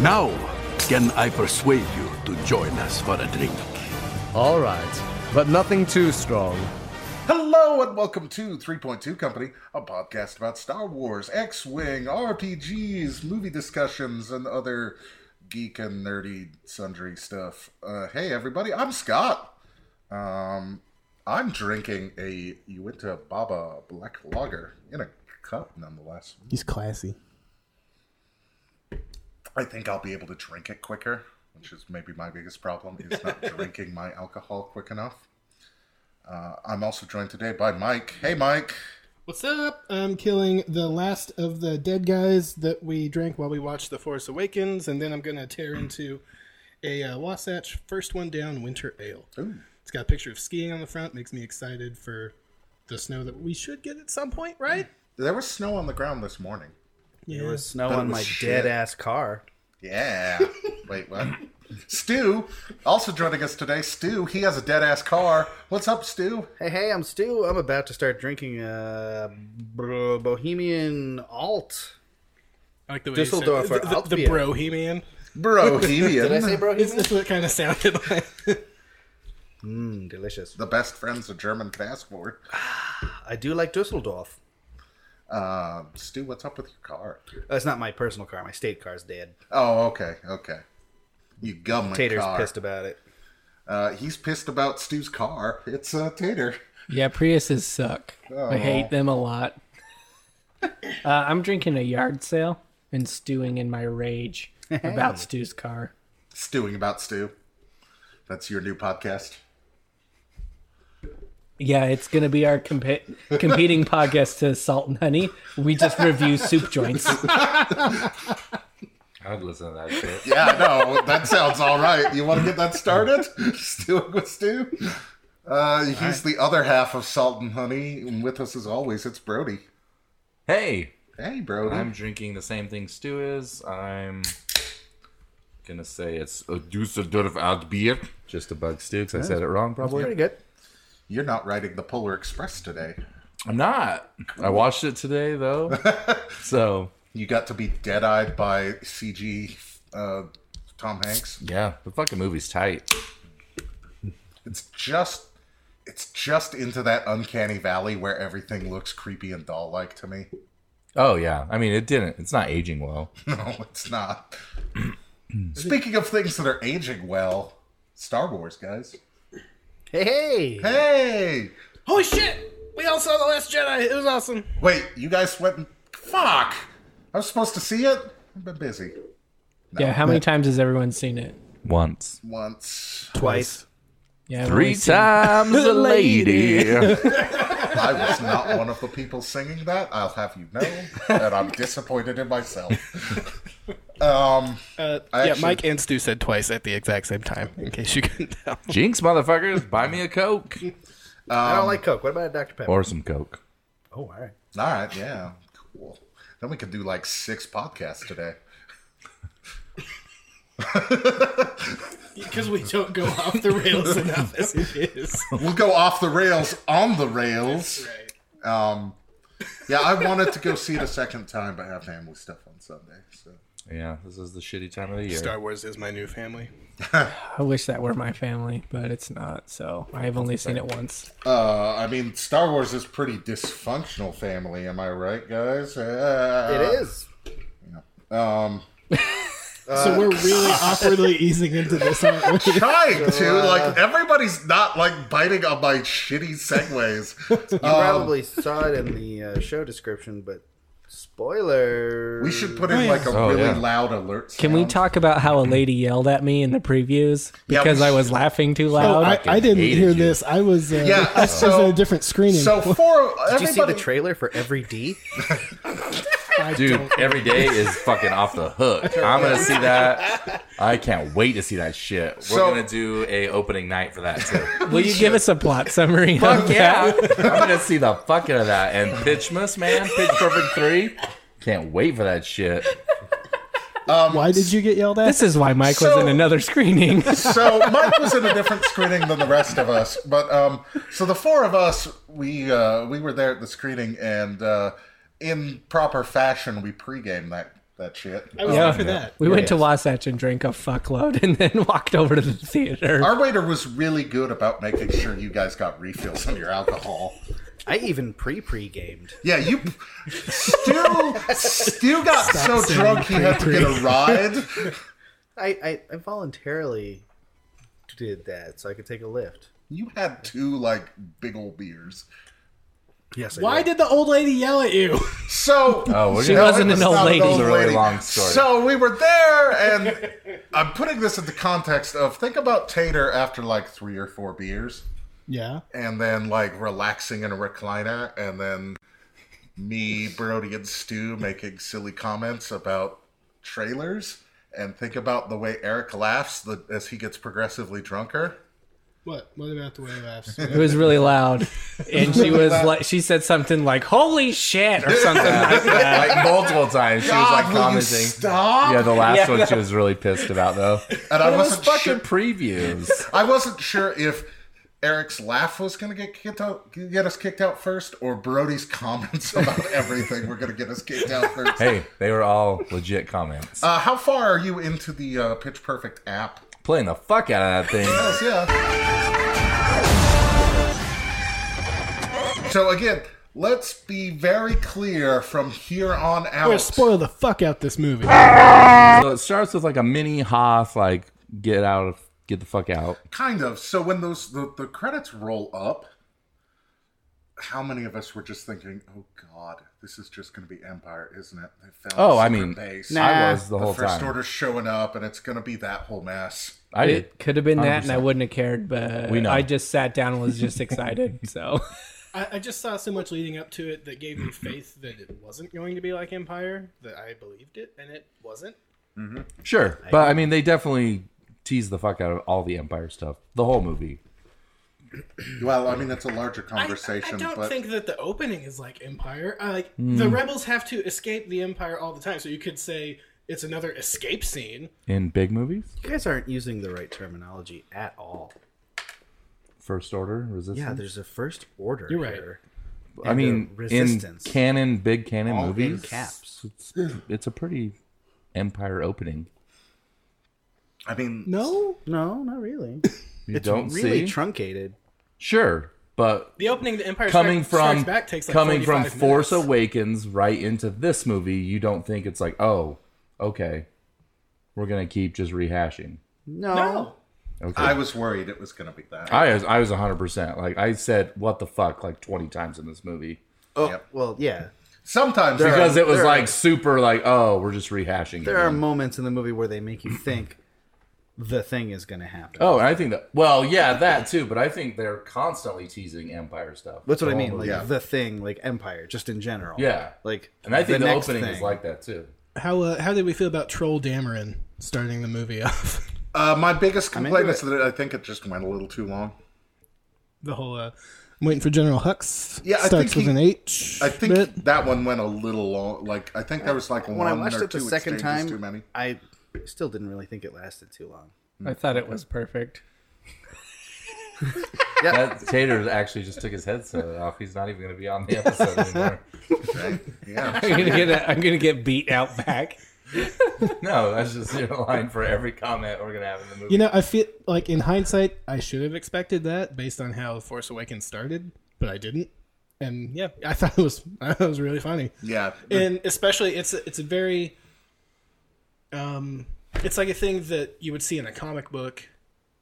Now, can I persuade you to join us for a drink? All right, but nothing too strong. Hello and welcome to 3.2 Company, a podcast about Star Wars, X Wing, RPGs, movie discussions, and other geek and nerdy sundry stuff. Uh, hey, everybody, I'm Scott. Um, I'm drinking a Uinta Baba Black Lager in a cup, nonetheless. He's classy. I think I'll be able to drink it quicker, which is maybe my biggest problem is not drinking my alcohol quick enough. Uh, I'm also joined today by Mike. Hey, Mike. What's up? I'm killing the last of the dead guys that we drank while we watched The Force Awakens, and then I'm going to tear into a uh, Wasatch First One Down Winter Ale. It's got a picture of skiing on the front. Makes me excited for the snow that we should get at some point, right? There was snow on the ground this morning. Yeah. There was snow That on was my shit. dead ass car. Yeah. Wait, what? Stu, also joining us today. Stu, he has a dead ass car. What's up, Stu? Hey, hey, I'm Stu. I'm about to start drinking uh, bro- Bohemian Alt. I like the way you Dusseldorf said, or the, the, the Altbier. Brohemian. Brohemian. Did I say Is Bohemian? this what it kind of sounded like? Mm, delicious. the best friends of German task force. I do like Dusseldorf. Uh, Stu, what's up with your car? That's Uh, not my personal car. My state car's dead. Oh, okay, okay. You gum my Tater's car. pissed about it. Uh, he's pissed about Stu's car. It's uh, Tater. Yeah, Priuses suck. I hate them a lot. uh, I'm drinking a yard sale and stewing in my rage about Stu's car. Stewing about Stu. That's your new podcast. Yeah, it's gonna be our compa- competing podcast to Salt and Honey. We just review soup joints. I'd listen to that shit. Yeah, no, that sounds all right. You want to get that started? Stewing with Stu. Uh, he's the other half of Salt and Honey, and with us as always, it's Brody. Hey, Hey, Brody. I'm drinking the same thing Stu is. I'm gonna say it's a Dusseldorf Altbier. Just a bug Stu, 'cause I said it wrong Pretty probably. good. You're not riding the Polar Express today. I'm not. I watched it today though, so You got to be dead eyed by CG uh, Tom Hanks. yeah, the fucking movie's tight. It's just. It's just into that uncanny valley where everything looks creepy and doll like to me. Oh yeah, I mean it didn't. It's not aging well. No, it's not. Speaking of things that are aging well, Star Wars, guys. Hey, hey. Hey! Holy shit! We all saw The Last Jedi. It was awesome. Wait, you guys went. and- Fuck! I was supposed to see it? I've been busy. Yeah, how many times has everyone seen it? Once, Once. Twice. Yeah, I've only three seen- times a lady. I was not one of the people singing that, I'll have you know, and I'm disappointed in myself. Um, Uh, I yeah, actually- Mike and Stu said twice at the exact same time, in case you couldn't tell. Jinx, motherfuckers, buy me a coke I don't like Coke. What about a Dr. Pepper? or some coke. oh, all right. all right, yeah, cool. Then we could do like six podcasts today. Because we don't go off the rails enough as it is. We'll go off the rails on the rails. Um, yeah, I wanted to go see it a second time, but I have family stuff on Sunday. So Yeah, this is the shitty time of the year. Star Wars is my new family. I wish that were my family, but it's not. So I have only seen it once. uh, I mean, Star Wars is pretty dysfunctional family. Am I right, guys? Uh, it is. Um, so we're really awkwardly easing into this, aren't we? trying to uh, like everybody's not like biting on my shitty segues. You probably saw it in the uh, show description, but spoiler. We should put in like a Oh, really yeah. loud alert. Can we sound. talk about how a lady yelled at me in the previews Yeah, because we- I was laughing too Oh, loud? I, I didn't hated hear you. this. I was uh, Yeah, I was so- in a different screening. So for Did you see the everybody, trailer for Every D? Dude, every day is fucking off the hook. I'm gonna see that. I can't wait to see that shit. We're So- gonna do a opening night for that too. Will you give us a plot summary? Oh, of Fuck that? yeah! I'm gonna see the fuck out of that. And Pitchmas, man, Pitch Perfect Three. Can't wait for that shit. why did you get yelled at? This is why Mike So- was in another screening. so Mike was in a different screening than the rest of us, but um, so the four of us we uh, we were there at the screening, and uh, in proper fashion we pregame that that shit. I was Yeah. there for that. We went to Wasatch and drank a fuckload and then walked over to the theater. Our waiter was really good about making sure you guys got refills on your alcohol. I even pre pre gamed. Yeah, you still still got so drunk he had to get a ride. I, I, I voluntarily did that so I could take a lift. You had two like big old beers. Yes. I Why did the old lady yell at you? So Oh, we're She gonna, wasn't it was an old not lady. It's a really long story. So we were there, and I'm putting this in the context of think about Tater after like three or four beers, Yeah. and then like relaxing in a recliner, and then me, Brody, and Stu making silly comments about trailers, and think about the way Eric laughs the, as he gets progressively drunker. What? What about the way he laughs? It was really loud, and she was like, she said something like "Holy shit" or something like that. like multiple times, she was God, like will you commenting. stop? Yeah, the last one she was really pissed about though. And I wasn't sure. fucking previews. I wasn't sure if Eric's laugh was going to get kicked out, get us kicked out first, or Brody's comments about everything were going to get us kicked out first. hey, they were all legit comments. Uh, how far are you into the uh, Pitch Perfect app? Playing the fuck out of that thing. Yeah. So again, let's be very clear from here on I'm gonna out. spoil the fuck out this movie. So it starts with like a mini Hoth, like get out of, get the fuck out. Kind of. So when those the, the credits roll up, how many of us were just thinking, "Oh God, this is just going to be Empire, isn't it?" They found Oh, I secret mean, base. I was the, the whole first time. order's showing up, and it's going to be that whole mess. I did. It could have been that, and I wouldn't have cared. But We know. I just sat down and was just excited. So I, I just saw so much leading up to it that gave me faith that it wasn't going to be like Empire. That I believed it, and it wasn't. Sure, but I mean, they definitely tease the fuck out of all the Empire stuff. The whole movie. Well, I mean, that's a larger I- conversation, I, don't but think that the opening is like Empire. I, like the Hmm. rebels have to escape the Empire all the time, so you could say it's another escape scene. In big movies, You guys aren't using the right terminology at all. First Order, Resistance. Yeah, there's a first order. You're right. here. I mean, the in Resistance. canon, big canon All in movies, caps. It's, it's a pretty Empire opening. I mean, No, No, not really. You it's don't really see, truncated. sure, but the opening to Empire coming Strikes- Strikes from back takes like coming from 45 Force minutes. Awakens right into this movie, you don't think it's like, oh, okay, we're gonna keep just rehashing. No. No, Okay, I was worried it was going to be that. I was I was hundred percent like I said, what the fuck, like twenty times in this movie Oh, Yep. well, yeah. Sometimes because it was there are- like super like oh we're just rehashing. There it. are moments in the movie where they make you think the thing is going to happen. oh, and I think that well yeah that too, but I think they're constantly teasing Empire stuff. That's what I The whole mean. Like movie. yeah. the thing, like Empire, just in general. Oh, yeah, Like, and I think the, next opening is thing. like that too. how uh, how did we feel about Troll Dameron starting the movie off? Uh, my biggest into complaint is it. that I think it just went a little too long. the whole uh, I'm waiting for General Hux. Yeah, I starts think with he- an H. I think bit. that one went a little long. Like I think there was like when one I watched or it the two second exchanges time, Too many. I still didn't really think it lasted too long. I thought it was perfect. That Tater actually just took his headset off. He's not even gonna be on the episode anymore. Yeah, I'm gonna get a, I'm gonna get beat out back. No, that's just your line for every comment we're gonna have in the movie. You know, I feel like in hindsight, I should have expected that based on how Force Awakens started, but I didn't. And yeah, I thought it was I thought it was really funny, yeah. and especially it's a, it's a very, um, it's like a thing that you would see in a comic book,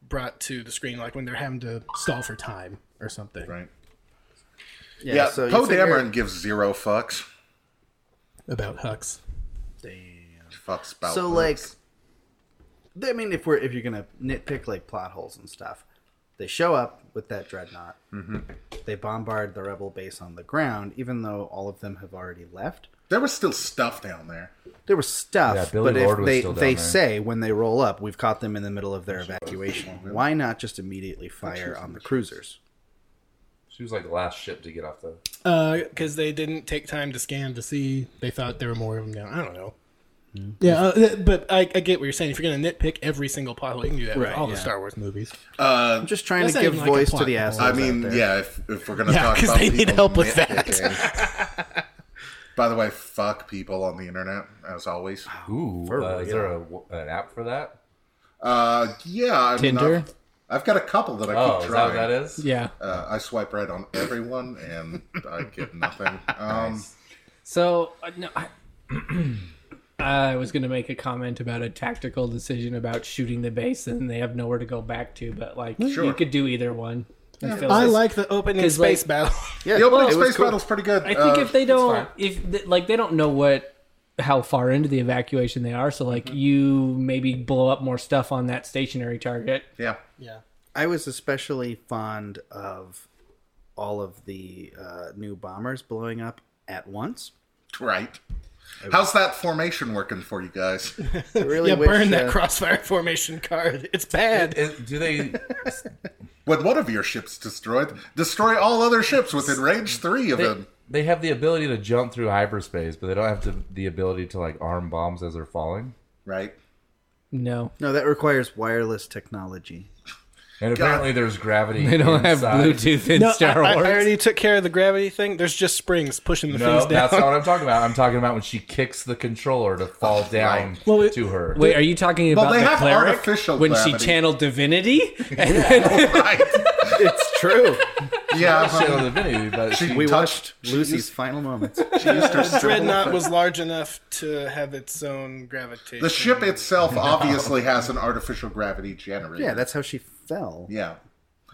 brought to the screen, like when they're having to stall for time or something. Right. Yeah. Yeah, so you Poe figure- Dameron gives zero fucks. About Hux, Fucks about So Luke. like, I mean, if we're if you're gonna nitpick like plot holes and stuff, they show up with that dreadnought. Mm-hmm. They bombard the rebel base on the ground, even though all of them have already left. there was still stuff down there. There was stuff, Yeah, Billy but if Lord was they still down they there. say when they roll up, we've caught them in the middle of their evacuation. Why not just immediately fire on the cruisers? She was like the last ship to get off the. because Uh, they didn't take time to scan to see. They thought there were more of them down. I don't know. Yeah, uh, th- but I, I get what you're saying. If you're going to nitpick every single plot, hole, you can do that with all the Star Wars movies. I'm just trying That's to not give even like a voice to plot the hole. assholes. Uh, I out mean, there. yeah, if, if we're gonna Yeah, talk 'cause about they need people help with that. nitpicking. By the way, fuck people on the internet, as always. Ooh, uh, is there a, an app for that? Uh, yeah. I mean, Tinder? I've, I've got a couple that I Oh, keep is that trying. what that is? Yeah. Uh, I swipe right on everyone, and I get nothing. Um, So uh, no, I, I was going to make a comment about a tactical decision about shooting the base, and they have nowhere to go back to. But like, you Sure. could do either one. It feels I like- like the opening 'Cause, space like- battle. Yeah, The opening it was space cool. battle's pretty good. I think Uh, if they don't, if th- like they don't know what how far into the evacuation they are, so like you maybe blow up more stuff on that stationary target. yeah, yeah. I was especially fond of all of the uh, new bombers blowing up at once. right. How's that formation working for you guys? I really Yeah, wish, burn that uh, crossfire formation card. It's bad. Is- do they? when one of your ships destroyed, destroy all other ships within range three of they, them. they have the ability to jump through hyperspace, but they don't have to, the ability to like arm bombs as they're falling. Right. No, No, that requires wireless technology. And apparently, there's gravity. they don't have Bluetooth in No, Star I, I- Wars. I already took care of the gravity thing. There's just springs pushing the No, things down. that's not what I'm talking about. I'm talking about when she kicks the controller to fall down Oh, Well, it- to her. Wait, are you talking about they the have cleric artificial when she gravity. channeled divinity? And then- Right. It's true. yeah. uh-huh. Channel divinity, but she, we touched- watched Lucy's final moments. She used her strength. Dreadnought was large enough to have its own gravitation. The ship itself obviously has an artificial gravity generator. Yeah, that's how she fell. yeah.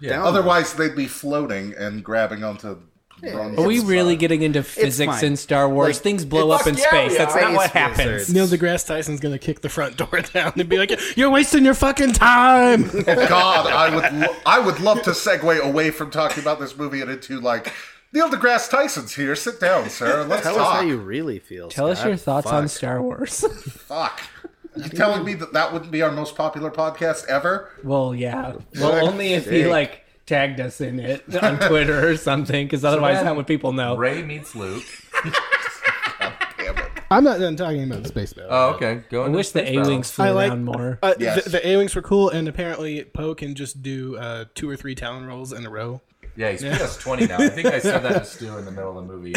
Down. Otherwise, they'd be floating and grabbing onto. wrong Are we hip's really side. getting into physics fine. in Star Wars? Like, Things blow up in yeah, space. yeah. That's not Space what happens. wizards. Neil deGrasse Tyson's gonna kick the front door down and be like, "You're wasting your fucking time." God, I would lo- I would love to segue away from talking about this movie and into like Neil deGrasse Tyson's here. Sit down, sir. Let's Tell us talk. how you really feel. Tell us Scott. your thoughts on Fuck. Star Wars. Fuck. You telling me that that wouldn't be our most popular podcast ever? well, yeah. Well, only if he sake. like tagged us in it on Twitter or something, because otherwise, when- how would people know? Ray meets Luke. Damn it. I'm not done talking about the space battle. Oh, okay. Go I wish the A wings flew I like- around more. Uh, Yes. the, the A wings were cool, and apparently Poe can just do uh, two or three talon rolls in a row. Yeah, he's PS20 now. I think I said that to Stu in the middle of the movie.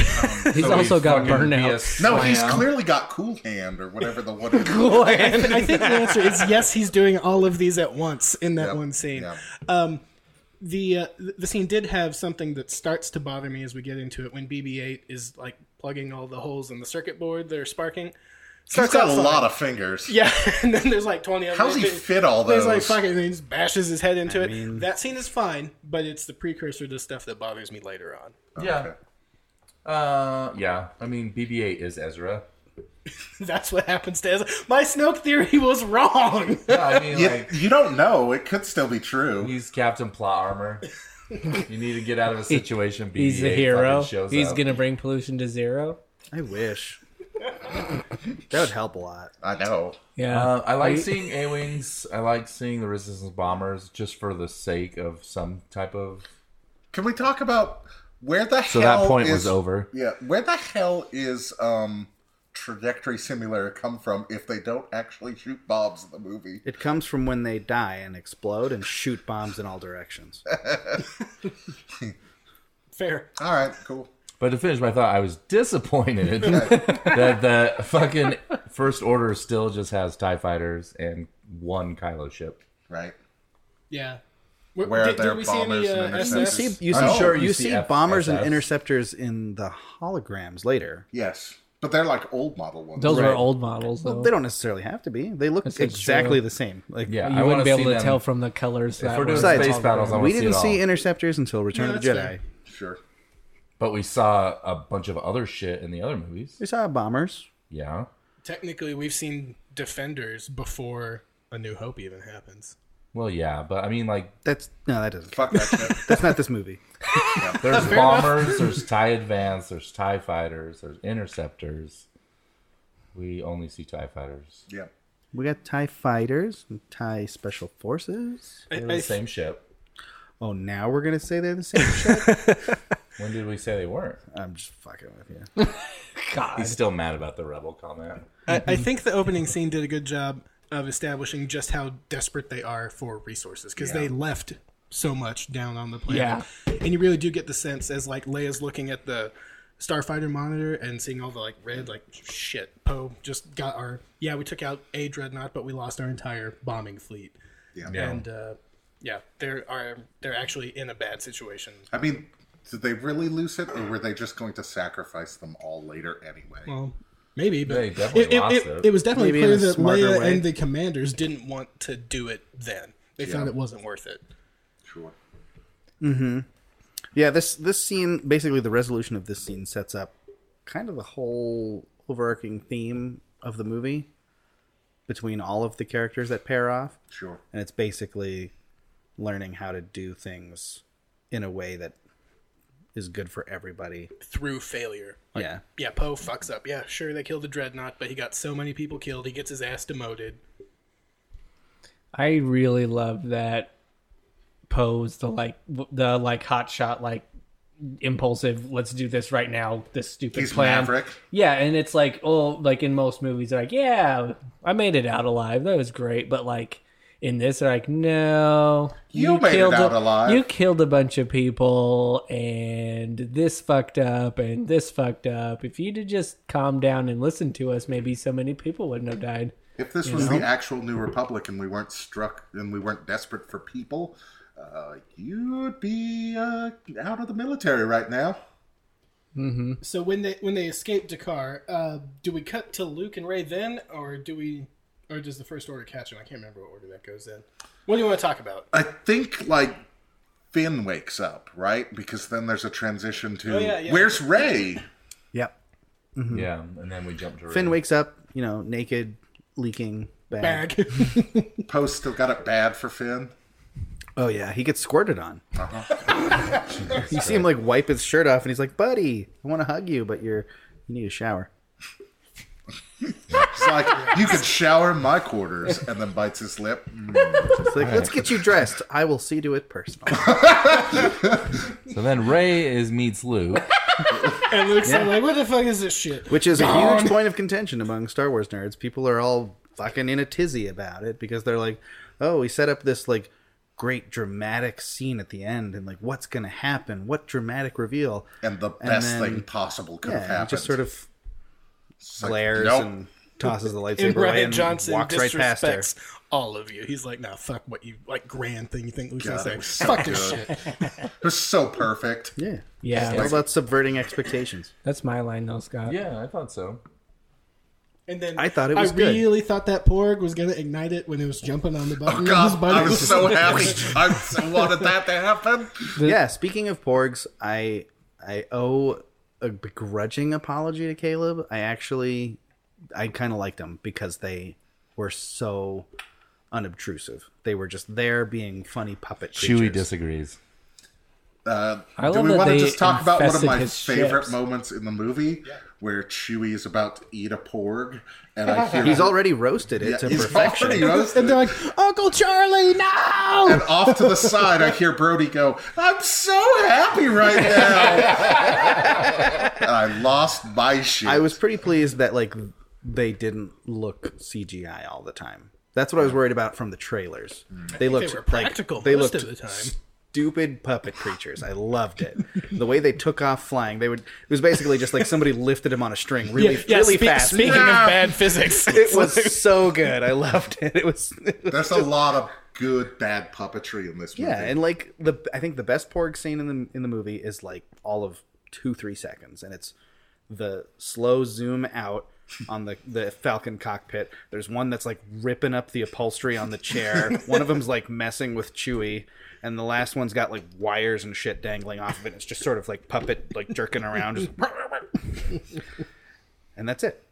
He's also got burnout. No, he's clearly got cool hand or whatever the one. I think the answer is yes. He's doing all of these at once in that Yep, one scene. yeah. The uh, th- the scene did have something that starts to bother me as we get into it when BB-8 is like plugging all the holes in the circuit board that are sparking. He's Starts got out a fine. lot of fingers. Yeah, and then there's like 20 of them. How's he There's- fit all There's those? like fucking, and he just bashes his head into it. mean- that scene is fine, but it's the precursor to stuff that bothers me later on. Yeah. Uh, yeah. I mean, BB-8 is Ezra. That's what happens to Ezra. My Snoke theory was wrong. Yeah, I mean, You, like, you don't know. It could still be true. he's Captain Plot Armor. You need to get out of a situation. BB-8 He's a hero. fucking Shows He's up. gonna bring pollution to zero. I wish. that would help a lot. I know. Yeah. Uh, I like Are you- seeing A wings. I like seeing the Resistance bombers just for the sake of some type of. Can we talk about where the So hell that point is, was over. Yeah, where the hell is um trajectory simulator come from if they don't actually shoot bombs in the movie? It comes from when they die and explode and shoot bombs in all directions. Fair. All right, cool. But to finish my thought, I was disappointed that the fucking First Order still just has Tie Fighters and one Kylo ship. Right. Yeah. Where, Where are there bombers uh, and interceptors? See, SS? you see, I'm sure you you see, see F- bombers and SS. interceptors in the holograms later. Yes, but they're like old model ones. Those were old models, though. They don't necessarily have to be. They look exactly the same. Like Yeah, you I wouldn't want be able see to them- tell from the colors. If that we're doing were Besides, space battles, I want we to didn't see, see it all. interceptors until Return No, of the Jedi. that's fair. Sure. But we saw a bunch of other shit in the other movies. We saw bombers. Yeah, Technically, we've seen defenders before A New Hope even happens. well, yeah, but I mean, like, That's no, that doesn't. Fuck that shit. That's not this movie. there's bombers, there's Tie Advance, there's Tie Fighters, there's interceptors. We only see Tie Fighters. Yeah. We got Tie fighters, and Tie special forces. I, They're I- the same ship. Oh, now we're gonna say they're the same shit. When did we say they weren't? I'm just fucking with you. God. He's still mad about the rebel comment. I, I think the opening scene did a good job of establishing just how desperate they are for resources because they left so much down on the planet. Yeah. And you really do get the sense as like Leia's looking at the starfighter monitor and seeing all the like red like shit poe just got our yeah we took out a dreadnought but we lost our entire bombing fleet Yeah. and uh yeah they're are they're actually in a bad situation I mean, did they really lose it, or were they just going to sacrifice them all later anyway? well Um, maybe but They definitely it, it, lost it, it. it was definitely Maybe clear in a that smarter leia way. and the commanders didn't want to do it then they found Yeah. it wasn't worth it sure. Yeah, this this scene basically the resolution of this scene sets up kind of the whole overarching theme of the movie between all of the characters that pair off, Sure. and it's basically learning how to do things in a way that is good for everybody. through failure yeah. yeah, Poe fucks up. Yeah, sure, they killed the Dreadnought, but he got so many people killed, he gets his ass demoted. I really love that pose. The like w- the like hot shot like impulsive. Let's do this right now. This stupid He's plan. Maverick. Yeah, and it's like oh, like in most movies, they're like yeah, I made it out alive. That was great. But like in this, they're like no, You made it a- out alive." You killed a bunch of people, and this fucked up, and this fucked up. If you'd have just calmed down and listened to us, maybe so many people wouldn't have died. If this was the actual New Republic and we weren't struck and we weren't desperate for people, uh, you'd be uh, out of the military right now. So when they when they escape Dakar, uh, do we cut to Luke and Ray then, or do we, or does the First Order catch him? I can't remember what order that goes in. What do you want to talk about? I think like Finn wakes up, right? Because then there's a transition to Oh, yeah, yeah. where's Ray? Yep. Yeah, and then we jump to Hmm. Finn Ray. wakes up, you know, naked, leaking bag. Bag. Poe still got it bad for Finn. Oh yeah, he gets squirted on. you see him like wipe his shirt off, and he's like, "Buddy, I want to hug you, but you're you need a shower." It's like you could shower my quarters, and then bites his lip. It's like, "Let's get you dressed. I will see to it personally." So then Ray is meets Luke. and Luke's like, "What the fuck is this shit?" Which is a huge point of contention among Star Wars nerds. People are all fucking in a tizzy about it because they're like, "Oh, we set up this like great dramatic scene at the end, and like, what's gonna happen? What dramatic reveal?" And the best then- thing possible could yeah, have and he happened. just sort of It's like, glares nope. and tosses the lightsaber And away Brian and Johnson walks right past her. disrespects all of you. He's like, "Nah, fuck what you like, grand thing you think Luke's God, it gonna was say. so Fuck this good. shit." It was so perfect. Yeah. Yeah, It's all about subverting expectations. that's my line though, Scott. yeah, I thought so. And then I thought it was I good. really thought that Porg was gonna ignite it when it was jumping on the button. Oh and his God, button I was just- so happy. I so wanted that to happen. yeah, speaking of porgs, I I owe a begrudging apology to Caleb. I actually I kind of liked them because they were so unobtrusive. They were just there being funny puppet creatures. Chewie disagrees. Uh, I do love we that want to they just talk about one of infested my his favorite ships. moments in the movie, where Chewie is about to eat a porg, and I hear He's already roasted it Yeah, to he's perfection. already roasted And they're like, Uncle Charlie, no! And off to the side, I hear Brody go, I'm so happy right now. and I lost my shit. I was pretty pleased that like they didn't look CGI all the time. That's what I was worried about from the trailers. Mm. They looked were like- practical they most looked of the time. stupid puppet creatures. I loved it. the way they took off flying, they would. It was basically just like somebody lifted him on a string really, really spe- fast. Speaking of bad physics, it was so good. I loved it. It was, it was There's a lot of good bad puppetry in this movie. yeah, and like the I think the best porg scene in the in the movie is like all of two three seconds, and it's the slow zoom out on the the Falcon cockpit. There's one that's like ripping up the upholstery on the chair. one of them's like messing with Chewie, and the last one's got like wires and shit dangling off of it. It's just sort of like puppet like jerking around, just and that's it.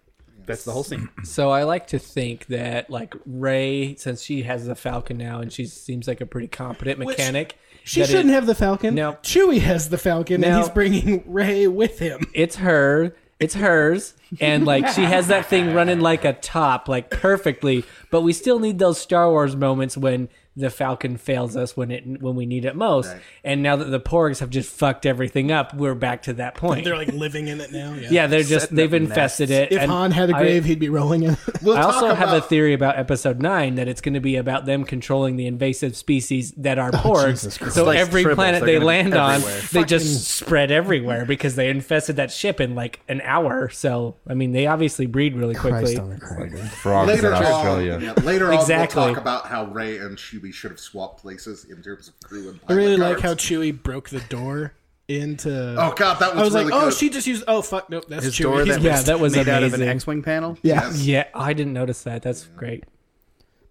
That's the whole scene. So I like to think that like Ray, since she has the Falcon now and she seems like a pretty competent mechanic, she that it- shouldn't have the Falcon. No. Chewie has the Falcon, and No. he's bringing Ray with him. It's her. It's hers, and like she has that thing running like a top, like perfectly. But we still need those Star Wars moments when the Falcon fails us when it when we need it most. Right. And now that the Porgs have just fucked everything up, we're back to that point. They're like living in it now. Yeah. yeah, they're just Setting up they've infested it. If and Han had a I- grave, he'd be rolling in it. We'll I also talk have a about- theory about episode nine that it's going to be about them controlling the invasive species that are porgs. Jesus Christ. so Like every tribbles, planet they're they gonna be land on, everywhere. they just spread everywhere because they infested that ship in like an hour. So I mean, they obviously breed really quickly. Christ on a crown. Frogs Later in on, Australia. yeah, later Exactly. on, we'll talk about how Ray and Chewie should have swapped places in terms of crew and I pilot really like cards. how Chewie broke the door into. Oh god, that was, I was really like, oh, good. she just used. Oh fuck, nope, that's His Chewie. door He's- that Yeah, was that was made out of an amazing. X-wing panel. yeah. Yeah, I didn't notice that. That's great.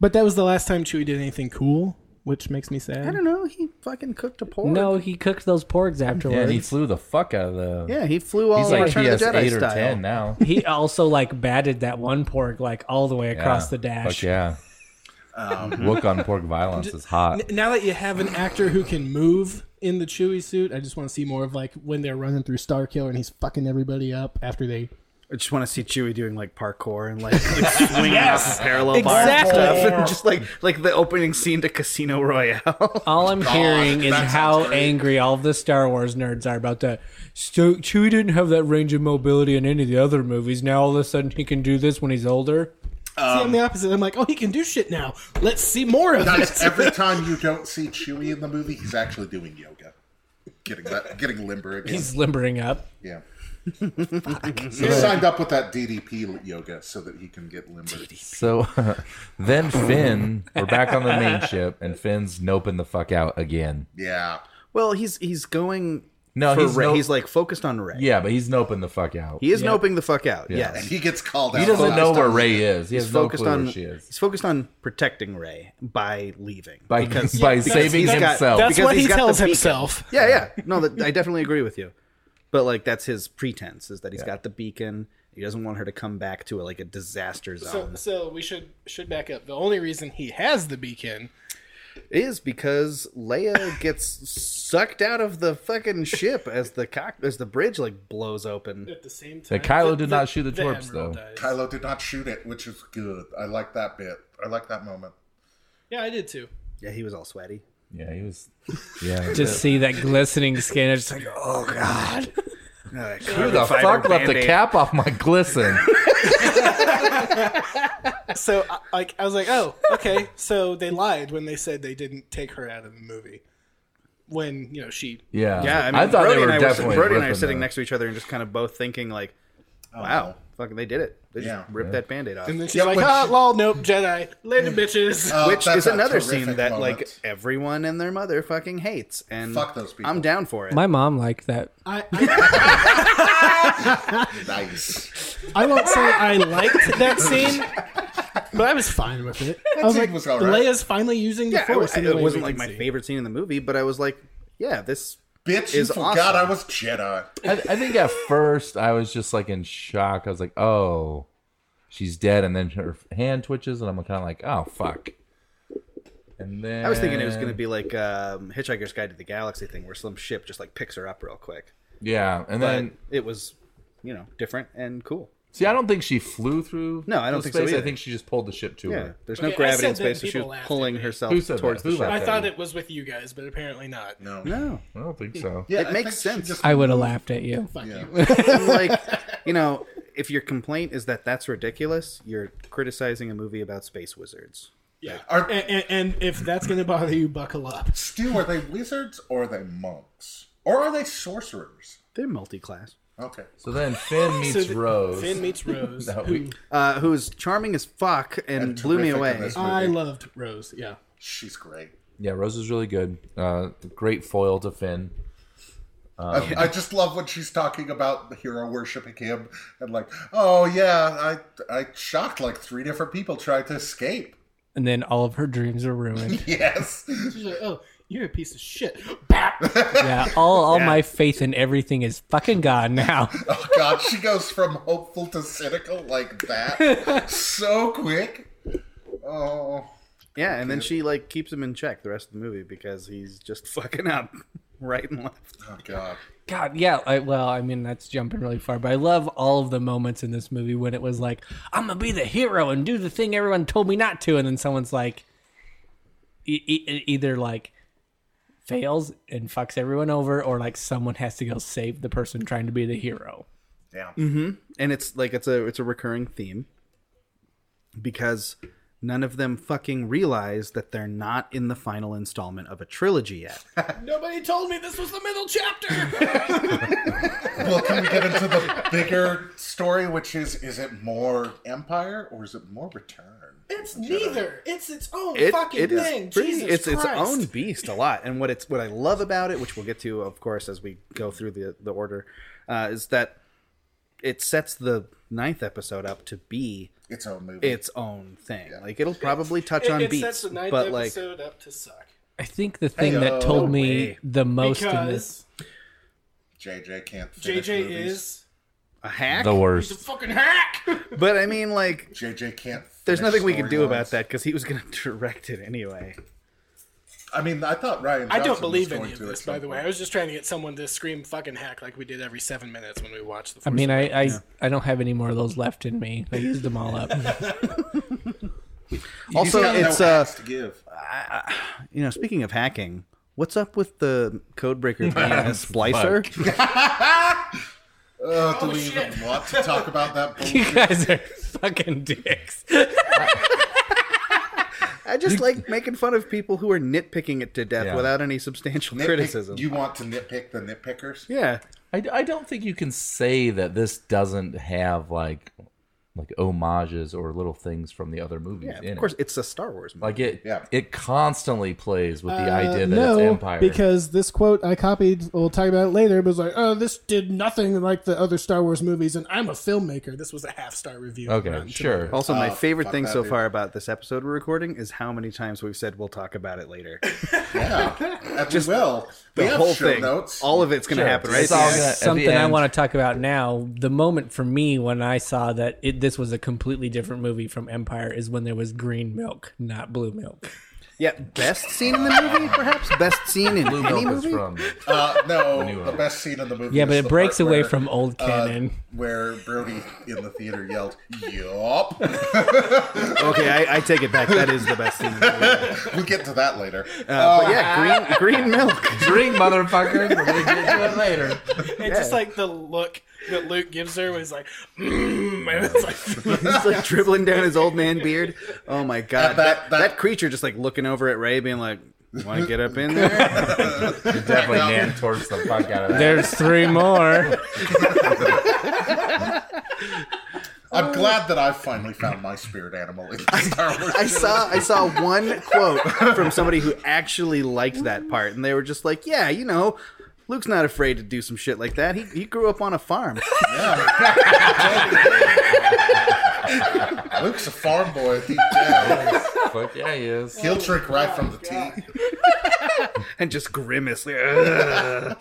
but that was the last time Chewie did anything cool, which makes me sad. I don't know. He fucking cooked a pork. No, he cooked those porgs Yeah, afterwards. and he flew the fuck out of the. Yeah, he flew all He's like Return of PS the Jedi eight or style. ten now. he, also like batted that one porg like all the way across Yeah. the dash. Fuck yeah. Um, Look on pork violence is hot. N- now that you have an actor who can move in the Chewie suit, I just want to see more of like when they're running through Starkiller and he's fucking everybody up after they. I just want to see Chewie doing like parkour and like, like swinging off of parallel exactly. bars and stuff, and just like like the opening scene to Casino Royale. All I'm hearing is that sounds how great. angry all the Star Wars nerds are about that. So Chewie didn't have that range of mobility in any of the other movies. Now all of a sudden he can do this when he's older. Um, see, I'm the opposite. I'm like, oh, he can do shit now. Let's see more of Guys, it. every time you don't see Chewie in the movie, he's actually doing yoga, getting that, getting limber again. He's limbering up. yeah. He signed up with that DDP yoga so that he can get limber. So then Finn, we're back on the main ship, and Finn's noping the fuck out again. Yeah. well, he's he's going. No, for he's Rey. no- he's like focused on Ray. Yeah, but he's noping the fuck out. He is noping the fuck out. And Yes. he gets called out. He doesn't last know where time. Ray is. He has He's no focused clue on where she is. he's focused on protecting Ray by leaving. By, by saving he's got- That's himself. That's Because what what he's he he got the tells tells beacon. himself. Yeah, yeah. No, that, I definitely agree with you. But like that's his pretense is that he's got the beacon. He doesn't want her to come back to a, like a disaster So, zone. so we should should back up. The only reason he has the beacon is because Leia gets sucked out of the fucking ship as the cock as the bridge like blows open. at the same time. That Kylo did not shoot the torps, Admiral though. dies. Kylo did not shoot it, which is good. I like that bit. I like that moment. Yeah, I did too. Yeah, he was all sweaty. Yeah, he was. Yeah. Just see that glistening skin. It's like, oh god. Who the fuck left the cap off my glisten? So, I- like, I was like, oh, okay. so they lied when they said they didn't take her out of the movie. When you know she Yeah. Yeah, I mean, thought Brody they were and I definitely. Were, Brody and I ripping are sitting the- next to each other and just kind of both thinking like, "Wow, fucking, they did it. They just Oh. Yeah. ripped that band-aid off." And then she's Yeah, like, when ah, she- lol, nope, Jedi. Later, bitches. Uh, which that's is a another terrific scene that like moment. everyone and their mother fucking hates and Fuck those people. i'm down for it My mom liked that. I, I, nice. I won't say I liked that scene, but I was fine with it. I was scene like, was all right. Leia's finally using the yeah, it, Force. was, in the it way wasn't we like can my see. favorite scene in the movie but i was like yeah this Bitch, you Is forgot awesome. I was Jedi. I, I think at first I was just like in shock. I was like, oh, she's dead. And then her hand twitches, and I'm kind of like, oh, fuck. And then. i was thinking it was going to be like um, hitchhiker's guide to the galaxy thing where some ship just like picks her up real quick Yeah. And but then. it was you know different and cool See, I don't think she flew through. No, I don't the think so space. I either. think she just pulled the ship to yeah her. there's Okay, no I gravity said in that and space so she people was laughed pulling at me. herself Who said towards that? the Who ship laughed I at thought you? it was with you guys, but apparently not. No. no I don't think so. Yeah, It I makes think she sense. just- I would have laughed at you. And, like you know if your complaint is that that's ridiculous you're criticizing a movie about space wizards Yeah. Are- and, and, and if that's going to bother you, buckle up. Stu, are they wizards or are they monks? Or are they sorcerers? they're multi-class Okay. So then Finn meets the- Rose. Finn meets Rose. That who we- uh, who is charming as fuck and, And blew me terrific in away. this movie. I loved Rose. Yeah. She's great. yeah, Rose is really good. Uh, great foil to Finn. I, I just love when she's talking about the hero worshiping him and like, oh yeah, I I shocked like three different people trying to escape. And then all of her dreams are ruined. Yes. She's like, oh, you're a piece of shit. Bap! yeah, all all my faith in everything is fucking gone now. Oh god, she goes from hopeful to cynical like that so quick. Oh, Yeah, and then she like keeps him in check the rest of the movie because he's just fucking up right and left. oh god. God, yeah. I, well, I mean, that's jumping really far, but I love all of the moments in this movie when it was like, "I'm gonna be the hero and do the thing everyone told me not to," and then someone's like, e- e- either like fails and fucks everyone over, or like someone has to go save the person trying to be the hero. Yeah. and it's like it's a it's a recurring theme because none of them fucking realize that they're not in the final installment of a trilogy yet. Nobody told me this was the middle chapter. Well, can we get into the bigger story, which is is it more Empire or is it more Return? It's neither. It's its own It- fucking it is thing. pretty- Jesus it's its Christ. own beast a lot. And what it's what I love about it, which we'll get to, of course, as we go through the the order, uh, is that it sets the ninth episode up to be Its own movie. its own thing. Like it'll probably touch on it beats, sets the ninth but like episode up to suck I think the thing Hey-o. that told No me way. the most in this. because JJ can't. Finish JJ movies. is a hack. The he's a worst. fucking hack. But I mean, like JJ can't. There's finish nothing we can do storylines. about that because he was going to direct it anyway. I mean, I thought Ryan. I don't Johnson believe was going any of to this, at by some the way. I point. was just trying to get someone to scream fucking hack like we did every seven minutes when we watched the. I Force mean, I I, I don't have any more of those left in me. I used them all up. Also, He's got no it's uh, ass to give. you know, speaking of hacking, what's up with the codebreaker being a splicer? Uh, do we even want to talk about that? bull- you guys are fucking dicks. I just like making fun of people who are nitpicking it to death Yeah. without any substantial nitpick- criticism. You want to nitpick the nitpickers? yeah, I, I don't think you can say that this doesn't have like like homages or little things from the other movies. yeah. Of in it. course, it's a Star Wars movie. Like it, Yeah. it constantly plays with the idea that Uh, no, it's Empire. because this quote I copied. We'll talk about it later. But it was like, oh, this did nothing like the other Star Wars movies, and I'm a filmmaker. This was a half star review. on Rotten okay, sure. also, my Oh, favorite fuck thing that, so dude. far about this episode we're recording is how many times we've said we'll talk about it later. And we will. The we have whole show thing, notes. all of it's going to happen right. It's all there. gonna- at the Something I end. want to talk about now. The moment for me when I saw that it, this was a completely different movie from Empire is when there was green milk, not blue milk. yeah, best scene in the movie, perhaps best scene in Blue any Milk is movie. from Uh, new no, the one. best scene in the movie. Yeah, is but the it breaks part away where, from old uh, canon. where Brody in the theater yelled, "Yup." Okay, I, I take it back. That is the best scene. In the movie. we'll get to that later. Uh, but yeah, green green milk. drink, motherfucker. We're gonna get to it later. It's just like the look that Luke gives her when he's like, mm, and it's like He's like dribbling down his old man beard. Oh my god, And that- that, that, that- creature just like looking over at Ray, being like, "Want to get up in there?" Definitely man torches the fuck out of that. There's three more. I'm glad that I finally found my spirit animal in the Star Wars. I saw I saw one quote from somebody who actually liked that part, and they were just like, "Yeah, you know." Luke's not afraid to do some shit like that. He, he grew up on a farm. trilogy. Luke's a farm boy deep down. Fuck yeah, he is. He'll drink right from the tee. and just grimace. like, "Ugh."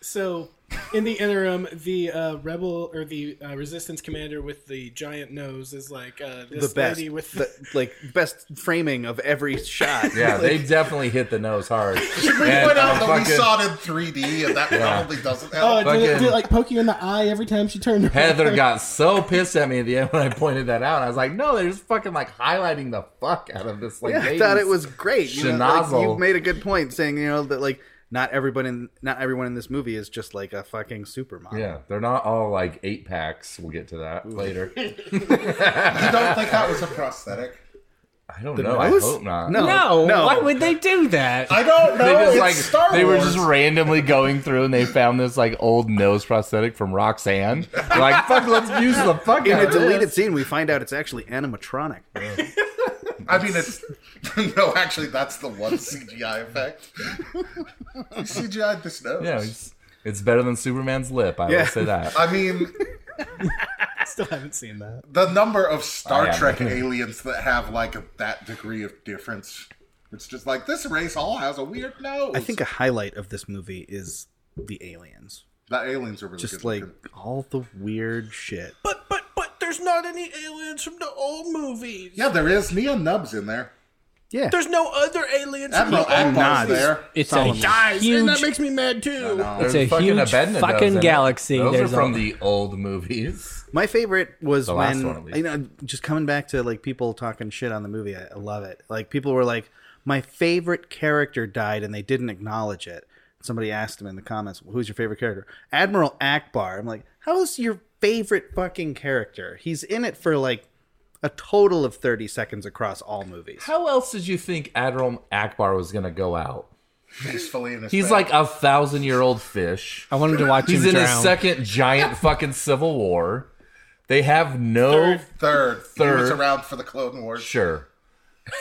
so. In the interim, the uh, rebel or the uh, resistance commander with the giant nose is like uh, The this best, lady with the, like best framing of every shot. Yeah, they definitely hit the nose hard. And We went out that we I'm oh, fucking- saw it in 3D, and that probably doesn't Oh, help. did it, did Fucking- it like poke you in the eye every time she turned around? Heather got so pissed at me at the end when I pointed that out. I was like, no, they're just fucking like highlighting the fuck out of this. Like, Yeah, I baby's- thought it was great. You, know, like, Schnozzle. you made a good point saying, you know, that like not everyone in not everyone in this movie is just like a fucking supermodel. Yeah, they're not all like eight packs. We'll get to that later. you don't think that was a prosthetic? I don't know. nose? I hope not. No. No, Oh, No. why would they do that? I don't know. They just it's like Star they were Wars. just randomly going through and they found this like old nose prosthetic from Roxanne. They're like, fuck, let's use the fuck In out a of deleted this. scene, we find out it's actually animatronic. I mean, it's no. Actually, that's the one CGI effect. CGI this nose. Yeah, it's, it's better than Superman's lip. I Yeah. will say that. I mean, I still haven't seen that. the number of I Oh, Star am. Trek aliens that have like that degree of difference. It's just like this race all has a weird nose. I think a highlight of this movie is the aliens. the aliens are really Just good like looking. all the weird shit. But but but there's not any aliens from the old movies. yeah, there is neon nubs in there. Yeah. There's no other aliens. Admiral Oh, Akbar's not. there. It's Solomon. a Guys, and that Huge- makes me mad too. It's There's a fucking huge Abednago's fucking in it. galaxy. Those There's are from a- the old movies. My favorite was The last when one, at least. you know, just coming back to like people talking shit on the movie. I, I love it. Like people were like, "My favorite character died," and they didn't acknowledge it. Somebody asked him in the comments, "Who's your favorite character?" Admiral Akbar. I'm like, "How's your favorite fucking character?" He's in it for like a total of 30 seconds across all movies. How else did you think Admiral Akbar was gonna go out? Peacefully in his He's bed. like a thousand year old fish. I wanted to watch He's him in drown. his second giant fucking civil war. They have no third. He was Third. around for the Clone Wars. sure.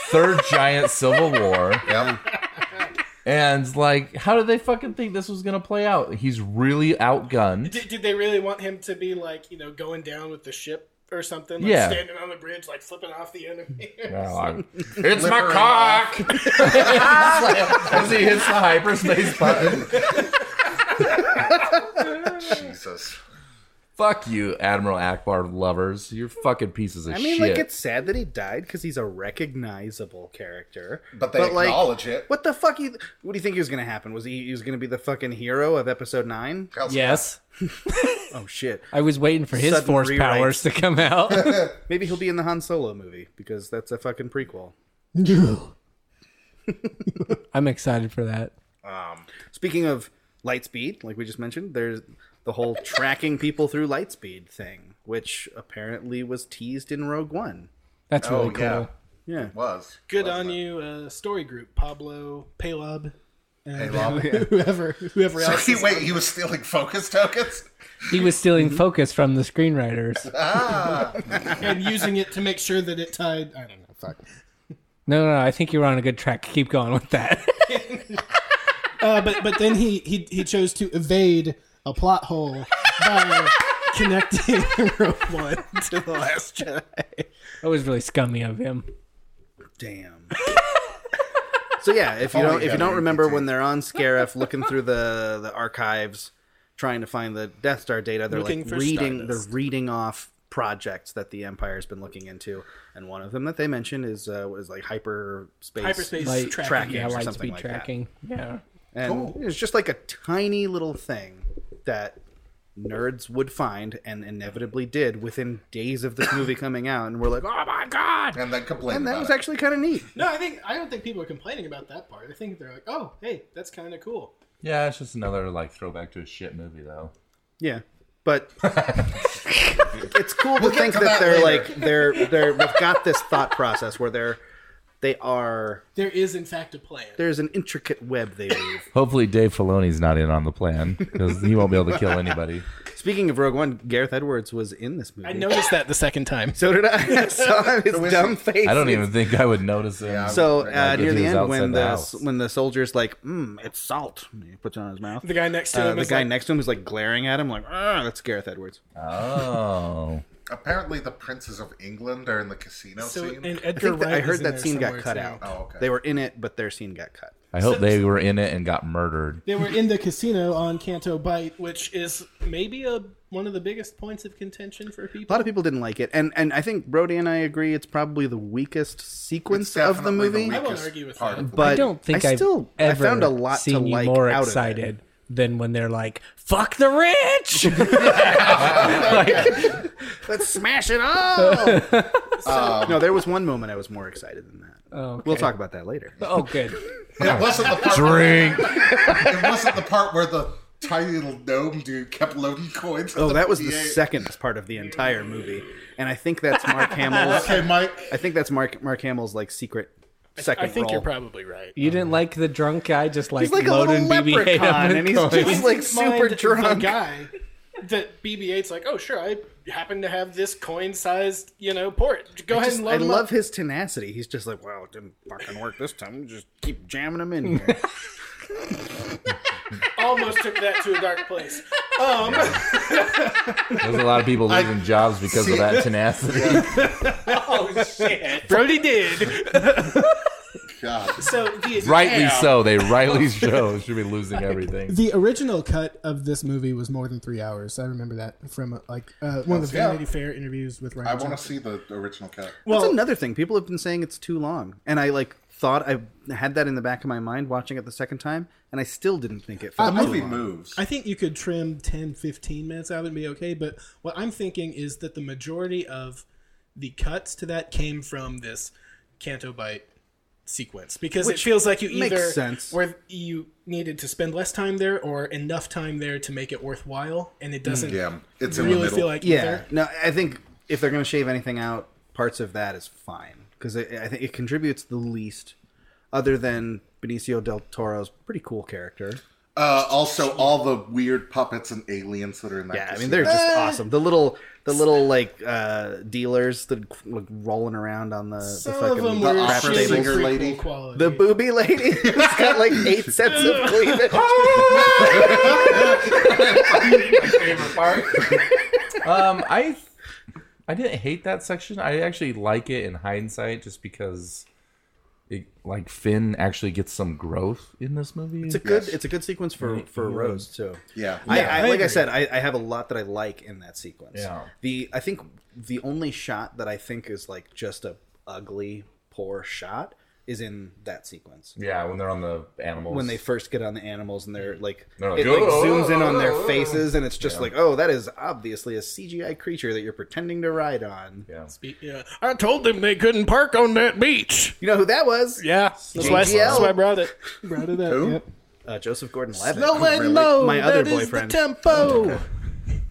Third giant civil war. Yep. And like, how did they fucking think this was gonna play out? He's really outgunned. Did, did they really want him to be like you know going down with the ship or something? Like Yeah. standing on the bridge, like flipping off the enemy. Oh, I- it's my Liver cock. As he hits the hyperspace button. Jesus. Fuck you, Admiral Akbar lovers. You're fucking pieces of I mean, shit. like it's sad that he died because he's a recognizable character. But they like, acknowledge it. What the fuck? You, what do you think was gonna happen? Was he, he was gonna be the fucking hero of episode nine? yes. Oh shit! I was waiting for his Sudden force rewrites. powers to come out. Maybe he'll be in the Han Solo movie because that's a fucking prequel. I'm excited for that. Speaking of Lightspeed, like we just mentioned, there's the whole tracking people through Lightspeed thing, which apparently was teased in Rogue One. That's really Oh, cool. yeah. Yeah. Was. Good on you, uh, story group Pablo, Palob, and Palob, whoever whoever So else. he, wait, he was stealing focus tokens? He was stealing focus from the screenwriters. and using it to make sure that it tied. I don't know. Fuck. No, no, no, I think you were on a good track. Keep going with that. Uh, but but then he, he he chose to evade a plot hole by connecting Rogue One to the Last Jedi. that was really scummy of him. Damn. so yeah, if you Oh, don't yeah, if you don't the remember NPT. when they're on Scarif looking through the the archives trying to find the Death Star data, they're Looking like for reading Stardust. they're reading off projects that the Empire's been looking into, and one of them that they mentioned is uh, was like hyperspace Hyperspace Like- tracking. tracking Yeah, or light something speed like that. tracking. Yeah. And it was just like a tiny little thing that nerds would find and inevitably did within days of this movie coming out. And we're like, oh my God. And then complained And that about was it. actually kind of neat. No, I think I don't think people are complaining about that part. I think they're like, oh, hey, that's kind of cool. yeah, it's just another like throwback to a shit movie though. Yeah. But it's cool to We'll get think to that that, they're later. like, they're, they're, they've got this thought process where they're, they are, There is in fact a plan. there's an intricate web they weave. Hopefully, Dave Filoni's not in on the plan because he won't be able to kill anybody. Speaking of Rogue One, Gareth Edwards was in this movie. I noticed that the second time. So did I. I saw his dumb face. I don't It's even think I would notice him. So uh, if near he the end, was outside when the the, house. when the soldier's like, mm, "It's salt," and he puts it on his mouth. The guy next to Uh, him the is guy like, next to him is like glaring at him, like, "Ah, that's Gareth Edwards." oh, Apparently, the princes of England are in the casino so, scene. and I Edgar think that, Wright I is heard in that there scene got somewhere, cut too. out. Oh, okay. They were in it, but their scene got cut. I hope they were in it and got murdered. They were in the casino on Canto Bight, which is maybe a one of the biggest points of contention for A people. lot of people didn't like it, and and I think Brody and I agree it's probably the weakest sequence It's of the definitely movie. I won't weakest argue with part that. of the- but I don't think I I've still ever I found a lot seen to you like more out of it. excited than when they're like, "Fuck the rich." Let's smash it all. no, there was one moment I was more excited than that. We'll talk about that later. oh, good. it, wasn't the part Drink. it wasn't the part where the tiny little gnome dude kept loading coins. Oh, that was the second part of the entire movie, and I think that's Mark Hamill's. Okay, Mike. I think that's Mark Mark Hamill's like secret second I think role. you're probably right. You didn't like the drunk guy, just like, he's like a little loading BB-8 up leprechaun, with and he's coins. just like Mind super The drunk. guy that BB-8's like, oh sure, I happen to have this coin-sized, you know, port. Go ahead Just- and I load 'em love up. his tenacity. He's just like, wow, it didn't fucking work this time. We'll Just keep jamming him in here. Almost took that to a dark place. There's a lot of people losing jobs because See- of that tenacity. Brody did. God. So the, Rightly so. They rightly show should be losing everything. the original cut of this movie was more than three hours. I remember that from uh, like uh, one of the Yeah. Vanity Fair interviews with Ryan. I want to Johnson. see the original cut. That's another thing. People have been saying it's too long, and I like thought I had that in the back of my mind watching it the second time, and I still didn't think it. The Felt movie too long. moves. I think you could trim 10, 15 minutes out and be okay. But what I'm thinking is that the majority of the cuts to that came from this Canto Bite sequence because it Which feels like you makes either sense. where you needed to spend less time there or enough time there to make it worthwhile, and it doesn't Yeah, it's in the really middle. feel like Mm. Yeah. either. No, I think if they're going to shave anything out, parts of that is fine because I think it contributes the least, other than Benicio del Toro's pretty cool character. uh, also, all the weird puppets and aliens that are in that. Yeah, I mean casino. they're just awesome. The little, the little like uh dealers that like rolling around on the, the Some fucking of them the were opera crap sheer table. Singer tables. prequel lady. quality. The booby lady has got like eight sets of cleavage. Um, I I didn't hate that section. I actually like it in hindsight, just because it like Finn actually gets some growth in this movie. It's a good, it's a good sequence for for Rose too. Yeah. I, Yeah, I, like I said, I, I have a lot that I like in that sequence. Yeah. The I think the only shot that I think is like just a ugly, poor shot is in that sequence. yeah, when they're on the animals. When they first get on the animals and they're like, They're like, it like "Oh, zooms in on their oh, oh." faces and it's just like, oh, that is obviously a CGI creature that you're pretending to ride on. yeah. Yeah. I told them they couldn't park on that beach. You know who that was? Yeah, that's why, I- JGL. that's why I brought it. Brought it up. Who? Oh, Yep. Uh, Joseph Gordon-Levitt. Oh, Really? My other boyfriend. tempo.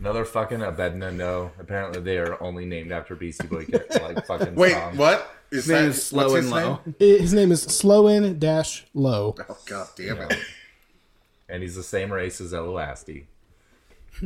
Another fucking Abednego. Apparently, they are only named after Beastie Boy kids, like fucking. Wait, songs. what? Is His name that is slow what's and his low. name? His name is Sloan Dash Low. Oh god damn it! And he's the same race as Eloasti.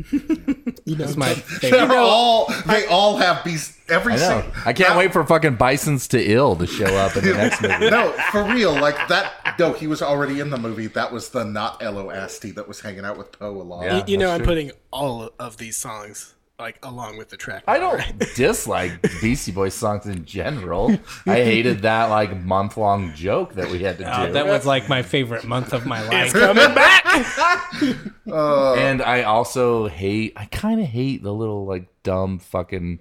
You know, It's my They're favorite. all they all have beast. Every I know. single. I can't wait for fucking Bison's to Ill to show up in the next movie. No, for real. Like that. No, he was already in the movie. That was the not Elo Asti that was hanging out with Poe a lot. Yeah. you know, I'm that's true. putting all of these songs like along with the track. I don't dislike Beastie Boy songs in general. I hated that like month long joke that we had to do. Uh, that was like my favorite month of my life. coming back. and I also hate, I kind of hate the little like dumb fucking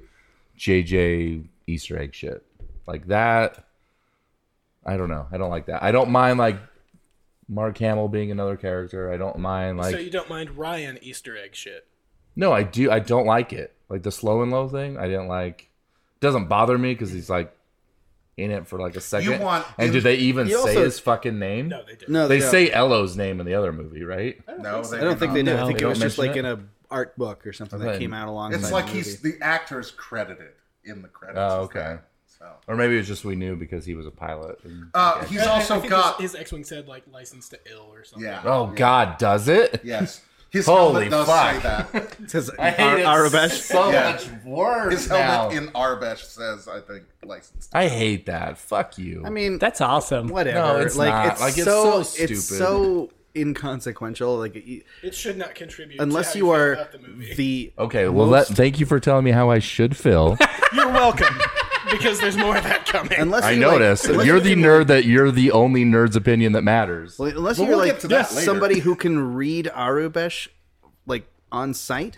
JJ Easter egg shit. Like that. I don't know. I don't like that. I don't mind like Mark Hamill being another character. I don't mind like. so you don't mind Ryan Easter egg shit? No, I do. I don't like it. Like the slow and low thing, I didn't like. Doesn't bother me because he's like in it for like a second. want- and do they even say You also- his fucking name? No, they do. No, They don't. say Elo's name in the other movie, right? No, they I don't think not. they know. No, I think they it was don't just like in mention a art book or something that Okay. came out along. It's like he's the actor is credited in the credits. Oh, as that, okay. So. Or maybe it was just we knew because he was a pilot. and- Uh, he's also got his, his X-wing said like "License to Ill" or something. yeah. oh God, does it? Yes. His helmet Holy does fuck. say that. says I hate it so Yeah. much worse His now. helmet in Arbesh says, I think, licensed. I hate that. Fuck you. I mean, That's awesome. whatever. No, it's like, not. It's Like, it's so, so It's stupid. so inconsequential. Like you- It should not contribute to unless how you feel are about the the, movie. okay, well, let, thank you for telling me how I should feel. You're welcome because there's more of that coming. unless I you, like- noticed unless you're you the can, nerd that you're the only nerd's opinion that matters. like, unless Well, you're we'll like get to that later. somebody who can read Arubesh like on site.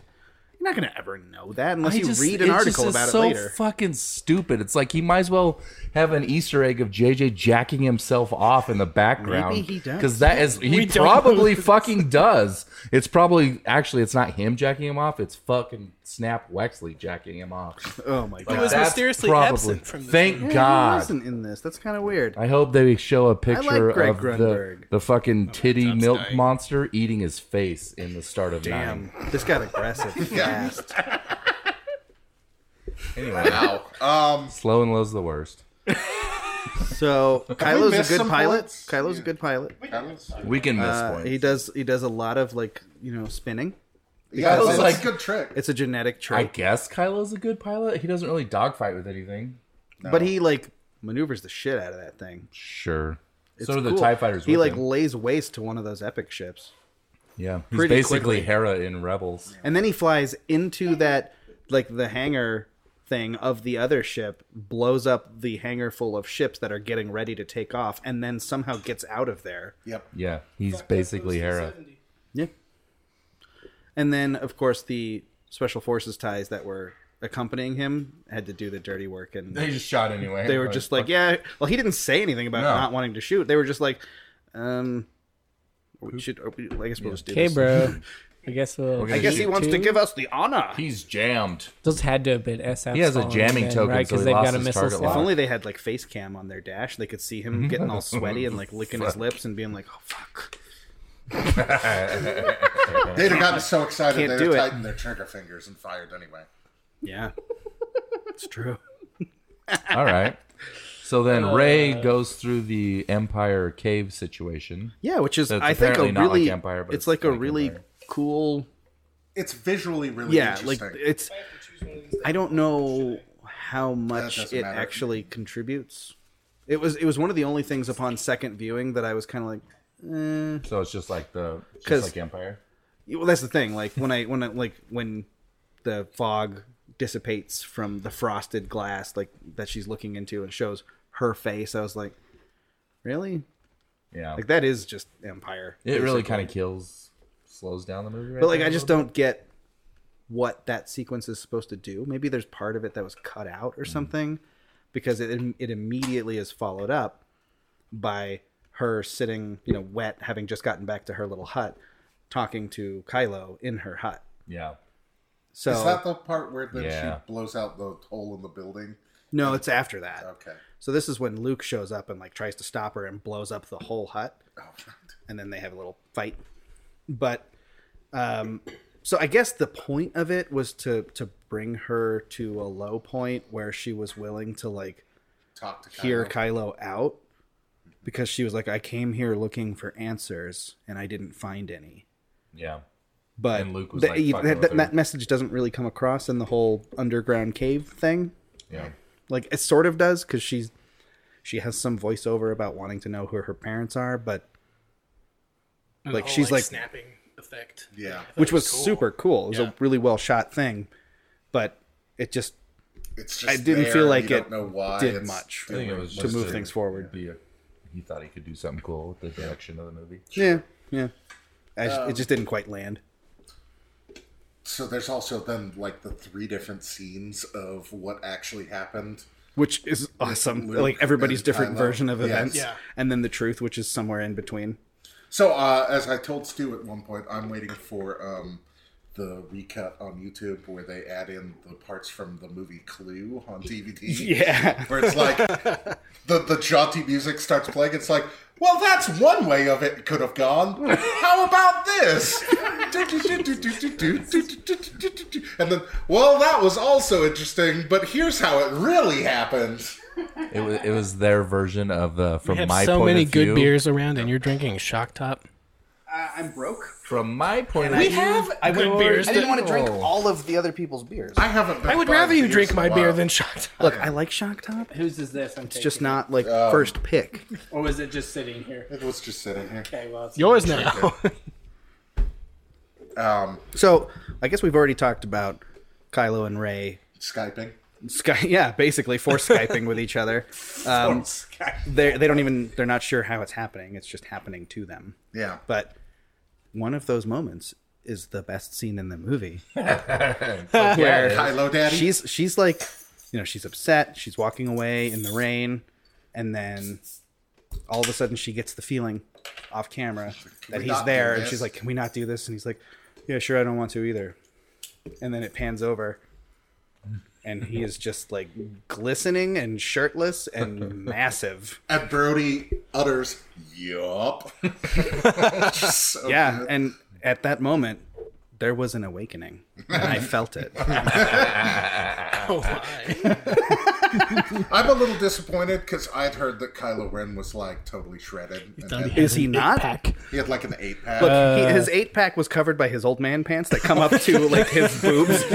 You're not gonna ever know that unless I you just- read it an just article is about so it later. fucking stupid. It's like he might as well have an Easter egg of JJ jacking himself off in the background. Maybe he does. because that is he We don't know probably this. fucking does. It's probably actually it's not him jacking him off. It's fucking Snap Wexley jacking him off. oh my He god! was That's mysteriously probably- absent from this Thank Yeah, he God. wasn't in this. That's kind of weird. I hope they show a like picture Greg of the, Grunberg. the fucking titty John's milk dying. monster eating his face in the start of Damn, nine. this got aggressive fast. Anyway, Um, slow and low's the worst. So Kylo's missed a good some pilot. points? Kylo's a Yeah. good pilot. We can miss Uh, points. he does he does a lot of like you know spinning. yeah, was it's, like- a good trick. It's a genetic I trait, guess Kylo's a good pilot. He doesn't really dogfight with anything. but he like maneuvers the shit out of that thing. Sure. It's so are the cool. TIE fighters. He with like him. lays waste to one of those epic ships, yeah. He's pretty basically quickly. Hera in Rebels. and then he flies into that like the hangar thing of the other ship blows up the hangar full of ships that are getting ready to take off and then somehow gets out of there. Yep. Yeah, he's basically Hera. Yeah. And then, of course, the special forces ties that were accompanying him had to do the dirty work, and They just shot anyway. they were just like, "Yeah." Well, he didn't say anything about No. not wanting to shoot. They were just like, "Um, we should." Or we, I guess we'll just do Okay, this. bro. I guess we'll. I guess he wants to give us the honor. he's jammed. Those had to have been SF. He has a songs jamming then, token, right? so Because he they've lost got a his missile target If slot. lock. only they had like face cam on their dash, they could see him getting all sweaty and like licking his lips and being like, "Oh fuck." They'd have gotten so excited Can't they'd do have it. tightened their trigger fingers and fired anyway. Yeah, it's true. All right. So then Ray goes through the Empire cave situation. Yeah, which is So it's I think a apparently not like really Empire, but it's, it's like a like really Empire. cool It's visually really yeah like interesting. it's i don't know how much doesn't it matter. actually contributes it was it was one of the only things upon second viewing that i was kind of like So it's just like the it's 'Cause- just like Empire. well that's the thing like when i when I, like when the fog dissipates from the frosted glass like that she's looking into and shows her face i was like really Yeah. like that is just empire it really kind of kills, slows down the movie. Right But like, there I a just little don't get what that sequence is supposed to do. Maybe there's part of it that was cut out Mm. or something, because it it immediately is followed up by her sitting, you know, wet, having just gotten back to her little hut, talking to Kylo in her hut. bit. Yeah. So Is that the part where then Yeah. she blows out the hole in the building? no, it's after that. Okay. So this is when Luke shows up and like tries to stop her and blows up the whole hut. Oh, and then they have a little fight. But um, so I guess the point of it was to to bring her to a low point where she was willing to like talk to Kylo. hear Kylo out because she was like, I came here looking for answers and I didn't find any. Yeah. But And Luke was the- like, you- "Fuck it that, with that, her." that message doesn't really come across in the whole underground cave thing. Yeah. Like it sort of does because she's she has some voiceover about wanting to know who her parents are, but Like, whole, she's like- snapping effect. Yeah, which was super cool. It was Yeah. a really well shot thing, but it just it's just I didn't there, feel like you don't it know why did it's much. I think doing it was to just move things forward. Be a, he thought he could do something cool with the direction of the movie. yeah yeah. I just, it just didn't quite land. So there's also then like the three different scenes of what actually happened. Which is awesome. Um, Luke like everybody's and different Kylo. version of Yes. events. Yeah. And then the truth, which is somewhere in between. So uh, as I told Stu at one point, I'm waiting for um, the recut on YouTube where they add in the parts from the movie Clue on DVD. Yeah. Where it's like the, the jaunty music starts playing. It's like, well, that's one way of it could have gone. How about this? and then, well, that was also interesting, but here's how it really happened. It was it was their version of the from We have my so point many of good view. beers around, and you're drinking Shock Top. Uh, I'm broke. From my point of view, I good would- beers I didn't want to drink Oh. all of the other people's beers. I haven't. Been I would buying rather you beers drink in a my beer while. than Shock Top. Look, I like Shock Top. Whose is this? I'm It's just not like first pick. Or was it just sitting here? It was just sitting here. Okay, well, it's Yours now. Um, So I guess we've already talked about Kylo and Ray Skyping. Sky, yeah, basically force skyping with each other. Um, they they don't even they're not sure how it's happening. It's just happening to them. Yeah. But one of those moments is the best scene in the movie. Kylo Daddy. She's she's like, you know, she's upset. She's walking away in the rain, and then all of a sudden she gets the feeling off camera that we he's not do there, and this? she's like, "Can we not do this?" And he's like, "Yeah, sure, I don't want to either." And then it pans over, and he is just like glistening and shirtless and massive. and Brody utters, "Yup." Just so Yeah, good. and at that moment, there was an awakening, and I felt it. oh my. I'm a little disappointed because I'd heard that Kylo Ren was like totally shredded. And Thought he had, had Is he an not? eight-pack. he had like an eight pack. Look, Uh, he, his eight pack was covered by his old man pants that come up to like his boobs.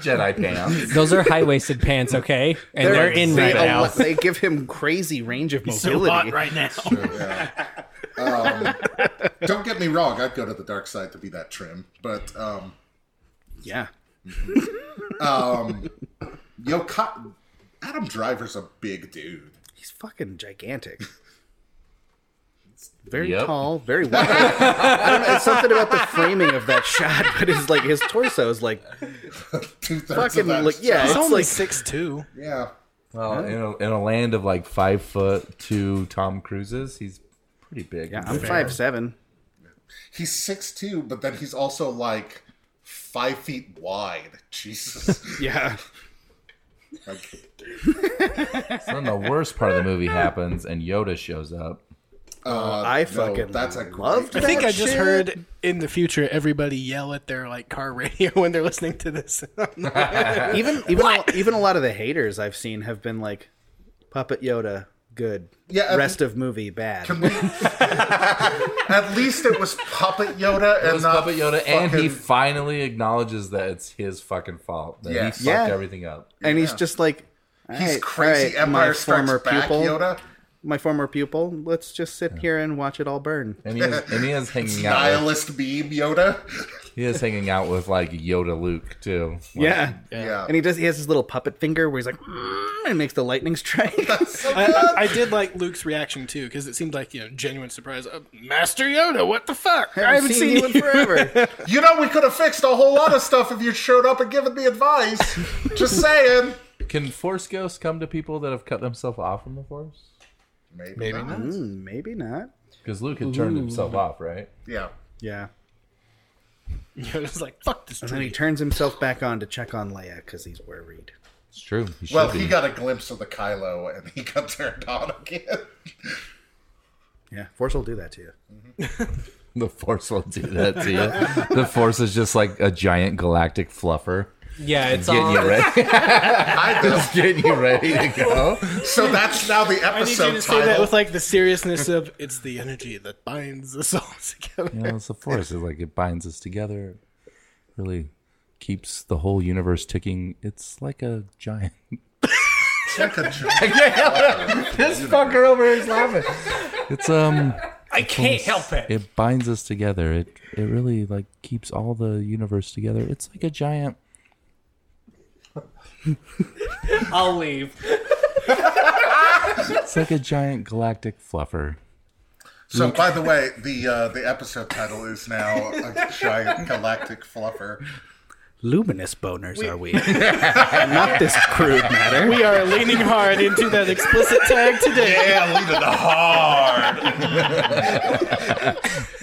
Jedi pants. Those are high waisted pants, okay? And they're, in they, right now. al- they give him crazy range of mobility. So hot right now. Don't get me wrong, I'd go to the dark side to be that trim, but um, Yeah. Yo, Co- Adam Driver's a big dude. He's fucking gigantic. Very Yep. tall, very wide. I don't know, it's something about the framing of that shot, but it's like his torso is like Two thirds fucking of that. like yeah, It's it's only like six two. yeah. Well, in a, in a land of like five foot two Tom Cruises, he's pretty big. yeah, I'm five seven. He's six two, but then he's also like five feet wide. Jesus. Yeah, like, So then the worst part of the movie happens, and Yoda shows up. uh, I no, fucking that's a loved. I that think I just shit. heard in the future everybody yell at their like car radio when they're listening to this. even even a, even a lot of the haters I've seen have been like Puppet Yoda good, Yeah, I rest of movie bad. At least it was Puppet Yoda and It was not Puppet Yoda, and he fucking- finally acknowledges that it's his fucking fault. That he Yes. fucked Yeah. everything up. and he's just like He's "Alright, crazy alright, Empire my former Strikes Back pupil, Yoda. my former pupil. Let's just sit here and watch it all burn. And he is, and he is hanging out. With, Nihilist meme Yoda. he is hanging out with like Yoda Luke too. Like, Yeah. Yeah. And he does. He has his little puppet finger where he's like, "Mm," and makes the lightning strike. I, I, I did like Luke's reaction too because it seemed like you know genuine surprise. Uh, Master Yoda, what the fuck? I haven't seen, you. in forever. You know, we could have fixed a whole lot of stuff if you showed up and given me advice. Just saying. Can Force Ghosts come to people that have cut themselves off from the Force? Maybe, Maybe not. Hmm, maybe not. Because Luke had turned himself off, right? Yeah. Yeah. Yoda's like fuck this And then he tree. turns himself back on to check on Leia because he's worried. It's true. He should Well, be. he got a glimpse of the Kylo and he got turned on again. Yeah, Force will do that to you. the Force will do that to you. the Force is just like a giant galactic fluffer. Yeah, it's Getting all. you ready. I know. Getting you ready to go. So that's now the I need episode you to say title. that with like the seriousness of it's the energy that binds us all together. You know, it's the Force. It's like it binds us together. Really keeps the whole universe ticking. It's like a giant. Check a joke. This fucker over here is laughing. It's um. I can't help it. It binds us together. It it really like keeps all the universe together. It's like a giant. I'll leave. It's like a giant galactic fluffer. So, by the way, the uh, the episode title is now a giant galactic fluffer. Luminous boners are we? Not this crude matter. We are leaning hard into that explicit tag today. Yeah, leave it hard.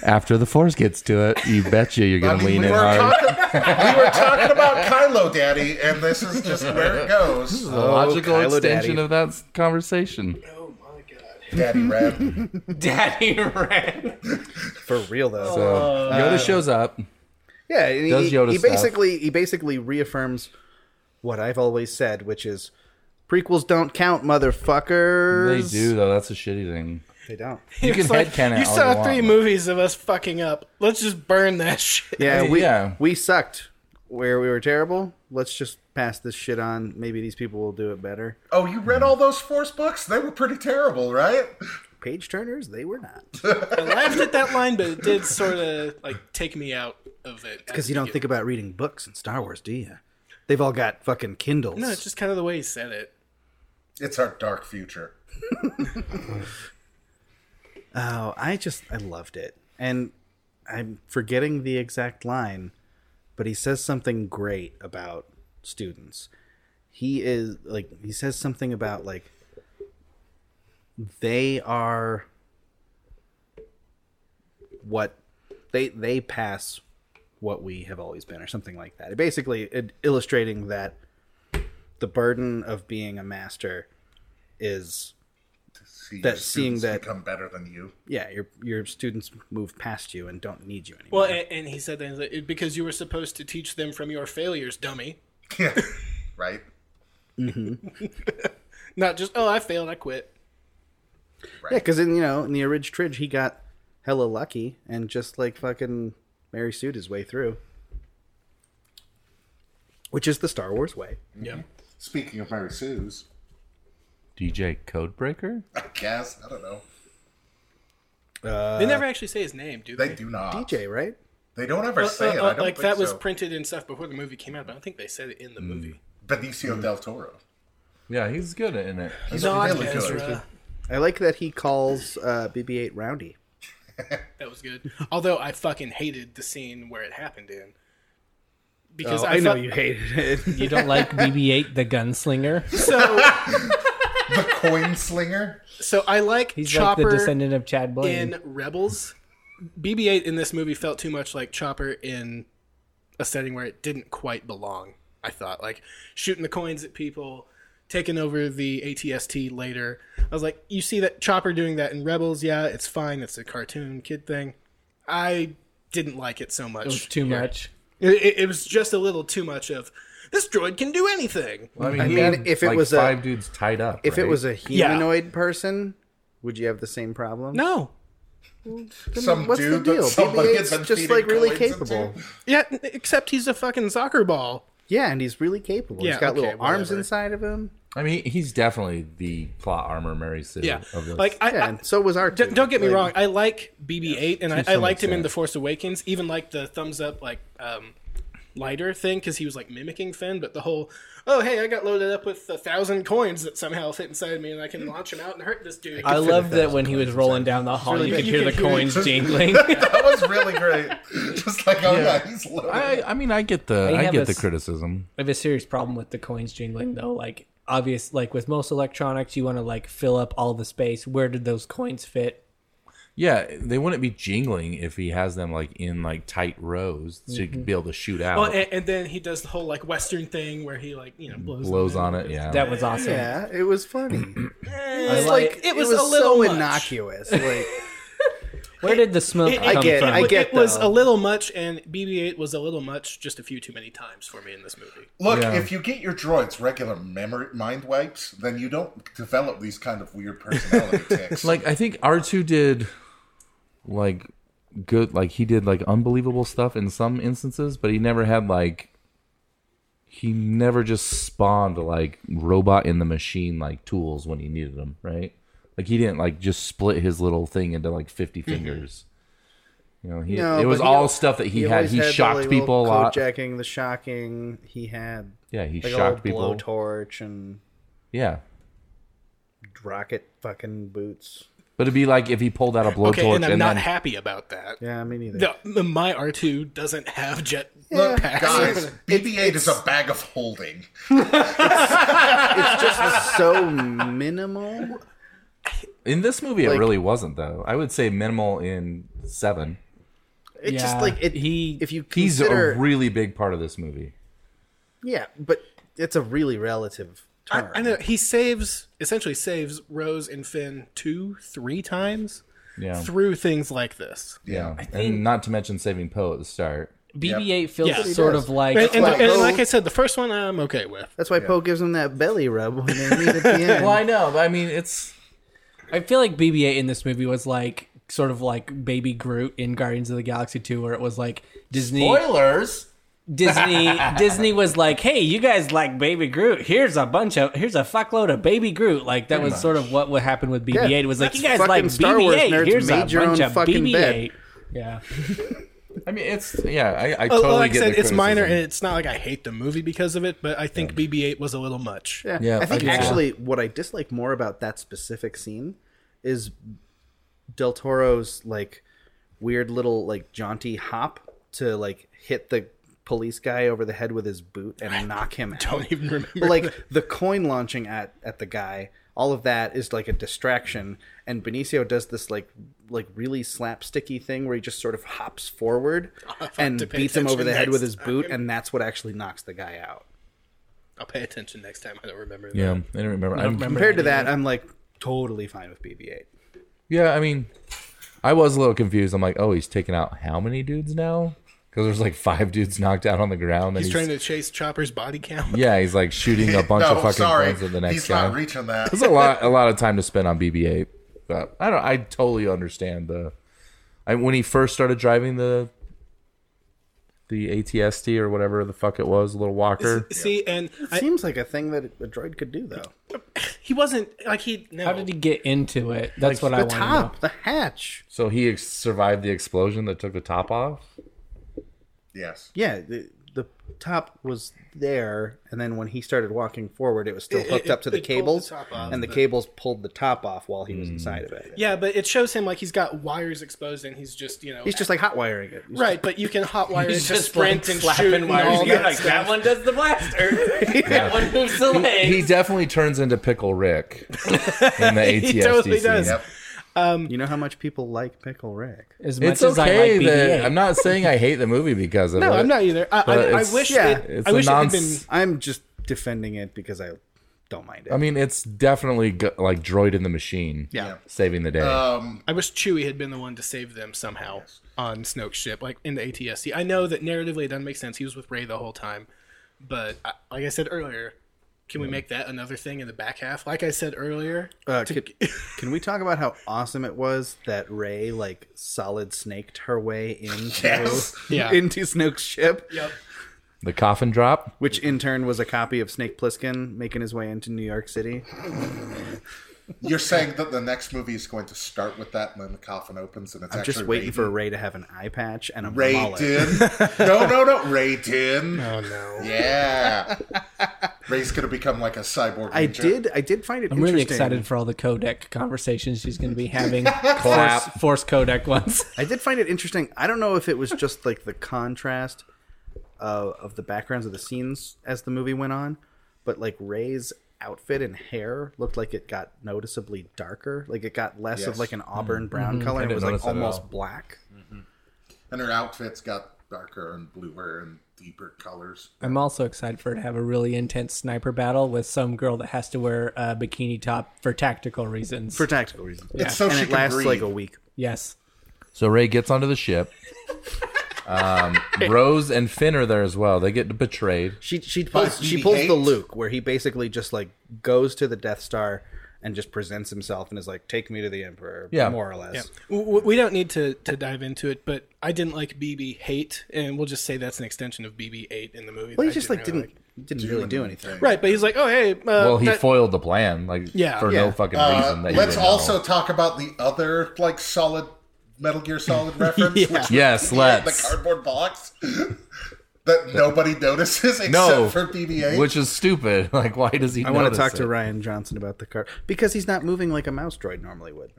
After the force gets to it, you betcha you're I gonna mean, lean we, in were hard. talking, we were talking about Kylo Daddy, and this is just where it goes. The logical Oh, Kylo extension Daddy. of that s- conversation. Daddy Red. Daddy Ran. For real though. So Uh, Yoda shows up. yeah, and he, Does Yoda he stuff. basically he basically reaffirms what I've always said, which is prequels don't count, They motherfuckers. do though. That's a shitty thing. They don't. You can It's like, headcanon it you all saw you want, three but- movies of us fucking up. Let's just burn that shit. Yeah, we yeah. we sucked where we were terrible. Let's just pass this shit on. Maybe these people will do it better. Oh, you read all those Force books? They were pretty terrible, right? Page turners, they were not I laughed at that line, but it did sort of like take me out of it. because you don't think about reading books in Star Wars, do you? They've all got fucking Kindles. No, it's just kind of the way he said it. It's our dark future. Oh, I just I loved it, and I'm forgetting the exact line, but he says something great about students. He is like he says something about like they are what they they pass what we have always been or something like that. Basically, it, illustrating that the burden of being a master is See your That- seeing students that- become better than you. yeah, your your students move past you and don't need you anymore. Well, and, and he said that like, because you were supposed to teach them from your failures, dummy. Yeah. right? Not just oh, I failed, I quit. yeah, because in you know in the Ridge Tridge he got hella lucky and just like fucking Mary Sued his way through, which is the Star Wars way. Yeah. Speaking of Mary Sue's, DJ Codebreaker. I guess, I don't know. they never actually say his name, do they? They do not. DJ, Uh, right? They They don't ever say it. I Uh, uh, don't like think that was so. printed and stuff before the movie came out, but I don't think they said it in the movie. Benicio del Toro. Yeah, he's good in it. He's Not really good. Ezra. I like that he calls uh, BB-8 Roundy. That was good. Although I fucking hated the scene where it happened in. Because Oh, I, I know fu- you hated it. You don't like BB-8, the gunslinger. So The coin slinger. so I like He's Chopper like the descendant of Chad Blaine. in Rebels. BB-8 in this movie felt too much like Chopper in a setting where it didn't quite belong. I thought like shooting the coins at people, taking over the ATST later. I was like, you see that Chopper doing that in Rebels? Yeah, it's fine. It's a cartoon kid thing. I didn't like it so much. it was too much. It, it- it was just a little too much of this droid can do anything. I mean, I he mean, had, if it like, was a- five dudes tied up. If it was a Yeah. humanoid person, would you have the same problem? No, Some what's the dude deal? that somebody BB-8's had been just, feeding like, really coins into. capable. yeah, except he's a fucking soccer ball. Yeah, and he's really capable. Yeah, he's got okay, little arms whatever. inside of him. I mean, he's definitely the plot armor Mary Sue. Yeah, of this. like I, Yeah, I and so was our. D- don't get me wrong. I like BB-8, and I, I some liked him in extent. the Force Awakens. Even like the thumbs up, like um, lighter thing, because he was like mimicking Finn. But the whole, oh hey, I got loaded up with a thousand coins that somehow fit inside me, and I can launch him out and hurt this dude. I love that when he was rolling down the hall, you could You hear the could hear coins jingling. That was really great. Just like, oh yeah, he's loaded. I, I mean, I get the, They I have get a the s- criticism. I have a serious problem with the coins jingling though. Like obvious, like with most electronics, you want to like fill up all the space. Where did those coins fit? Yeah, they wouldn't be jingling if he has them like in like tight rows so you Mm-hmm. can be able to shoot out, Oh, and, and then he does the whole like Western thing where he like you know blows. blows on it. Yeah, That was awesome. Yeah, it was funny. I It's like, like it was a little so much. innocuous. Like where did the smoke It- come I get- from? I It, get it was a though. little much, and BB-8 was a little much, just a few too many times for me in this movie. Look, Yeah. if you get your droids regular memory mind wipes, then you don't develop these kind of weird personality tics. like I think R two did like good, like he did like unbelievable stuff in some instances, but he never had like he never just spawned like robot in the machine like tools when he needed them, right? Like he didn't like just split his little thing into like fifty fingers. You know, he, Mm-hmm. No, it was but he all al- stuff that he, had. always He the, shocked like, little people a lot. Kojacking the shocking. He had Yeah, he like shocked a people. little blowtorch and Yeah. rocket fucking boots. But it'd be like if he pulled out a blowtorch Okay, and and, I'm not then happy about that. Yeah, me neither. The, the- my R2 doesn't have jet Look, packs. guys, BB-8 is a bag of holding. It's just so minimal. in this movie it like- really wasn't though. I would say minimal in seven. It's just Yeah, like it, he- If you He's consider, a really big part of this movie. yeah, but it's a really relative I, term. I know he saves essentially saves Rose and Finn two, three times Yeah. through things like this. Yeah. and not to mention saving Poe at the start. BB-8 feels Yeah. sort of like And, and, why- and like Poe- I said, the first one I'm okay with. That's why Poe gives him that belly rub when they meet at the end. Well, I know, but I mean it's I feel like BB-8 in this movie was like sort of like baby Groot in Guardians of the Galaxy 2 where it was like Disney spoilers. Disney Disney was like, "Hey, you guys like Baby Groot? Here's a bunch of here's a fuckload of Baby Groot." Like that was sort of what would happen with BB-8. it was like, that's "You guys fucking like Star Wars BB-8? nerds here's a made your bunch own of fucking BB-8." bed. Yeah, I mean it's yeah, I, I Oh, totally like I get said, the it's minor, and criticism. it's not like I hate the movie because of it. But I think BB-8 was a little much. Yeah. Yeah, I think I guess so. actually what I dislike more about that specific scene is Del Toro's like weird little like jaunty hop to like hit the police guy over the head with his boot and knock him out. don't even remember. But, like the coin launching at at the guy, all of that is like a distraction and Benicio does this like like really slapsticky thing where he just sort of hops forward and to pay beats him over attention the head with his next boot time. and that's what actually knocks the guy out. I'll pay attention next time. I don't remember. yeah, I don't remember. I'm- Compared to that, I'm like totally fine with BB-8. Yeah, I mean, I was a little confused. I'm like, oh, he's taking out how many dudes now? Because there's like five dudes knocked out on the ground. He's and trying to chase Chopper's body count. Yeah, he's like shooting a bunch no, of fucking sorry, guns at the next he's guy. not reaching that. There's a lot, a lot of time to spend on BB-8. But I don't. I totally understand the. I, when he first started driving the. The ATST or whatever the fuck it was, little walker. See, and I, Seems like a thing that a droid could do, though. he wasn't like he. No. how did he get into it? That's what I The want to know. top, the hatch. So he ex- survived the explosion that took the top off. Yes. Yeah, the, the top was there, and then when he started walking forward, it was still It- hooked it- up to the it pulled the cables, top off, and the cables pulled the top off while he was inside of it. Yeah, but it shows him like he's got wires exposed and he's just you know He's just like hot wiring it. He's right. But you can hot wire it to sprint and slapping shoot and all together, that like, stuff. that one does the blaster. That one moves the legs. He definitely turns into Pickle Rick in the ATSD He totally scene. does. Yep. You know how much people like Pickle Rick. as much It's as I okay like that BB-8. I'm not saying I hate the movie because of No, it. I'm not either. I, I, But I it's- wish yeah, it. it's I a wish nonce- it had been. I'm just defending it because I don't mind it. I mean, it's definitely go- like Droid in the Machine. Yeah. Saving the day. I wish Chewie had been the one to save them somehow on Snoke's ship, like in the ATSC. I know that narratively it doesn't make sense. He was with Ray the whole time, but I, like I said earlier, can we make that another thing in the back half? Like I said earlier, Uh, can, can we talk about how awesome it was that Ray like solid snaked her way into Yes. Yeah. into Snoke's ship, the coffin drop. which in turn was a copy of Snake Plissken making his way into New York City. You're saying that the next movie is going to start with that, and then the coffin opens, and it's I'm actually just waiting Ray- for Ray to have an eye patch and a mullet. Raiden. no, no, no, Raiden. oh no, Yeah, Ray's gonna become like a cyborg. I ninja. did. I did find it. I'm really excited for all the codec conversations she's going to be having. Force, Clap. force codec ones. I did find it interesting. I don't know if it was just like the contrast uh, of the backgrounds of the scenes as the movie went on, but like Ray's outfit and hair looked like it got noticeably darker. Like it got less Yes. of like an auburn brown color. and It didn't was like notice that at all. almost black. and her outfits got darker and bluer and deeper colors. I'm also excited for her to have a really intense sniper battle with some girl that has to wear a bikini top for tactical reasons. for tactical reasons. It's so and she it can lasts breathe. like a week. yes. So Ray gets onto the ship. Um, Rose and Finn are there as well. They get betrayed. She she pulls, she BB-8? pulls the Luke where he basically just like goes to the Death Star and just presents himself and is like, "Take me to the Emperor." Yeah. more or less. W- w- we don't need to to dive into it. But I didn't like BB hate, and we'll just say that's an extension of BB eight in the movie. Well, that he I just like really didn't didn't really do anything. Right, but he's like, oh hey, uh, Well, he that- foiled the plan, like Yeah. for Yeah. no fucking reason. That he Uh, Let's didn't know. also talk about the other like solid Metal Gear Solid reference, which was Yes, the let's. cardboard box that nobody notices except No, for BB-8. which is stupid. Like, why does he? I want notice to talk to it? Ryan Johnson about the car because he's not moving like a mouse droid normally would.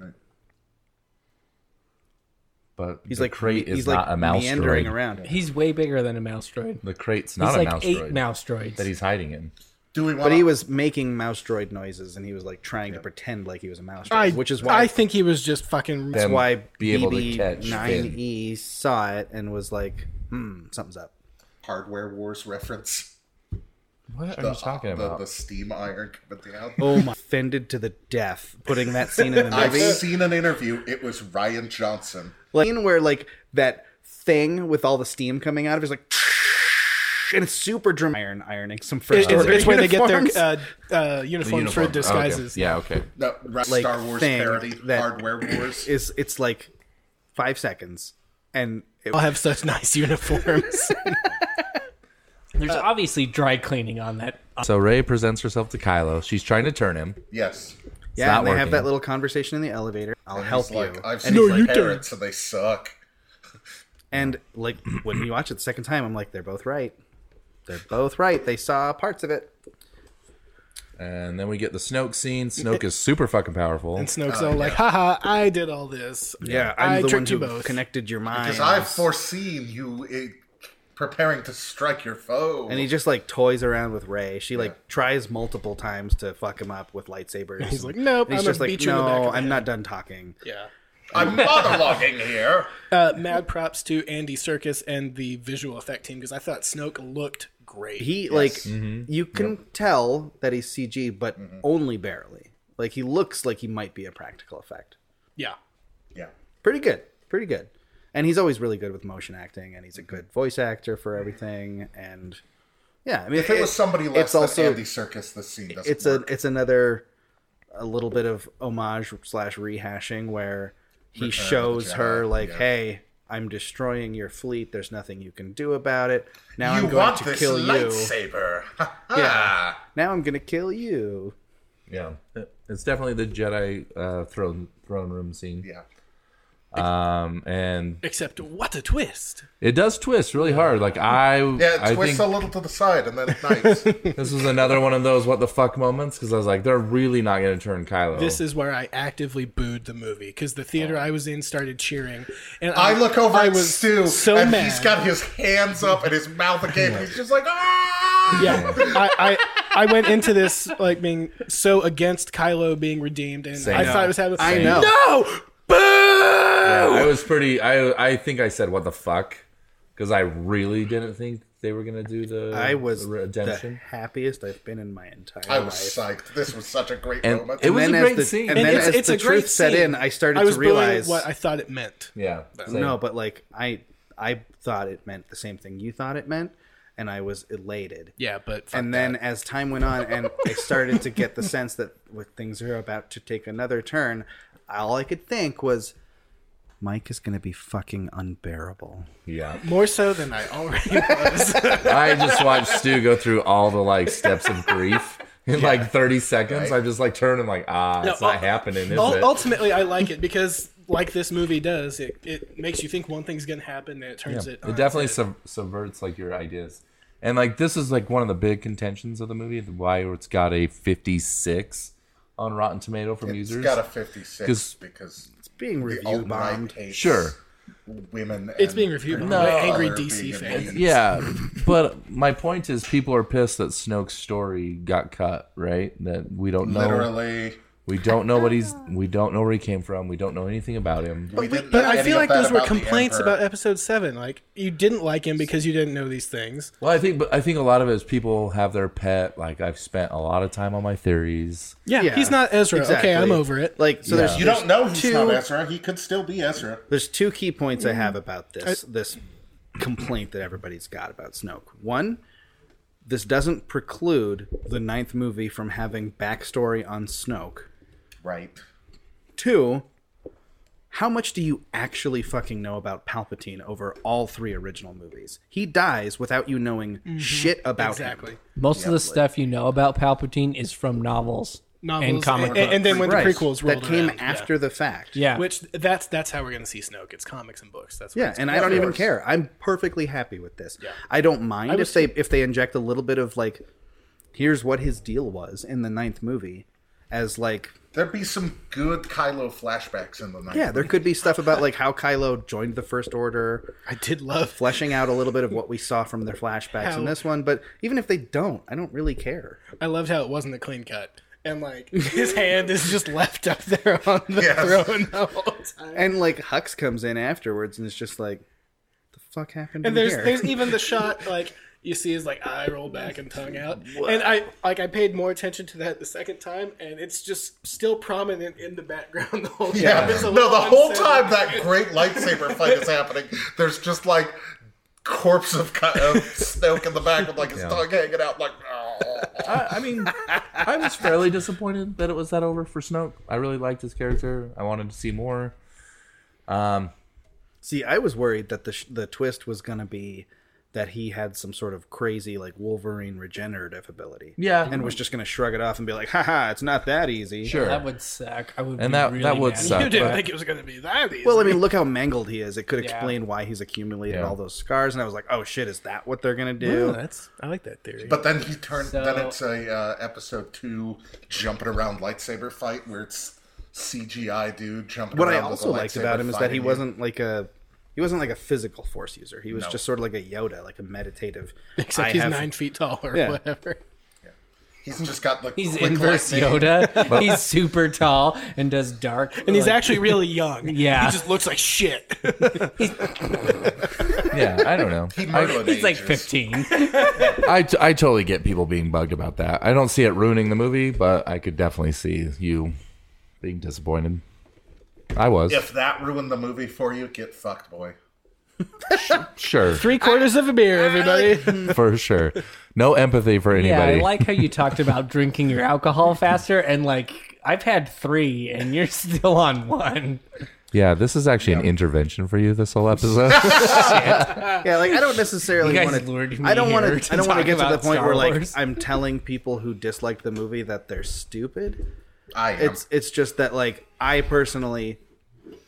But He's the like crate he's is like not a mouse meandering droid. around. He's way bigger than a mouse droid. The crate's He's not a like mouse eight droid mouse droids. that he's hiding in. Do we want? But he was making mouse droid noises and he was like trying to pretend like he was a mouse droid, I, which is why I think he was just fucking. Them why be able to catch nine E saw it and was like, "Hmm, something's up." Hardware Wars reference. What are you talking The, about? the steam iron coming down. Oh my! Offended to the death, putting that scene in the I've movie. seen an interview. It was Ryan Johnson. like scene where like that thing with all the steam coming out of it is like and it's super dramatic iron ironing some first It's, order it's where they get their uniforms. uh, uh, uniforms Uniform. for disguises. Okay. Yeah, okay. No, Ra- Like, Star Wars thing parody that- Hardware Wars. is it's like five seconds and it, I'll have such nice uniforms. There's obviously dry cleaning on that. So Ray presents herself to Kylo. She's trying to turn him. yes. yeah not and they have working. that little conversation in the elevator i'll help It's like you I've and, seen he's my like, parents and they suck. and like when you watch it the second time i'm like they're both right they're both right they saw parts of it And then we get the Snoke scene. Snoke is super fucking powerful. and Snoke's all like, haha, I did all this. Uh, yeah I i'm the one tricked you who both. connected your mind Because I've foreseen you eh, preparing to strike your foe. and he just like toys around with Ray. She like tries multiple times to fuck him up with lightsabers. He's like, "Nope, And he's I'm gonna just like, beat you in no, the back of the I'm head." not done talking. Yeah. I'm monologuing here. Uh, mad props to Andy Circus and the visual effect team because I thought Snoke looked great. He like you can tell that he's CG, but only barely. Like he looks like he might be a practical effect. yeah. Yeah. Pretty good, pretty good. And he's always really good with motion acting, and he's a good voice actor for everything. And yeah, I mean, if If it was somebody less it's than also- Andy Circus, the scene doesn't it's work. a it's another a little bit of homage slash rehashing where he shows Jedi, her like yeah. hey i'm destroying your fleet there's nothing you can do about it now you i'm going want to this kill you lightsaber. yeah. now i'm going to kill you yeah, it's definitely the Jedi uh, throne throne room scene. Yeah. Um, and Except what a twist! it does twist really hard. Like I, Yeah, I it twists think a little to the side and then it ignites. this was another one of those what the fuck moments because I was like, they're really not going to turn Kylo. This is where I actively booed the movie because the Oh. theater I was in started cheering, and I look over I at was Stu, so and mad. he's got his hands up and his mouth agape. and He's just like, ah! yeah, I, I I went into this like being so against Kylo being redeemed, and I no. thought it was happening. I know. No, boo! Yeah, I was pretty. I I think I said what the fuck because I really didn't think they were going to do the. I was the the redemption. happiest I've been in my entire I was life. psyched. This was such a great And moment. it was- And a as great the, scene. And And then it's, as it's the a great truth set scene. in, I started I was to booing realize what I thought it meant. yeah. same. No, but like I I thought it meant the same thing you thought it meant, and I was elated. Yeah, but fuck And then as time went on, and I started to get the sense that when things are about to take another turn, all I could think was, Mike is going to be fucking unbearable. Yeah. more so than I already was. I just watched Stu go through all the like steps of grief in like 30 seconds. I just like turn and like ah, it's No, not ul- happening, is Ul- oh, it? ultimately, I like it because, like this movie does, it, it makes you think one thing's going to happen, then it turns it. Yeah. on It its definitely head. sub- subverts like your ideas. And like this is like one of the big contentions of the movie, why it's got a 56 on Rotten Tomato from It's users. got a 56 'Cause- because it's Being review bombed. Sure. women. It's and being reviewed by their angry color DC being fans. abused. yeah, but my point is people are pissed that Snoke's story got cut, right? That we don't know literally. we don't know what he's we don't know where he came from, we don't know anything about him. we didn't But know I any feel of like that those were about the complaints Emperor. about Episode Seven. Like you didn't like him because you didn't know these things. Well, I think, but I think a lot of it is people have their pet. Like I've spent a lot of time on my theories. Yeah, he's not Ezra. Okay, I'm exactly. over it. Like so, there's You don't know he's two- not Ezra. He could still be Ezra. there's two key points I have about this this complaint that everybody's got about Snoke. One, this doesn't preclude the ninth movie from having backstory on Snoke. Right. Two, how much do you actually fucking know about Palpatine over all three original movies? He dies without you knowing shit about Mm-hmm. Exactly. him. Most of the stuff you know about Palpatine is from novels, Novels and comic and, books. and then when Right. the prequels rolled that came around, yeah. after the fact. yeah, which that's that's how we're going to see Snoke. It's comics and books. That's what Yeah, it's and called. I don't even care. I'm perfectly happy with this. I don't mind if they if they inject a little bit of like, here's what his deal was in the ninth movie, as like There'd be some good Kylo flashbacks in the night. yeah, there could be stuff about like how Kylo joined the First Order, I did love fleshing out a little bit of what we saw from their flashbacks in How- this one. But even if they don't, I don't really care. I loved how it wasn't a clean cut. And like his hand is just left up there on the Yes. throne the whole time. And like Hux comes in afterwards and it's just like, the fuck happened And in there's here? there's even the shot like you see his like eye roll back and tongue out. And I like I paid more attention to that the second time and it's just still prominent in the background the whole time. Yeah. It's a No, little the whole unsaid- time that great lightsaber fight is happening, there's just like corpse of, Ky- of Snoke in the back with like his tongue hanging out, like. "Oh." I, I mean, I was fairly disappointed that it was that over for Snoke. I really liked his character. I wanted to see more. Um, See, I was worried that the sh- the twist was gonna be that he had some sort of crazy like Wolverine regenerative ability. Yeah. and was just gonna shrug it off and be like, "Haha, it's not that easy." sure. that would suck. I would. And be that- really that would mad. suck. You didn't But- think it was gonna be that easy. Well, I mean, look how mangled he is. It could explain why he's accumulated Yeah. all those scars, and I was like, "Oh shit, is that what they're gonna do?" that's I like that theory. But then he turned. then So- it's a uh, episode two jumping around lightsaber fight where it's CGI dude jumping. what I around with a also liked lightsaber about him is that he fighting you. wasn't like a he wasn't like a physical force user. He was just sort of like a Yoda, like a meditative. Except I he's have- nine feet tall or Yeah. whatever. He's just got the. He's quick inverse lightning. Yoda. He's super tall and does dark. And he's actually really young. Yeah. He just looks like shit. yeah, I don't know. He murdered he's like ages. fifteen. I, t- I totally get people being bugged about that. I don't see it ruining the movie, but I could definitely see you being disappointed. I was. If that ruined the movie for you, get fucked, boy. Sure. Three quarters of a beer, everybody. For sure. No empathy for Yeah, anybody. I like how you talked about drinking your alcohol faster, and like I've had three, and you're still on one. Yeah, this is actually an intervention for you this whole episode. Yeah, like I don't necessarily You guys want lured to. me I don't here want to. to I don't want to talk get to the about point Star where like Wars. I'm telling people who dislike the movie that they're stupid. I am. It's it's just that like I personally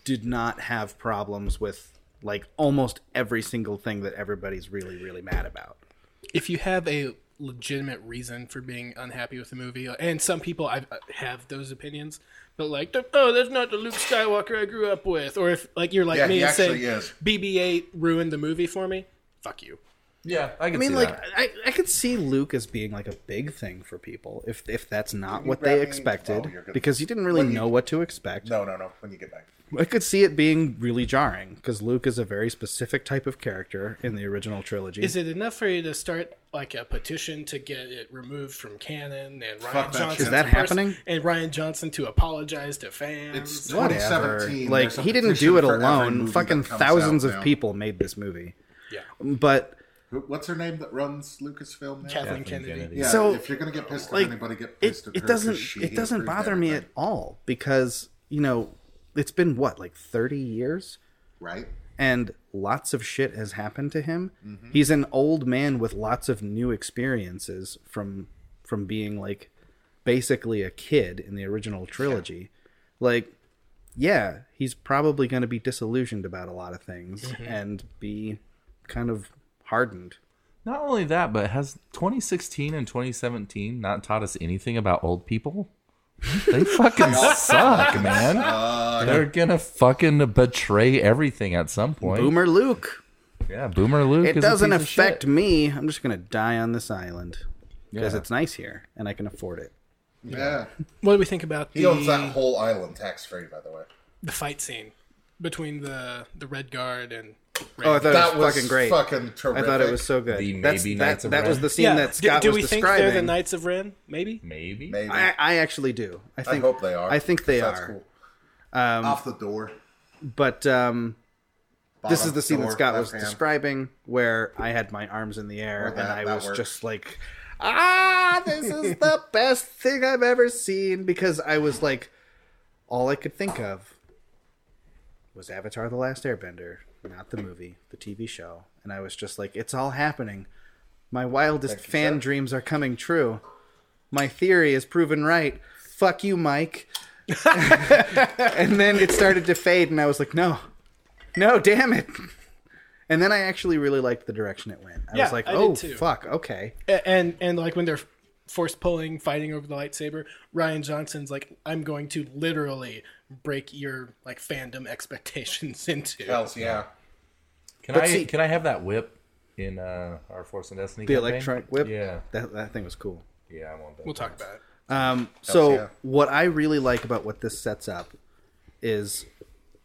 did not have problems with like almost every single thing that everybody's really really mad about. if you have a legitimate reason for being unhappy with the movie, and some people I've, I have those opinions, but like, oh, that's not the Luke Skywalker I grew up with, or if like you're like Yeah, me he and saying actually is. BB-8 ruined the movie for me, fuck you. Yeah, I can I mean, see like that. I, I could see Luke as being like a big thing for people if if that's not what they grab me? expected Oh, you're good. because you didn't really know what to expect. No, no, no. When you get back. I could see it being really jarring because Luke is a very specific type of character in the original trilogy. Is it enough for you to start like a petition to get it removed from canon and Ryan Fuck that Johnson? shit. Is that to pers- happening? And Ryan Johnson to apologize to fans. It's Whatever. 2017. Like there's a he didn't petition do it for every movie alone. that Fucking comes thousands out of now. people made this movie. yeah, But Who- What's her name that runs Lucasfilm? Now? Kathleen Kennedy. Yeah, So, if you're gonna get pissed like at anybody, get it, pissed at it her 'cause doesn't she it doesn't approved bother me at everything, all because you know it's been what like 30 years right? and lots of shit has happened to him. Mm-hmm. He's an old man with lots of new experiences from from being like basically a kid in the original trilogy. Like yeah, he's probably going to be disillusioned about a lot of things Mm-hmm. and be kind of hardened. Not only that, but has 2016 and 2017 not taught us anything about old people? They fucking suck, man. They're gonna fucking betray everything at some point. Boomer Luke. Yeah, Boomer Luke. It is a doesn't piece of affect shit. me. I'm just going to die on this island because Yeah. it's nice here and I can afford it. Yeah. What do we think about He the, owns that whole island tax free, by the way. the fight scene between the the Red Guard and Oh, I thought That it was was, fucking great. fucking terrific. I thought it was so good. The That's- maybe that, Knights of that Ren. was the scene do, that Scott do was we describing. think they're the Knights of Ren? Maybe. Maybe. Maybe. I, I actually do. I I think hope they are. I think they That's are. Um, cool. Off the door. But um, this bottom is the scene that door, Scott was left hand. describing, where I had my arms in the air Or and that- I that was works. just like, "Ah, this is the best thing I've ever seen." Because I was like, all I could think of was Avatar: The Last Airbender, not the movie, the TV show, and I was just like, it's all happening. My wildest fan dreams are coming true. My theory is proven right. Fuck you, Mike. and then it started to fade, and I was like, no, no, damn it. And then I actually really liked the direction it went. I Yeah, was like, I did oh, too. fuck, okay. A- and and like when they're forced pulling fighting over the lightsaber ryan johnson's like i'm going to literally break your like fandom expectations into Hells yeah. Can But I see- can I have that whip in uh, our Force and Destiny? The campaign? electronic whip. Yeah, That, that thing was cool. yeah, I want that. we'll talk about it Um, so yeah. what I really like about what this sets up is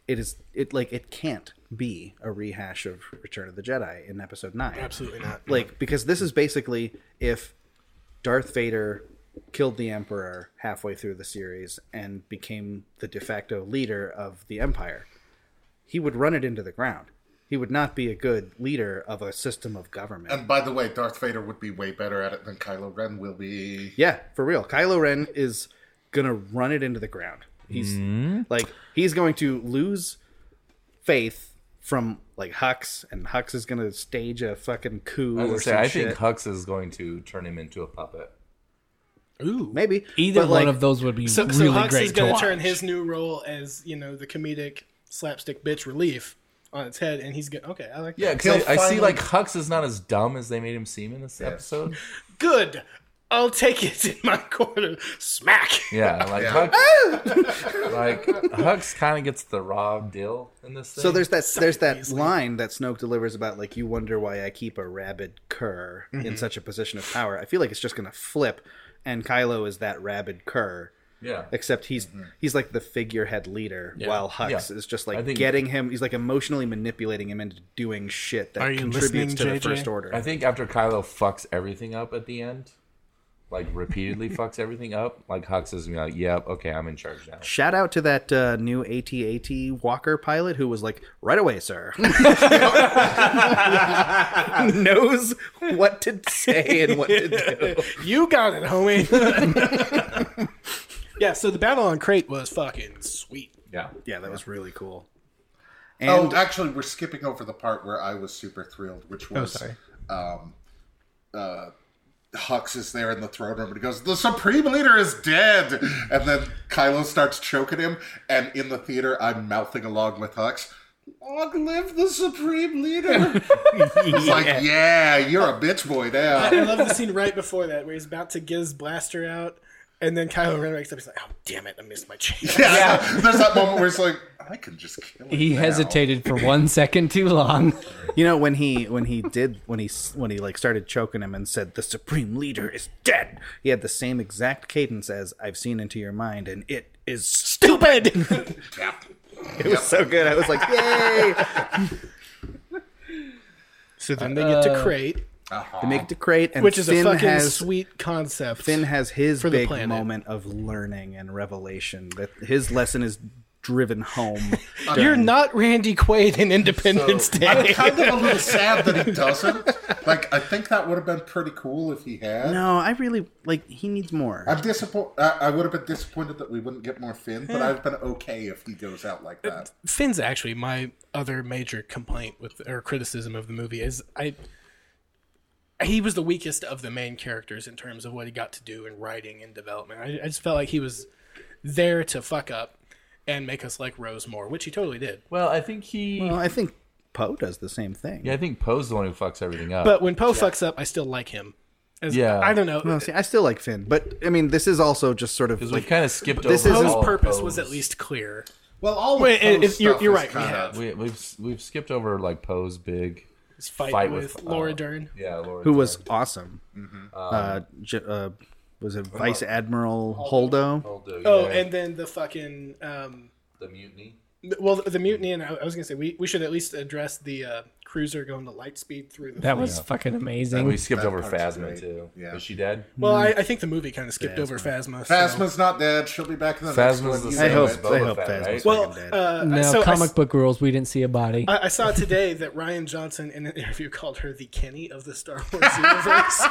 it is it like it can't be a rehash of Return of the Jedi in Episode Nine. absolutely not Like because this is basically if Darth Vader killed the Emperor halfway through the series and became the de facto leader of the Empire, he would run it into the ground. He would not be a good leader of a system of government. And by the way, Darth Vader would be way better at it than Kylo Ren will be. Yeah, for real. Kylo Ren is gonna run it into the ground. He's Mm-hmm. like he's going to lose faith from like Hux, and Hux is gonna stage a fucking coup I or was gonna say, some I shit. think Hux is going to turn him into a puppet. ooh Maybe Either but, one like, of those would be so, really so Hux great is to going to watch. turn his new role as you know the comedic slapstick bitch relief on its head and he's going to okay i like Yeah, that. because I, I see finally- like Hux is not as dumb as they made him seem in this episode. good i'll take it in my corner smack Yeah, like Hux, like Hux kind of gets the raw deal in this thing. So there's that there's that line that Snoke delivers about like you wonder why I keep a rabid cur in such a position of power. I feel like it's just gonna flip, and Kylo is that rabid cur. yeah, Mm-hmm. except he's he's like the figurehead leader while Hux Yeah. is just I like think- getting him he's like emotionally manipulating him into doing shit that Are you contributes listening, to the JJ? first order. I think after Kylo fucks everything up at the end, like repeatedly fucks everything up, like Hux is gonna be like, "Yep, okay, I'm in charge now." Shout out to that uh, new AT-AT Walker pilot who was like, "Right away, sir." Knows what to say and what to do. You got it, homie. yeah, so the battle on Crate was fucking sweet. Yeah, Yeah, that was really cool. Oh, And actually, we're skipping over the part where I was super thrilled, which was um, uh, Hux is there in the throne room and he goes, The Supreme Leader is dead. And then Kylo starts choking him. And in the theater, I'm mouthing along with Hux, Long live the Supreme Leader. it's like, Yeah, you're a bitch boy I now. love the scene right before that where he's about to get his blaster out, and then Kylo Ren wakes up. He's like, "Oh damn it, I missed my chance." Yeah. There's that moment where it's like, I can just kill him. He now." hesitated for one second too long. You know when he when he did when he s- when he like started choking him and said the supreme leader is dead. He had the same exact cadence as I've seen into your mind and it is stupid. it Yeah. was so good. I was like, "Yay!" So then they get to crate, They make it to crate and which is a Finn fucking has sweet concept. Finn has his the big planet. moment of learning and revelation that his lesson is driven home. You're not Randy Quaid in Independence Day. I'm kind of a little sad that he doesn't. Like, I think that would have been pretty cool if he had. no, I really like he needs more. I'm disappointed. I, I would have been disappointed that we wouldn't get more Finn, but I've been okay if he goes out like that. Finn's actually my other major complaint with or criticism of the movie is I he was the weakest of the main characters in terms of what he got to do in writing and development. I, I just felt like he was there to fuck up and make us like Rose more, which he totally did. Well, I think he. well, I think Poe does the same thing. yeah, I think Poe's the one who fucks everything up. But when Poe fucks up, I still like him. As- Yeah. I don't know. Well, see, I still like Finn, but I mean, this is also just sort of because like we kind of skipped this over is- Poe's all of purpose was Poe's- at least clear. Well, all of Wait, Poe's it- it- you're- stuff you're is right, we kind have. of We, we've we've skipped over like Poe's big His fight, fight with, with, Laura uh, Dern. yeah Laura who Dern. was awesome. Mm-hmm. Uh, Um, J- uh, was it Vice Admiral Holdo? Holdo, Oh, yeah, and then the fucking um, the mutiny. well, the, the mutiny, and I, I was gonna say we, we should at least address the uh, cruiser going to light speed through the. That was fucking amazing. We skipped over part's Phasma great. too. Yeah. Is she dead? Well, I, Mm. I think the movie kind of skipped over Phasma. so- Phasma's not dead. She'll be back in the Phasma's next one. the you same know hope- as it. Boba I hope Fett, Phasma's right? fucking Well, dead. uh, no, so I comic s- book rules. We didn't see a body. I, I saw today that Ryan Johnson in an interview called her the Kenny of the Star Wars universe.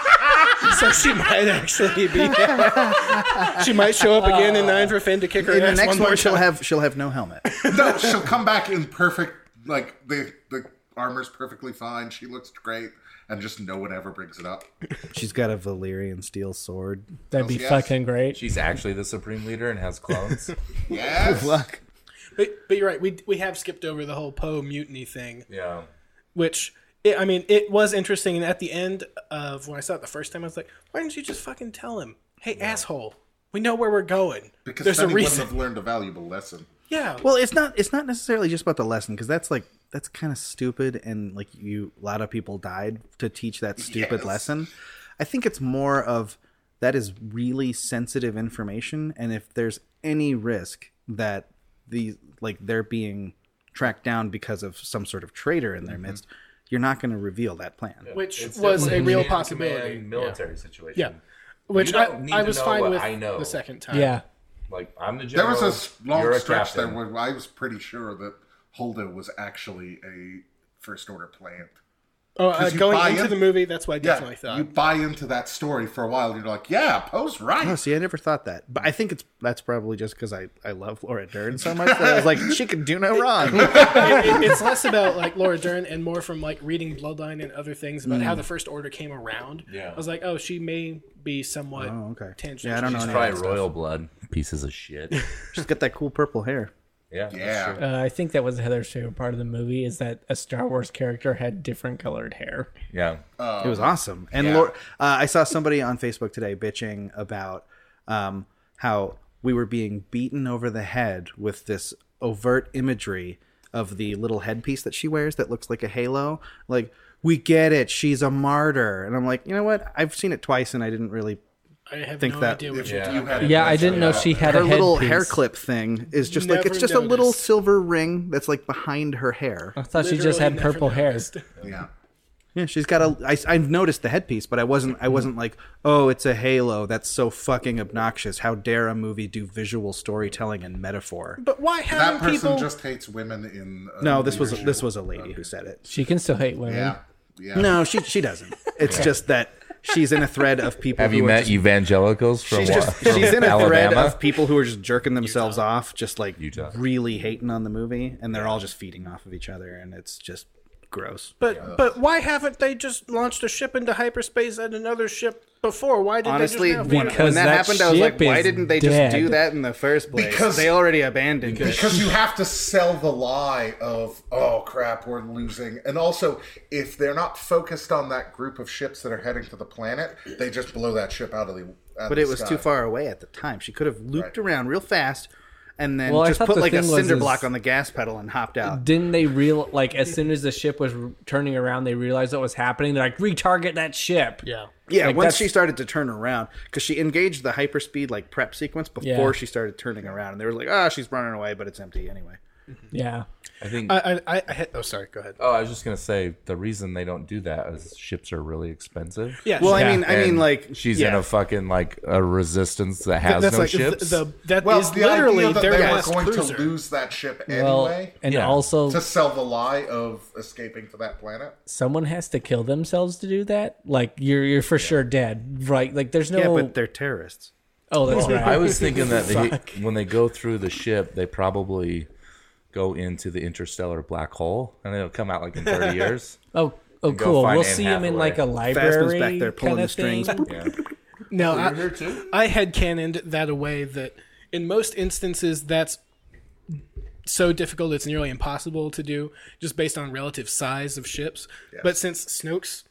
so she might actually be. she might show up again in nine for Finn to kick her In the ass next one one, more she'll time. have she'll have no helmet. No, she'll come back in perfect. Like the the armor's perfectly fine. She looks great, and just no one ever brings it up. She's got a Valyrian steel sword. That'd be yes. fucking great. She's actually the supreme leader and has clones. Yes. Look, But, but you're right. We we have skipped over the whole Poe mutiny thing. yeah. which it, I mean, it was interesting. And at the end of when I saw it the first time, I was like, why didn't you just fucking tell him, hey asshole, we know where we're going. because There's a then he wouldn't reason. have learned a valuable lesson. Yeah. Well, well, it's not it's not necessarily just about the lesson because that's like that's kind of stupid and like you a lot of people died to teach that stupid Yes. lesson. I think it's more of that is really sensitive information, and if there's any risk that the like they're being tracked down because of some sort of traitor in their midst, you're not going to reveal that plan. which was a real possibility. Military situation. Yeah. Which You don't I, need I to was know fine what with I know. the second time. yeah. Like I'm the There general. was a s- long you're a stretch there captain. where I was pretty sure that Holdo was actually a first order plant. Oh, uh, 'Cause you buy going into in- the movie, that's what I Yeah, definitely you thought. buy into that story for a while. You're like, yeah, Poe's right. Oh, see, I never thought that, but I think it's that's probably just because I I love Laura Dern so much that I was like, she can do no wrong. It- it- it's less about like Laura Dern and more from like reading Bloodline and other things about how the First Order came around. Yeah. I was like, oh, she may be somewhat Oh, okay. tangential. Yeah, I don't know. She's any of probably that stuff. royal blood. Pieces of shit. She's got that cool purple hair. Yeah. yeah. Uh, I think that was Heather's favorite part of the movie is that a Star Wars character had different colored hair. Yeah. Uh, it was awesome. And Lor- uh, I saw somebody on Facebook today bitching about um, how we were being beaten over the head with this overt imagery of the little headpiece that she wears that looks like a halo. Like, we get it. She's a martyr. And I'm like, you know what? I've seen it twice and I didn't really. I have Think no that- idea what If you're Yeah. you had Yeah, I lesson didn't know about she had Her a little headpiece. hair clip thing is just like, Never it's just a little noticed. Uh-huh. silver ring that's like behind her hair. I thought she Literally just had never purple hair. noticed. that. Yeah. Yeah, she's got a. I, I've noticed the headpiece, but I wasn't. I wasn't like, oh, it's a halo. That's so fucking obnoxious. How dare a movie do visual storytelling and metaphor? But why That haven't person people? just hates women in. uh, No, this was leadership. this was a lady who said it. She can still hate women. Yeah. Yeah. No, she she doesn't. It's just that she's in a thread of people. Have who you are met just- evangelicals from, She's wa- just from she's in a thread Alabama? of people who are just jerking themselves off, just like Utah. really hating on the movie, and they're all just feeding off of each other, and it's just gross. But but why haven't they just launched a ship into hyperspace and another ship before? Why did Honestly, they just have when, one? when Because that, that happened, I was ship like, why is didn't they dead. just do that in the first place? Because- they already abandoned it. because you have to sell the lie of oh crap we're losing and also if they're not focused on that group of ships that are heading to the planet they just blow that ship out of the out But of it the was sky. too far away at the time. She could have looped Right. around real fast and then Well, I just thought put the like a thing was cinder is- block on the gas pedal and hopped out. Didn't they real like as soon as the ship was r- turning around, they realized what was happening. They're like, retarget that ship. yeah. Yeah, Like, once that's- she started to turn around, because she engaged the hyperspeed like prep sequence before Yeah. she started turning around, and they were like, "Ah, she's running away, but it's empty anyway." yeah. I think. I, I, I, I had, oh, sorry. Go ahead. oh, I was just gonna say the reason they don't do that is ships are really expensive. Yeah. Well, Yeah, I mean, I mean, And like she's yeah. in a fucking like a resistance that has that's no like the, ships. the, that well is the idea literally that their they were last going cruiser. to lose that ship Well, anyway and Yeah. also to sell the lie of escaping to that planet someone has to kill themselves to do that. Like you're you're for sure dead, right? Like there's no. yeah, but they're terrorists. oh, that's right. I was thinking that they, when they go through the ship, they probably go into the interstellar black hole, and it'll come out like in thirty years. Oh, oh, go cool. find We'll Anne see him in Hathaway. like a Fastman's library. back there pulling kinda the strings. thing. Yeah. No, I, I had cannoned that away that in most instances that's so difficult it's nearly impossible to do just based on relative size of ships. But since Snoke's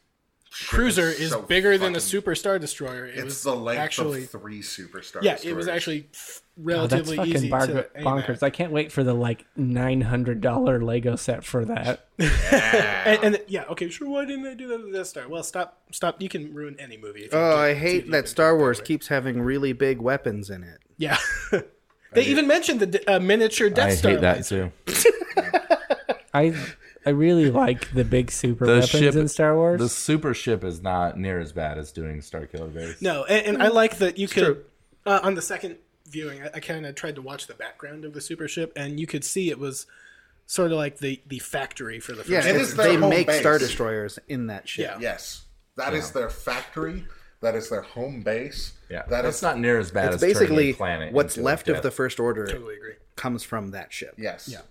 cruiser is, so bigger than a fucking- super star destroyer, it it's was the length actually of three superstar yeah, it was Destroyers. actually f- Oh, that's relatively fucking easy bar- to aim at. bonkers. I can't wait for the like nine hundred dollar Lego set for that. And, and yeah, okay, sure. Why didn't they do that with Death Star? Well, stop, stop. You can ruin any movie. If you Oh, do I it hate too that deep. Star Wars keeps having really big weapons in it. Yeah, they even mentioned the d- uh, miniature Death I Star. hate that laser. too. I I really like the big super weapons ship- in Star Wars. The super ship is not near as bad as doing Star Killer Base. No, and, Mm. and I like that you could uh, on the second viewing. I, I kind of tried to watch the background of the super ship, and you could see it was sort of like the the factory for the first. Yeah, It it- is their they home make base. Star Destroyers in that ship. Yeah. yes that is their factory that is their home base Yeah, that that's is not near as bad It's as turning basically a planet. what's into left death. of the First Order Totally agree. comes from that ship. yes yeah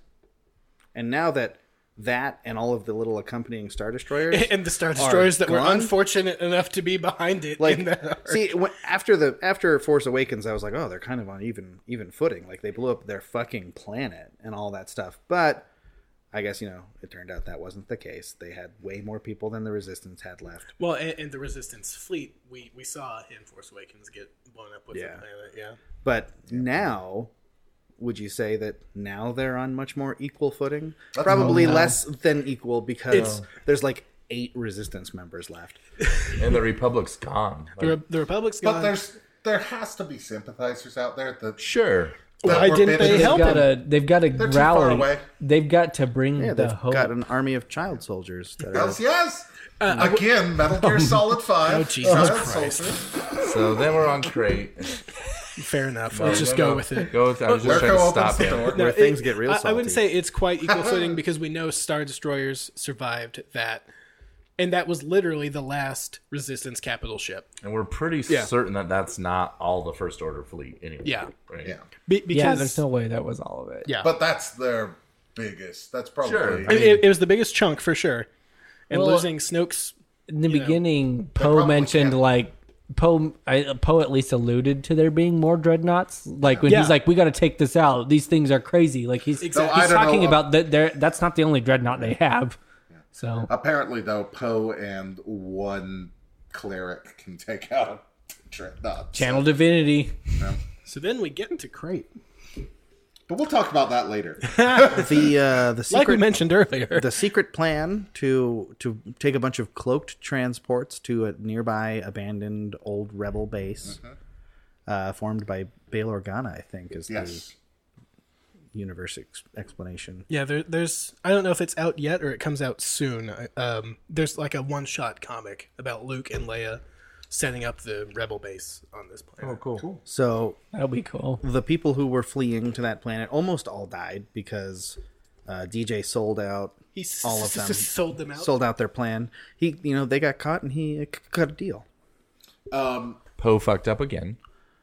And now that that and all of the little accompanying Star Destroyers And the star destroyers that were gone? unfortunate enough to be behind it. in like the- see when, after the after force awakens i was like oh they're kind of on even even footing like they blew up their fucking planet and all that stuff but i guess you know it turned out that wasn't the case they had way more people than the resistance had left well, and, and the resistance fleet we we saw in Force Awakens get blown up with Yeah. the planet. Yeah. but now would you say that now they're on much more equal footing probably less than equal because there's like eight resistance members left and the Republic's gone. The, Like, Re- the Republic's but gone. there's there has to be sympathizers out there that sure, that Why were didn't bidding- they help got him? to they've got to too far rally. away. They've got to bring yeah the they've hope. got an army of child soldiers that are Yes, yes. Again, Metal Gear Solid Five. Uh, Uh-huh. Oh, Jesus Silent Christ. Soldier. so then we're on crate. Fair enough. No, Let's just no, go no. with it. Go with. I was just Mirko trying to opens stop the him. door. where things get real I, I wouldn't salty. say it's quite equal footing because we know Star Destroyers survived that, and that was literally the last Resistance capital ship. And we're pretty certain that that's not all the First Order fleet anyway. Yeah. Right? Yeah, Be- because yeah, there's no way that was all of it. Yeah. but that's their biggest. That's probably Sure. I it, it- it was the biggest chunk for sure, and Well, losing Snoke's in the beginning, Poe probably mentioned can't. like Poe. I- Poe at least alluded to there being more dreadnoughts. Like when Yeah. he's like, "We got to take this out. These things are crazy." Like he's Exactly. Though I he's don't talking know- about that. There, that's not the only dreadnought they have. So apparently though, Poe and one cleric can take out Dreadnought. channel divinity. So then we get into Crate, But we'll talk about that later. the uh the like we secret mentioned earlier. the secret plan to to take a bunch of cloaked transports to a nearby abandoned old rebel base uh, formed by Bail Organa, I think, is Yes. the universe ex- explanation. yeah, there, there's I don't know if it's out yet or it comes out soon. I- Um, there's like a one-shot comic about Luke and Leia setting up the rebel base on this planet. Oh, cool. So That'll be cool. the people who were fleeing to that planet almost all died because uh, DJ sold out He s- all of them. sold them out. sold out their plan. He, you know, they got caught and he uh, c- cut a deal Um. Poe fucked up again.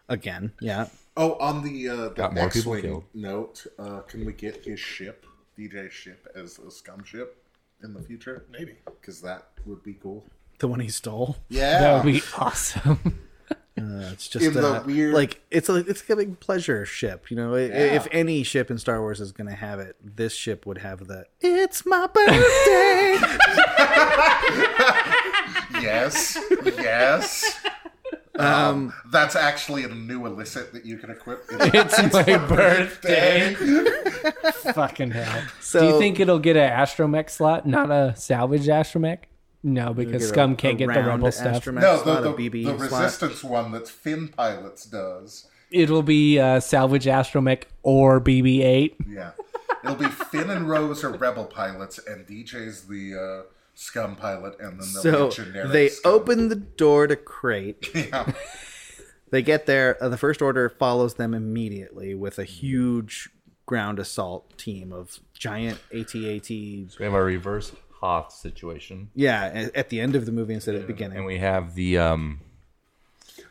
again. Yeah. Oh, on the uh, the Got more people X-wing killed. note, uh, can we get his ship, DJ's ship, as a scum ship? in the future? Maybe. Because that would be cool. The one he stole. Yeah. That would be awesome. Uh, it's just In the uh, weird- like it's a it's a big pleasure ship. You know, I- Yeah. if any ship in Star Wars is going to have it, this ship would have the "It's my birthday." Yes. yes. Um, that's actually a new illicit that you can equip. it's my birthday. Fucking hell. Do So- you think it'll get an astromech slot, not a salvaged astromech? No, because Scum can't get the Rebel stuff. no, the, not the, a BB the slot. resistance one that Finn Pilots does. It'll be uh, salvage astromech or BB-8. Yeah. It'll be Finn and Rose are rebel pilots, and DJ's the uh, scum pilot, and then So they'll be a generic. they scum. open the door to crate. Yeah. They get there. Uh, the first order follows them immediately with a huge ground assault team of giant ATAT. We have our reverse Hoth situation, Yeah, a- at the end of the movie instead of the and beginning. we have the um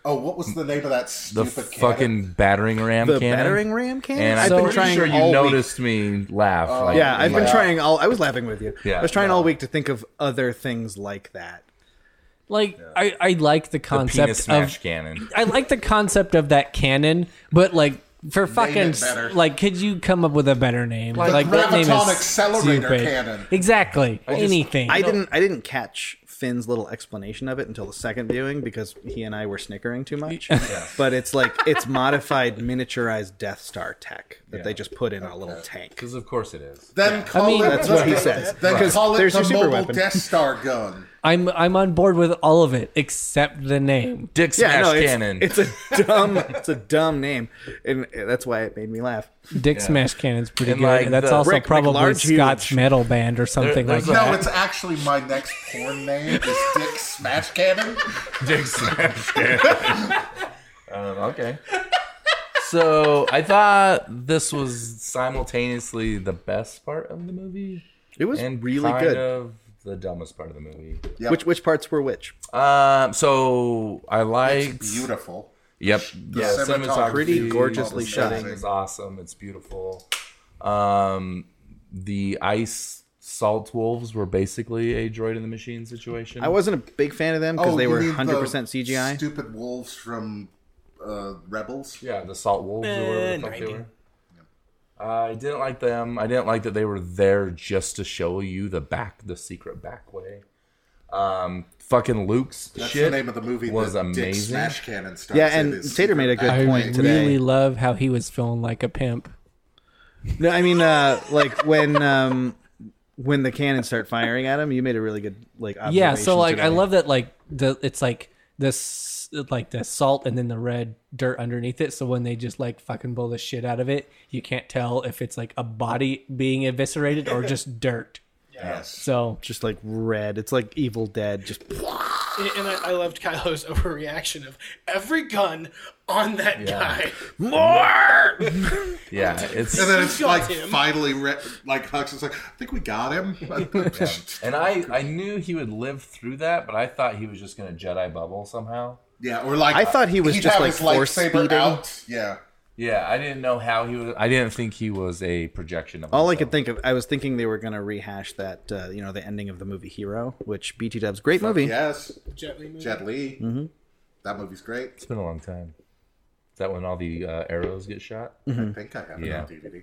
Oh, what was the name of that the stupid fucking battering ram The cannon. battering ram cannon. and I'm I've So- been pretty trying sure you all week. noticed me laugh. like, Yeah, I've been Yeah. trying all. I was laughing with you. uh, Yeah, I was trying all week to think of other things like that. Like I, I like the the concept penis of smash cannon. I like the concept of that cannon, but like for fucking it s- better. like could you come up with a better name? Like, the that name graviton is accelerator stupid. cannon. Exactly. Anything. I didn't. I didn't catch Finn's little explanation of it until the second viewing because he and I were snickering too much. But it's like it's modified, miniaturized Death Star tech that they just put in a little tank. Because of course it is. Then call mean, it that's the, what he says. Then Right. call it There's the your super mobile weapon. Death Star gun. I'm I'm on board with all of it except the name. Dick Yeah, smash no, it's, cannon. it's a dumb, it's a dumb name, and that's why it made me laugh. Dick Smash Cannon's pretty And, good. like, That's the- also Rick probably McLarge huge. Scott's metal band or something There- like there's that. No, it's actually my next porn name is Dick Smash Cannon. Dick smash cannon. um, okay. So I thought this was simultaneously the best part of the movie It was and really kind good. of the dumbest part of the movie. Which which parts were which? Um, so I liked. Beautiful. Yep. yeah, cinematography, cinematography Pretty gorgeously is shot. amazing, It's awesome. It's beautiful. Um, the ice salt wolves were basically a droid in the machine situation. I Um, wasn't a big fan of them because Oh, they you were mean the 100% CGI. Stupid wolves from uh, Rebels. Yeah, the salt wolves or whatever the fuck they were. I didn't like them. I didn't like that they were there just to show you the back, the secret back way. Um, fucking Luke's That's shit the name of the movie. was that Dick amazing. Smash Cannon starts. yeah, in and his Tater secret made a good I point today. really love how he was feeling like a pimp. No, I mean, uh, like when um, when the cannons start firing at him, you made a really good like. Observation Yeah, so like today. I love that like the it's like this like the salt and then the red dirt underneath it. So when they just like fucking blow the shit out of it, you can't tell if it's like a body being eviscerated or just dirt. Yes. So just like red. It's like Evil Dead. Just And and I, I loved Kylo's overreaction of every gun on that guy. more. Yeah, it's And then it's Got like him. finally, re- like Hux is like, I think we got him. and I I knew he would live through that, but I thought he was just gonna Jedi bubble somehow. yeah, or like uh, I thought he was he'd just, have like, his force lightsaber speeding. out. Yeah, Yeah, I didn't know how he was. I didn't think he was a projection of. All I himself. could think of, I was thinking they were gonna rehash that. Uh, you know, the ending of the movie Hero, which BT Dub's great movie. yes, Jet Li movie. Jet Li. Mm-hmm. That movie's great. It's been a long time. Is that when all the uh, arrows get shot? I think I have it Mm. Yeah. on DVD.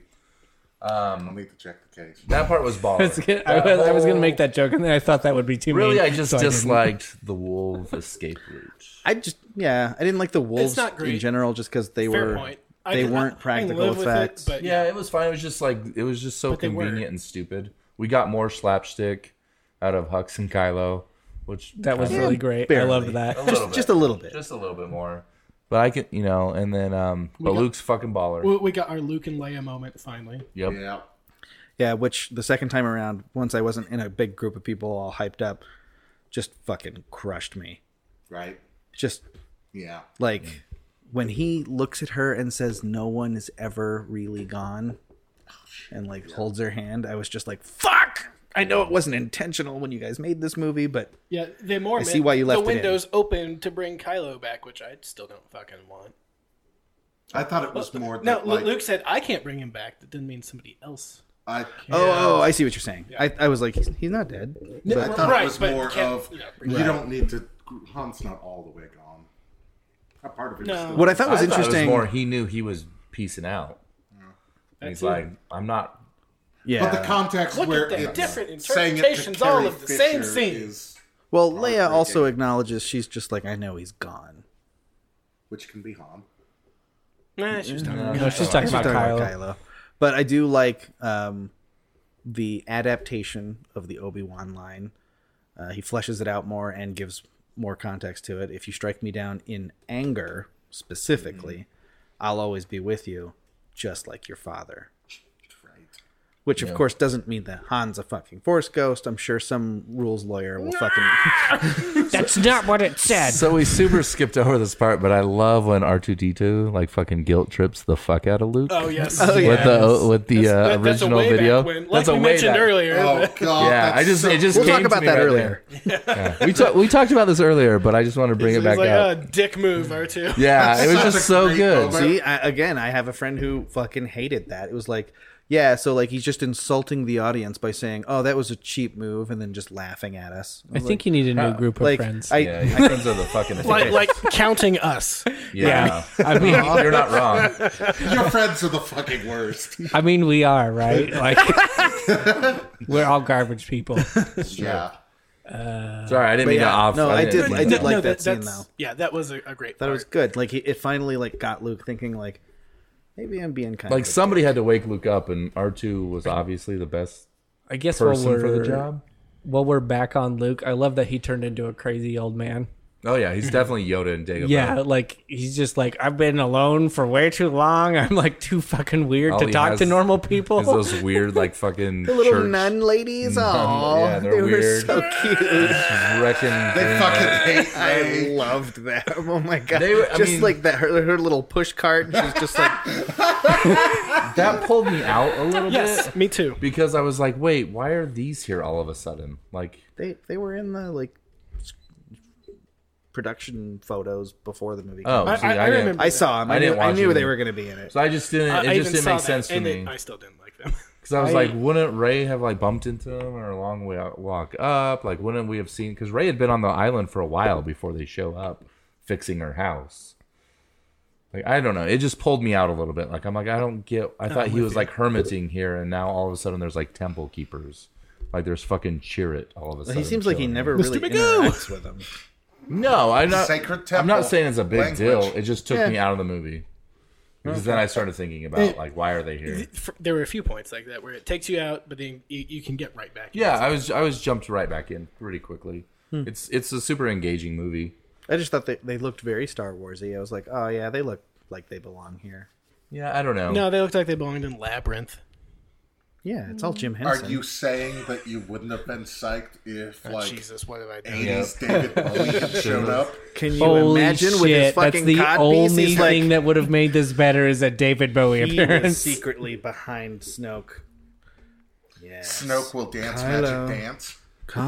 Um, I'll need to check the case. That part was baller. That's good. I was, I was gonna make that joke, and then I thought that would be too. Really, mean, I just so didn't. disliked the wolf escape route. I just, yeah, I didn't like the wolves not great. in general, just because they Fair were point. I they can- I weren't can practical live with it, effects. but Yeah, it was fine. It was just like it was just so they were. convenient and stupid. We got more slapstick out of Hux and Kylo, which That was really great. barely. I loved that. a just, little just a bit. little bit. just a little bit more. But I can, you know, and then um, but Luke's fucking baller. we, we got our Luke and Leia moment finally. yep. Yeah. Yeah, which the second time around, once I wasn't in a big group of people all hyped up, just fucking crushed me. Right. Just Yeah. like when he looks at her and says, No one is ever really gone, and like holds her hand, I was just like, Fuck! I know it wasn't intentional when you guys made this movie, but Yeah, they more. I see meant why you left the it in. windows open to bring Kylo back, which I still don't fucking want. I thought it was more. No, that, Lu- like, Luke said I can't bring him back. That didn't mean somebody else. I Oh, oh, I see what you're saying. I, I was like, he's, he's not dead. I But thought Right, it was but more can- of you don't need to. Han's not all the way gone. A part of it. is No. still- what I thought was I thought it interesting. more he knew he was piecing out. And he's like, I'm not. yeah. But the context Look where at the it's different saying it to interpretations all Carrie of the same Fisher scene. is- well, Leia also acknowledges she's just like, I know he's gone. which can be Han. Nah, she was talking No, she's talking about Talking Kylo. about Kylo. But I do like um, the adaptation of the Obi Wan line. Uh, he fleshes it out more and gives more context to it. If you strike me down in anger, specifically, I'll always be with you, just like your father. Which, of course, doesn't mean that Han's a fucking force ghost. I'm sure some rules lawyer will fucking. That's not what it said. So we super skipped over this part, but I love when R2D2 like fucking guilt trips the fuck out of Luke. Oh yes. With the with the uh, That- that's a original way back video, when. Like that's a we way mentioned back. earlier. Oh God! Yeah, I that's just so- it just We'll came talk to about me that right earlier. there. Yeah. We talked we talked about this earlier, but I just want to bring it It's back like "Ah, up. a dick move, R two. yeah, it was such a just so great good. moment. See, I, again, I have a friend who fucking hated that. It was like, yeah, so like he's just insulting the audience by saying, "Oh, that was a cheap move," and then just laughing at us. I think you need a new group of like friends. I, Yeah, your friends are the fucking Like, like counting us. yeah. I mean, you're not wrong. Your friends are the fucking worst. I mean, we are right. Like we're all garbage people. yeah. Sorry, I didn't mean to yeah, off. no, I did- didn't I mean did to- like that scene, that's, though. Yeah, that was a, a great. Oh. that part. was good. Like he, it finally like got Luke thinking like, maybe I'm being kind like of a somebody had to wake Luke up, and R two was obviously the best I guess while person we're for the job. while we're back on Luke, I love that he turned into a crazy old man. Oh yeah, he's definitely Yoda and Dagobah. Yeah, like he's just like I've been alone for way too long. I'm like too fucking weird All to Oh, he talk has to normal Is people. those weird like fucking dick." little church nun ladies. Nun- Aw, yeah, they're they weird. were so cute. wrecking? They fucking hate I me. loved them. Oh my god! They were- I just mean- like that, her, her little push cart. and She's just like, that pulled me out a little Yes, bit me too. because I was like, wait, why are these here all of a sudden? Like, they they were in the like s- production photos before the movie. oh, came out. I- see, I- I didn't- remember. I saw them. I I, didn't knew, I watch knew it. they were going to be in it. So I just didn't. I- It I just even didn't saw make that, sense to and it- me. I still didn't like them. Because I was like, wouldn't Ray have like bumped into him or a long way out, walk up? Like, wouldn't we have seen? Because Ray had been on the island for a while before they show up, fixing her house. Like, I don't know. It just pulled me out a little bit. Like, I'm like, I don't get. I thought he was like hermiting here, and now all of a sudden there's like temple keepers. Like, there's fucking Chirrut all of a sudden. He seems like he chilling. never really interacts with them. No, I'm not. Sacred I'm not temple saying it's a big language. deal. It just took me out of the movie. Because then I started thinking about like, why are they here? F- there were a few points like that where it takes you out, but then you, you can get right back. in. Yeah, I was I was jumped right back in pretty quickly. It's it's a super engaging movie. I just thought they, they looked very Star Warsy. I was like, oh yeah, they look like they belong here. Yeah, I don't know. No, they looked like they belonged in Labyrinth. Yeah, it's all Jim Are Henson. you saying that you wouldn't have been psyched if like Jesus, what did I do? 80s David Bowie had shown up? Can you Holy imagine shit! with his That's fucking the cod piece? only He's like, thing that would have made this better is a David Bowie he was appearance. secretly behind Snoke. Yeah, Snoke will dance magic dance.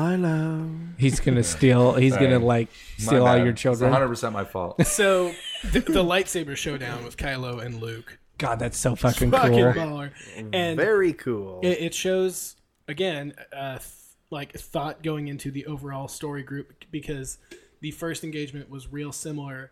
Kylo. He's gonna steal. He's gonna Sorry. like My steal all bad. your It's children. 100% my fault. So the, the lightsaber showdown with Kylo and Luke, God, that's so fucking fucking cool. baller, and Mm. Very cool. it, it shows again uh, th- like thought going into the overall story group because the first engagement was real similar.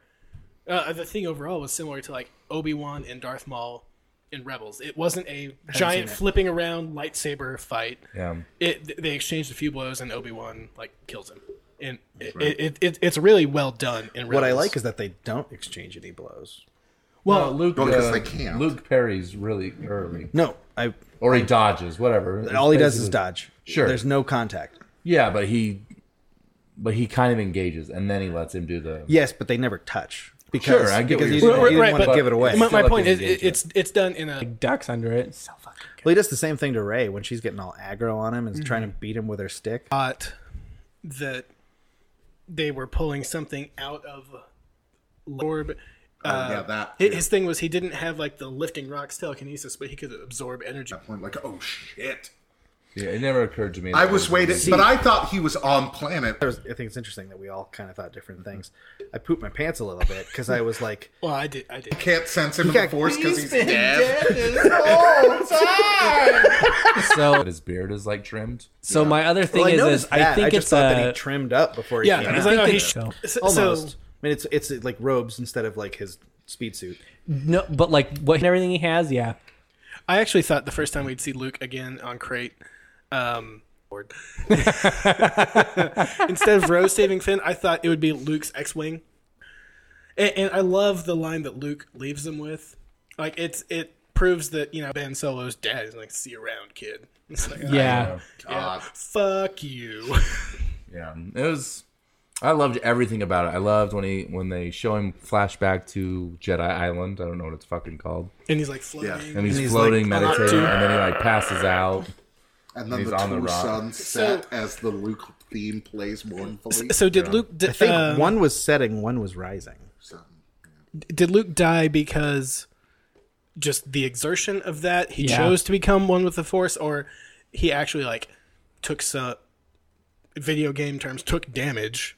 Uh, the thing overall was similar to like Obi Wan and Darth Maul in Rebels. It wasn't a giant flipping around lightsaber fight. Yeah. It th- they exchanged a few blows and Obi Wan like kills him. And it, it, it, it's really well done in Rebels. what I like is that they don't exchange any blows. Well, Luke Well, 'cause uh, they can't. Luke parries really early. No, I. Or he dodges, whatever. It's All he does is basically- dodge. Sure. there's no contact. Yeah, but he but he kind of engages and then he lets him do the Yes, but they never touch because Sure, I get what because you're you saying. didn't, Right, you didn't right, want to but- give it away. my, feel my like point they is engage it, it's it's done in a Ducks under it. So fucking. Good. Well, he does the same thing to Ray when she's getting all aggro on him and Mm-hmm. is trying to beat him with her stick. thought that they were pulling something out of orb. Oh, yeah, that Hi- His thing was he didn't have like the lifting rocks telekinesis, but he could absorb energy. I'm like, oh shit. Yeah, it never occurred to me. I that was waiting, but I thought he was on planet. There was, I think it's interesting that we all kind of thought different things. I pooped my pants a little bit because I was like, Well, I did. I did. Can't sense him in the got- force because he's, been dead. So But his beard is like trimmed. so my other thing well, I is, noticed is I that. think I just it's uh, thought that a he trimmed up before he Yeah, came because out. I know think he. they- so. so- Almost. So, I mean, it's it's like robes instead of like his speed suit. no, but like what everything he has, yeah. I actually thought the first time we'd see Luke again on Crate, um, Lord. instead of Rose saving Finn, I thought it would be Luke's X-wing. And, and I love the line that Luke leaves him with. Like it's it proves that you know Ben Solo's dad is like, "See you around, kid." It's like, Yeah. God. fuck you. Yeah, it was. I loved everything about it. I loved when he when they show him flashback to Jedi Island. I don't know what it's fucking called. And he's like floating. And he's, he's, floating, like, meditating, and then he like passes out. And then He's the on two the rock. suns set as the Luke theme plays mournfully. So did Luke? Did, I think uh, Um, one was setting, one was rising. Something. did Luke die because just the exertion of that he Yeah. chose to become one with the Force, or he actually like took some video game terms took damage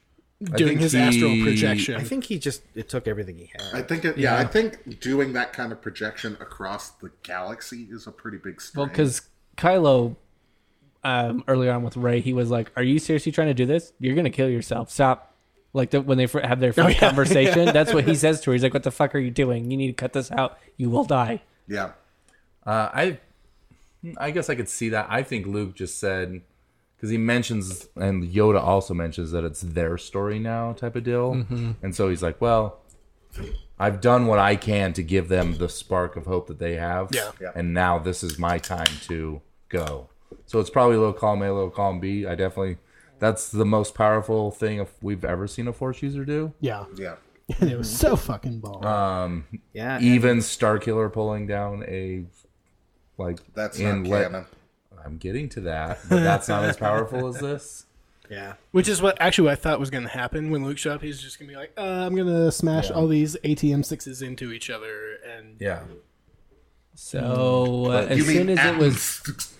doing think his he- astral I projection? think he just it took everything he I had. think it, yeah, I think doing that kind of projection across the galaxy is a pretty big strain. Well, because Kylo, um, earlier on with Ray, he was like, "Are you seriously trying to do this? You're gonna kill yourself. Stop!" Like the, when they fir- have Oh, their first conversation, that's what he says to her. He's like, "What the fuck are you doing? You need to cut this out. You will die." yeah, Uh, I I guess I could see that. I think Luke just said because he mentions and Yoda also mentions that it's their story now type of deal, and so he's like, well. I've done what I can to give them the spark of hope that they have. Yeah. Yeah. And now this is my time to go. So it's probably a little column A, a little column B. I definitely, that's the most powerful thing if we've ever seen a Force user do. yeah, yeah. it was so fucking ball. Yeah, E and Even Starkiller pulling down a, like, That's not inlet- canon. I'm getting to that, but that's not as powerful as this. yeah. Which is what actually what I thought was going to happen when Luke showed up. He's just going to be like, uh, "I'm going to smash all these ATM sixes into each other," and Yeah. So uh, as You mean soon as it was atoms.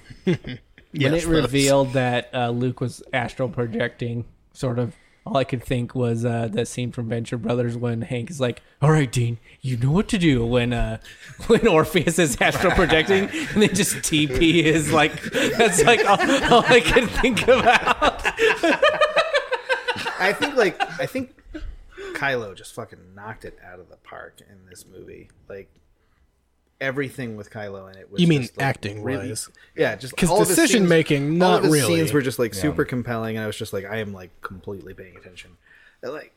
when Yes, it those. revealed that uh, Luke was astral projecting, sort of, all I could think was uh, that scene from Venture Brothers when Hank is like, "All right, Dean, you know what to do when uh, when Orpheus is astral projecting," and then just TP is like, that's like all, all I could think about. I think like I think Kylo just fucking knocked it out of the park in this movie. Like everything with Kylo in it was You mean just, like, acting wise? Yeah, just 'Cause all of his decision scenes- making, all not of his really. Scenes were just like super compelling, and I was just like, I am like completely paying attention. Like,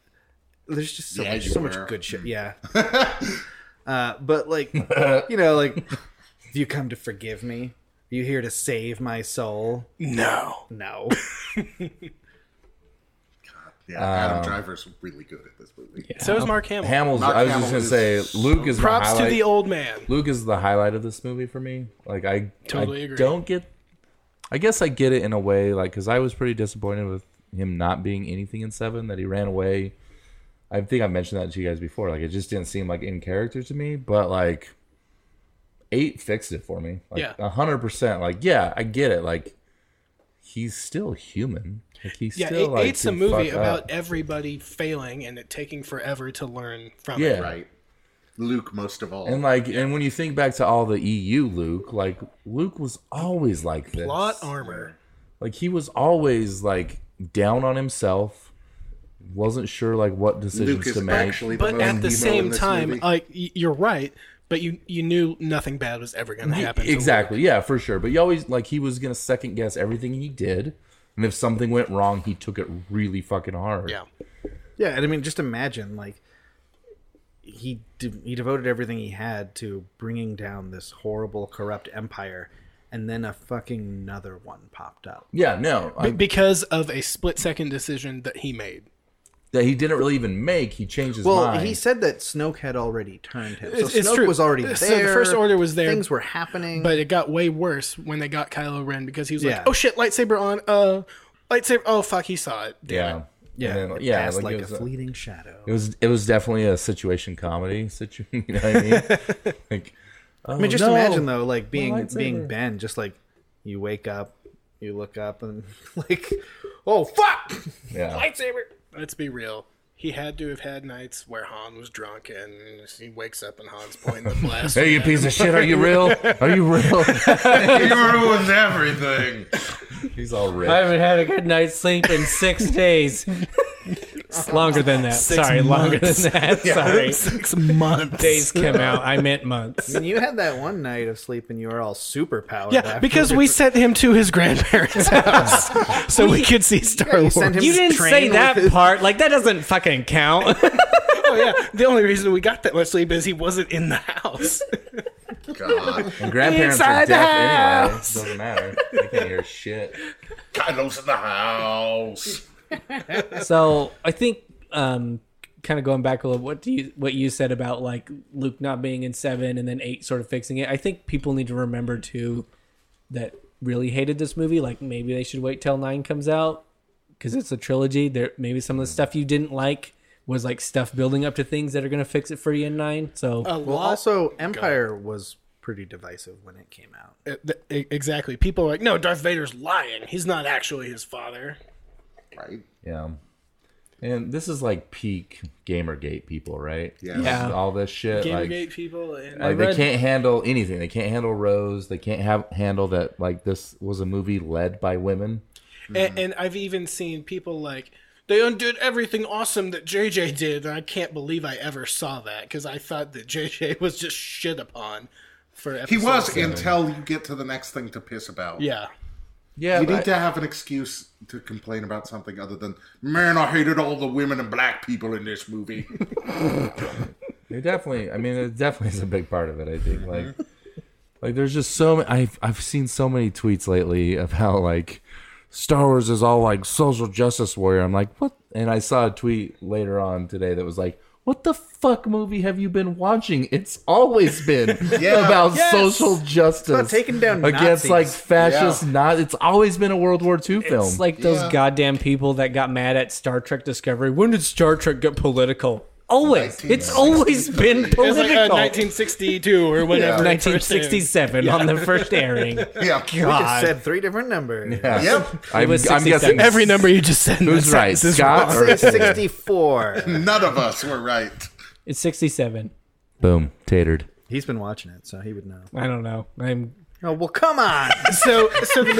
there's just so Yeah, much, you so were. much good shit. Yeah, uh, but like, you know, like, have you come to forgive me? Are you here to save my soul? No, No. Yeah, Adam Driver's really good at this movie. so is Mark Hamill. Hamill's, Mark I was Hamill just going to is say, Luke is my Props to highlight- the old man. Luke is the highlight of this movie for me. Like I Totally I agree. Don't get. I guess I get it in a way, like because I was pretty disappointed with him not being anything in seven. That he ran away. I think I mentioned that to you guys before. Like it just didn't seem like in character to me. But like eight fixed it for me. Like, Yeah. a hundred percent. Like yeah, I get it. Like he's still human. Like he's Yeah, still it, like it's a can movie fuck about up. everybody failing and it taking forever to learn from yeah. it. Right. Luke, most of all. And like, and when you think back to all the EU Luke, like Luke was always like this. Plot armor. like he was always like down on himself wasn't sure like what decisions Luke is to make actually the But most at emo the in same this time, uh, movie. like y- you're right, but you you knew nothing bad was ever going to happen. to exactly yeah for sure but you always like he was gonna second guess everything he did and if something went wrong he took it really fucking Luke. hard Yeah. yeah, and I mean, just imagine like he de- he devoted everything he had to bringing down this horrible corrupt empire, and then a fucking another one popped up. yeah no I, Because of a split second decision that he made. that he didn't really even make he changed his Well, mind he said that Snoke had already turned him. So It's- it's Snoke true. was already So there. the First Order was there. Things were happening. But it got way worse when they got Kylo Ren because he was Yeah. like, "Oh shit, lightsaber on." Uh, lightsaber. Oh fuck, he saw it. yeah yeah, And then, it yeah passed like, like, it, a was, a- fleeting shadow. it was it was definitely a situation comedy situation you know what i mean like I mean, just Oh, no. imagine though, like being lightsaber. being Ben, just like you wake up, You look up and like, oh fuck, Yeah. lightsaber. Let's be real. He had to have had nights where Han was drunk and he wakes up and Han's pointing the blast. Hey, you piece of shit! Are you real? Are you real? You ruined everything. He's all I ripped. haven't had a good night's sleep in six days. It's longer than that. Sorry, longer than that. Sorry. Six months. Days came out. I meant months. And you had that one night of sleep, and you were all super powered. Yeah, because we sent him to his grandparents' house so we could see Star you Wars. sent him You didn't train say with that his- part. Like that doesn't fucking count. Oh, yeah. The only reason we got that much sleep is he wasn't in the house. God. And grandparents are Inside the deaf anyway. house. Doesn't matter. They can't hear shit. Kylo's in the house. so I think um kind of going back a little what do you what you said about like Luke not being in 7 and then 8 sort of fixing it. I think people need to remember too that really hated this movie like maybe they should wait till 9 comes out cuz it's a trilogy. There maybe some of the stuff you didn't like was like stuff building up to things that are going to fix it for you in 9. So Oh, Well, also Empire was pretty divisive when it came out. Uh, th- e- exactly. People are like, no, Darth Vader's lying. He's not actually his father. Right. Yeah. And this is like peak Gamergate people, right? Yeah. This is Yeah. All this shit. like- Gamergate people and Like, read- they can't handle anything. They can't handle Rose. They can't have handle that. Like this was a movie led by women. And, and I've even seen people like they undid everything awesome that JJ did, and I can't believe I ever saw that because I thought that JJ was just shit upon for episode He was seven. until you get to the next thing to piss about. yeah. Yeah, You need to have an excuse to complain about something other than, man, I hated all the women and black people in this movie. It definitely. I mean, it definitely is a big part of it. I think like, like there's just so many. I've I've seen so many tweets lately of how like Star Wars is all like social justice warrior. I'm like, what? And I saw a tweet later on today that was like. What the fuck movie have you been watching? It's always been Yeah. about social justice. taking down against Nazis. like fascist. Not. It's always been a World War II film. It's like those goddamn people that got mad at Star Trek Discovery. When did Star Trek get political? Always. It's always been It was like uh, political. 1962 or whatever. Yeah. it first aired. 1967 on the first airing. yeah. We just said three different numbers. Yep. I'm, was I'm 60 guessing seconds. Every number you just said. in Who's that right, sentence is Scott wrong. or Sixty-four. None of us were right. It's 67. Boom, tatered. He's been watching it, so he would know. I don't know. I'm Oh well, come on. So, so the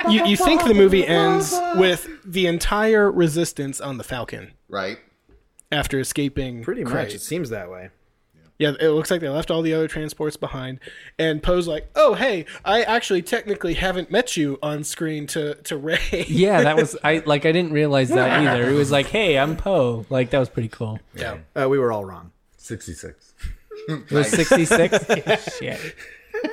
movie. You, you think the movie ends with the entire resistance on the Falcon Right. after escaping? Pretty much, Krayt. it seems that way. Yeah, it looks like they left all the other transports behind. And Poe's like, "Oh, hey, I actually technically haven't met you on screen to to Ray." Yeah, that was I like I didn't realize that either. It was like, "Hey, I'm Poe." Like that was pretty cool. Uh, we were all wrong. Sixty-six. It was 66. Shit.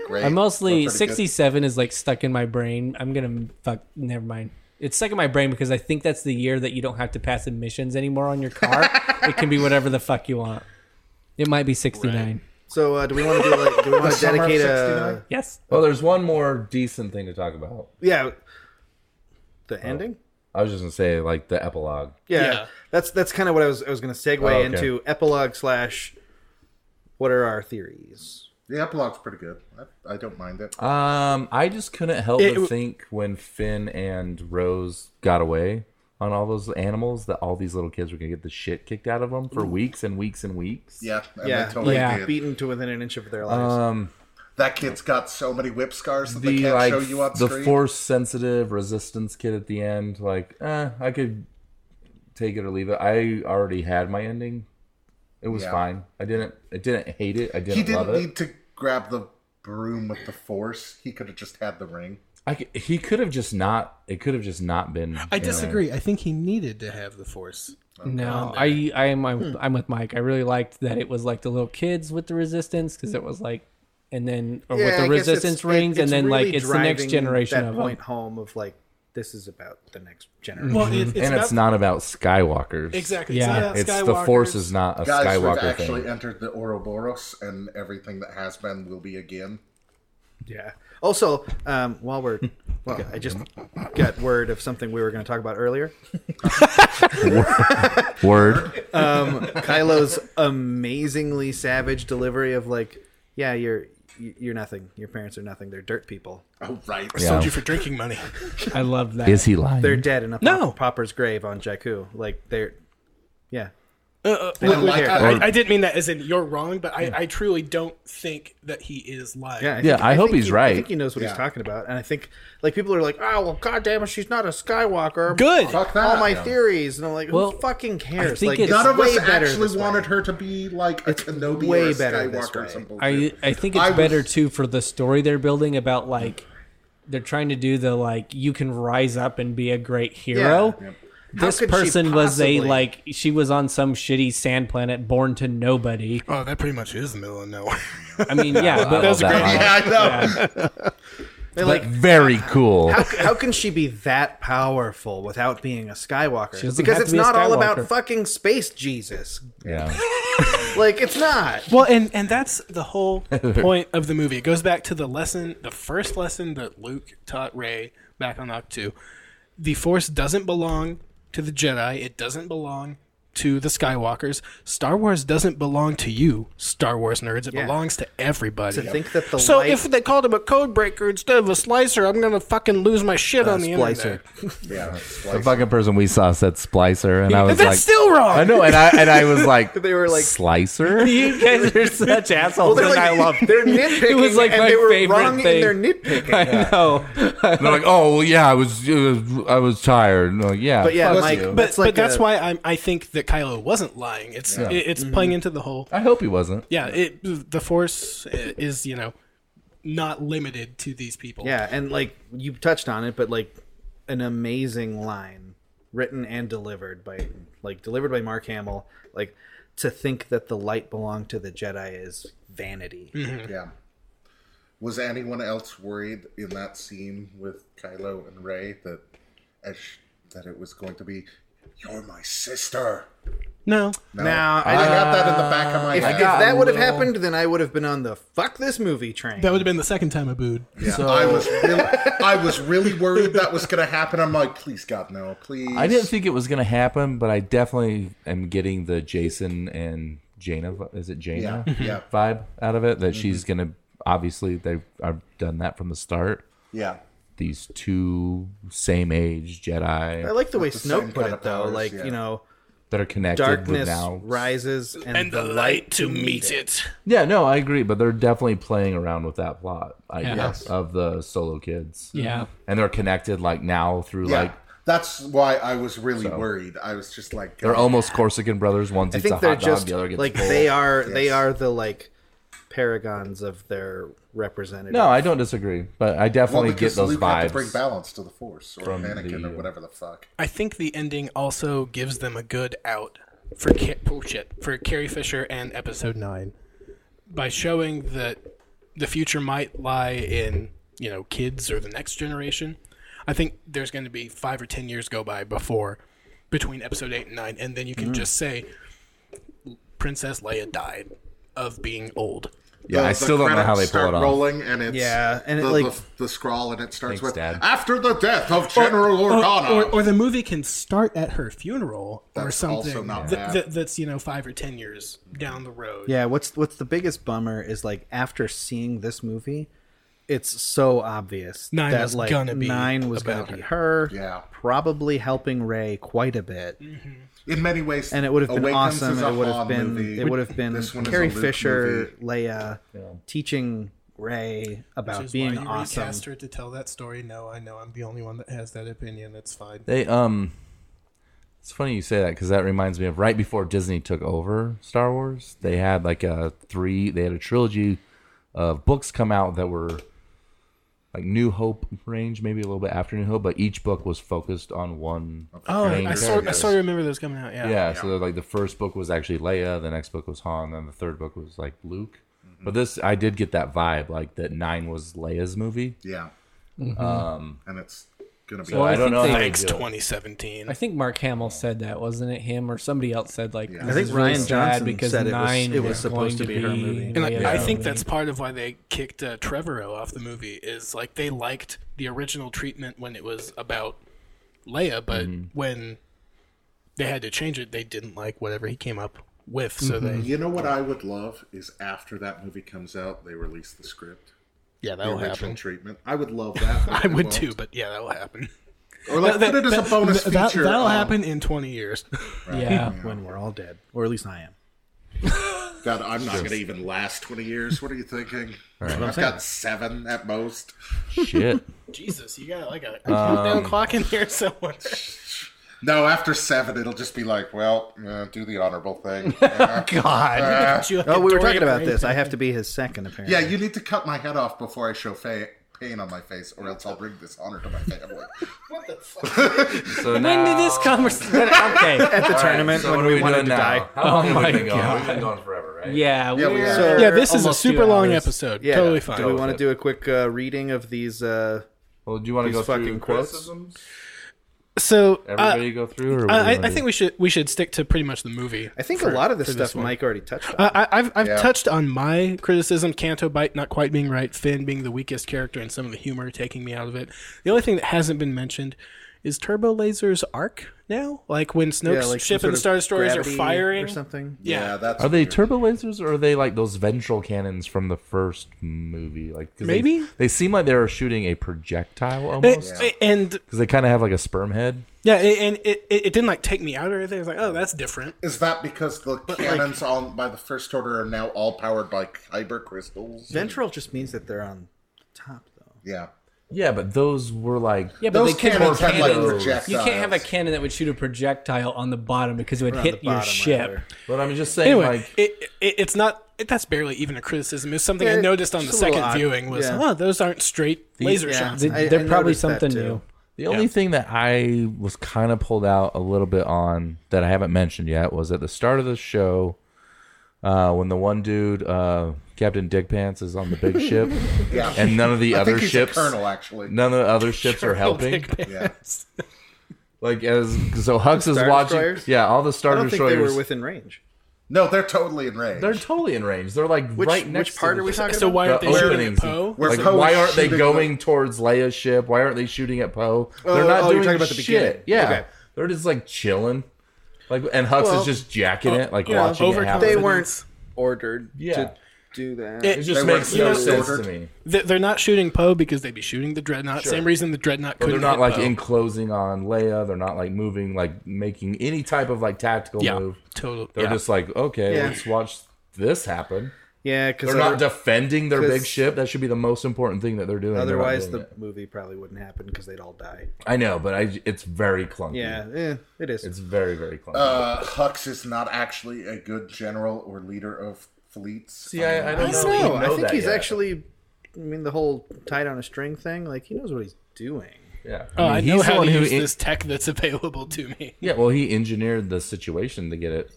Great. I mostly We're pretty 67 is like stuck in my brain. I'm going to fuck never mind. It's stuck in my brain because I think that's the year that you don't have to pass emissions anymore on your car. it can be whatever the fuck you want. It might be 69. So uh, do we want to do like do we want to summer of dedicate 69? a Yes. Well, there's one more decent thing to talk about. yeah the ending? I was just gonna say like the epilogue. Yeah, Yeah. that's that's kind of what I was I was going to segue okay. into epilogue slash. What are our theories? good. The epilogue's pretty good. I, I don't mind it. Uh, Um, I just couldn't help It- but think when Finn and Rose got away on all those animals that all these little kids were gonna get the shit kicked out of them for weeks and weeks and weeks. yeah. And Yeah, They totally Yeah. did. Beaten to within an inch of their lives. Um, That kid's got so many whip scars that they the can't like show you on the screen. force sensitive resistance kid at the end. Like, eh, I could take it or leave it. I already had my ending. It was Yeah. fine. I didn't. I didn't hate it. I didn't, he love didn't it. need to grab the broom with the force. He could have just had the ring. I c he could have just not. It could have just not been. I disagree. I think he needed to have the Force. No, I I am I'm, Hmm. I'm with Mike. I really liked that it was like the little kids with the resistance because it was like, and then or with Yeah, I the guess it's- resistance it- rings, it's and then like really it's the next driving generation that of point them. home of like this is about the next generation. Well, it, Mm-hmm. and it's not about Skywalkers. exactly. Yeah. about It's the Skywalker. Force is not a Guys, we've Skywalker actually thing. entered the Ouroboros, and everything that has been will be again. Yeah. Also, um, while we're, well, I just got word of something we were going to talk about earlier. Word. Kylo's amazingly savage delivery of like, yeah, you're y- you're nothing. Your parents are nothing. They're dirt people. Oh, right. Yeah. Sold you for drinking money. I love that. Is he lying? They're dead in a Mm-hmm. No. pop- pauper's grave on Jakku. Like they're, yeah. Uh, uh, They don't wait, wait, care. I, I- I didn't mean that as in you're wrong, but I, I truly don't think that he is lying. Yeah, Yeah, I hope think he's he- I right. think he knows what Yeah. he's talking about, and I think like people are like, "Oh well, goddamn it, she's not a Skywalker." Good. Fuck that. All my Yeah. theories, and I'm like, Well, "Who fucking I cares?" think Like, it's- None of it's us way better actually this way. wanted her to be like a Kenobi or way a better this Skywalker or way. some bullshit. I I think it's I was- better too for the story they're building about like they're trying to do the like you can rise up and be a great hero. Yeah. This could she person was a possibly- like she was on some shitty sand planet born to nobody. Oh, that pretty much is the middle of nowhere. I mean, yeah, but That was a great- yeah, I know. They're like, Very cool. how, how can she be that powerful without being a Skywalker? doesn't Because have it's to be a not all Skywalker. about fucking space Jesus. Yeah. Like it's not. Well, and and that's the whole point of the movie. It goes back to the lesson, the first lesson that Luke taught Ray back on Octu. The Force doesn't belong to the Jedi. It doesn't belong to the Skywalkers. Star Wars doesn't belong to you, Star Wars nerds. It belongs to everybody. To think that the so light- if they called him a code breaker instead of a slicer, I'm gonna fucking lose my shit on the internet. splicer. Yeah. The fucking person we saw said Splicer, and I was That's like, still wrong. I know, and I and I was like, They were like- Slicer. you guys are such assholes, They're and like, I love. They're nitpicking. It was like and my they were favorite wrong thing. in their nitpicking. I know. And they're like, oh well, yeah, I was, uh, I was tired. And I'm like, yeah, But yeah, fuck Mike, you. But that's like but that's a- why I'm, I think that Kylo wasn't lying. It's it, it's Mm-hmm. playing into the whole I hope he wasn't. yeah, it, the force is you know not limited to these people. Yeah, and like you touched on it, but like an amazing line written and delivered by like delivered by Mark Hamill. Like to think that the light belonged to the Jedi is vanity. Yeah. Was anyone else worried in that scene with Kylo and Ray that as sh- that it was going to be "You're my sister"? No, No, Now, I, I- got that in the back uh, of my If, if head. that would have happened, then I would have been on the fuck this movie train. that would have been the second time I booed. Yeah, I was really, I was really worried that was going to happen. I'm like, please God, no, please. I didn't think it was gonna happen, but I definitely am getting the Jason and Jaina. vi- Is it Jaina? Yeah, yeah. Vibe out of it that she's gonna obviously they have done that from the start. Yeah, These two same age I Jedi like the way the same Snoke put kind it of though. powers, like yeah. you know, that are connected with darkness now rises and, And the light to meet it. Yeah, no, I agree, but they're definitely playing around with that plot, I guess, Yes. of the solo kids. Yeah. And they're connected like now through yeah. like That's why I was really worried. I was just like, they're God. almost Corsican brothers. One I eats a think hot they're dog, just the other gets like full. they are. They are the like paragons of their representative. No, I don't disagree, but I well, definitely because get those Luke had vibes. to bring balance to the Force or from Anakin the, or uh, whatever the fuck. I think the ending also gives them a good out for Ca- oh shit, for Carrie Fisher and Episode Nine by showing that the future might lie in you know kids or the next generation. I think there's going to be five or ten years go by before between Episode Eight and Nine, and then you can just say Princess Leia died of being old. yeah, I still don't know how they credits pull it start off. rolling, and it's Yeah, and it, the, like- the, the scroll, and it starts Thanks, with Dad. after the death of General or, Organa. or, or the movie can start at her funeral or That's also something not th- bad. th- that's you know five or ten years down the road Yeah, what's what's the biggest bummer is like after seeing this movie, it's so obvious Nine that was like gonna be nine was about gonna be her. Yeah. probably helping Ray quite a bit, in many ways, and it would have been Awakens awesome. is and a It would Han have been movie. it would have been This one is a Carrie Luke Fisher, movie. Leia teaching Ray about Which is Uh, being why you awesome. recast her to tell that story. No, I know I'm the only one that has that opinion. It's fine. They um, it's funny you say that because that reminds me of right before Disney took over Star Wars. They had like a three. They had a trilogy of books come out that were like New Hope range, maybe a little bit after New Hope, but each book was focused on one. Oh, main I sort, I character. sort of remember those coming out. Yeah. Yeah, so they're like the first book was actually Leia, the next book was Han, then the third book was like Luke. But this, I did get that vibe, like that nine was Leia's movie. Yeah, Mm-hmm. um, and it's gonna be. So I, don't think know. they- how they Thanks, do it. 2017. I think Mark Hamill said that, wasn't it? Him or somebody else said like I I this think is really Ryan sad Johnson because said it was, nine it was is going supposed to be her movie. and I, Leia's I think movie. that's part of why they kicked uh, Trevorrow off the movie. Is like they liked the original treatment when it was about Mm-hmm. Leia, but when they had to change it, they didn't like whatever he came up with, so they You know what I would love is after that movie comes out, they release the script. yeah The that'll original happen. treatment. I would love that. I would too, but yeah, that'll happen. Or like put it as a bonus that, feature. will on- happen in 20 years. Yeah. when we're all dead, or at least I am. God, I'm not going to even last 20 years. What are you thinking? I've got seven at most. Shit. Jesus, you got like a Um, countdown clock in here somewhere. No, after seven, it'll just be like, well, uh, do the honorable thing. Uh, God. You like Oh, a we were Dorian talking about Gray this. I have to be his second, apparently. yeah, you need to cut my head off before I show fa- pain on my face, or else I'll bring dishonor to my family. So When now, did this conversation? Okay. At the tournament so when what are we, we, wanted doing to now? die. How long have my we been going? God. We've been going forever, right? Yeah. Yeah, we we're- are. Yeah, this is a almost two super long hours. episode. Yeah. Totally Do we fine. Totally. want to do a quick uh, reading of these? Uh, Well, do you want These to go through fucking quotes? criticisms? So, uh, Everybody go through, or what do I, you I wanna think we should we should stick to pretty much the movie. I think a lot of this for this stuff one. Mike already touched on. Uh, I, I've I've Yeah. touched on my criticism: Canto Bite not quite being right, Finn being the weakest character, and some of the humor taking me out of it. The only thing that hasn't been mentioned is Turbo Laser's arc now, like when Snoke's like some ship sort and of Star Destroyers are gravity firing or something. yeah, that's. Are they weird. turbo lasers or are they like those ventral cannons from the first movie? Like 'cause they- Maybe. they, seem like they're shooting a Eh. projectile It- almost it- and because they kind of have like a sperm head. yeah, it, and it, it, it didn't like take me out or anything. I was like, oh, that's different. Is that because the cannons on by the First Order are now all powered by kyber crystals? Ventral just means that they're on top, though. Yeah. Yeah, but those were like Yeah, but Those they couldn't cannons have had, like, cannons. projectiles. you can't have a cannon that would shoot a projectile on the bottom because it would hit your bottom, ship. rather. But I'm just saying, Anyway, like it, it, it's not. It, that's barely even a criticism. It's something I Yeah, noticed on the it's a little second odd. viewing was, Yeah. oh, those aren't straight laser shots. They, I- I are probably noticed that something too. new. the only thing that I was kind of pulled out a little bit on that I haven't mentioned yet was at the start of the show uh, when the one dude, uh, Captain Dick Pants, is on the big ship, Yeah. and none of the I other think he's ships, a colonel, actually. none of the other ships are helping. Yeah. Like as so, Hux is Star watching. Destroyers? Yeah, all the Star I don't think Destroyers. they were within range. No, they're totally in range. They're totally in range. They're like Which, right next. which part to are we the- talking So about? why aren't they The shooting at openings. Poe? Where Like, Poe why is aren't they shooting going towards Leia's ship? Why aren't they shooting at Poe? They're Oh, not oh, doing you're talking about the shit. beginning. Yeah, Okay. they're just like chilling. Like and Hux Well, is just jacking it, like uh, yeah, watching it happen. overconfident. They Confidence. weren't ordered Yeah. to do that. It- It just They makes weren't no so sense ordered. to me. Th- They're not shooting Poe because they'd be shooting the Dreadnought. Same reason the Dreadnought But couldn't. they're not hit like Poe. enclosing on Leia. They're not like moving, like making any type of like tactical yeah, move. totally. They're yeah. just like, okay, Yeah. let's watch this happen. yeah, because They're not defending their big 'cause- ship. That should be the most important thing that they're doing. They're not otherwise doing the it. movie probably wouldn't happen because they'd all die. I know, but I it's very clunky. Yeah, eh, it is. it's very very clunky. uh, Hux is not actually a good general or leader of fleets. See, I, I I don't know. don't know. we I know think that he's yet. actually. I mean, the whole tied on a string thing. Like he knows what he's doing. Yeah, Oh, I, mean, know he's the how one to who use en- this tech that's available to me. Yeah, well, he engineered the situation to get it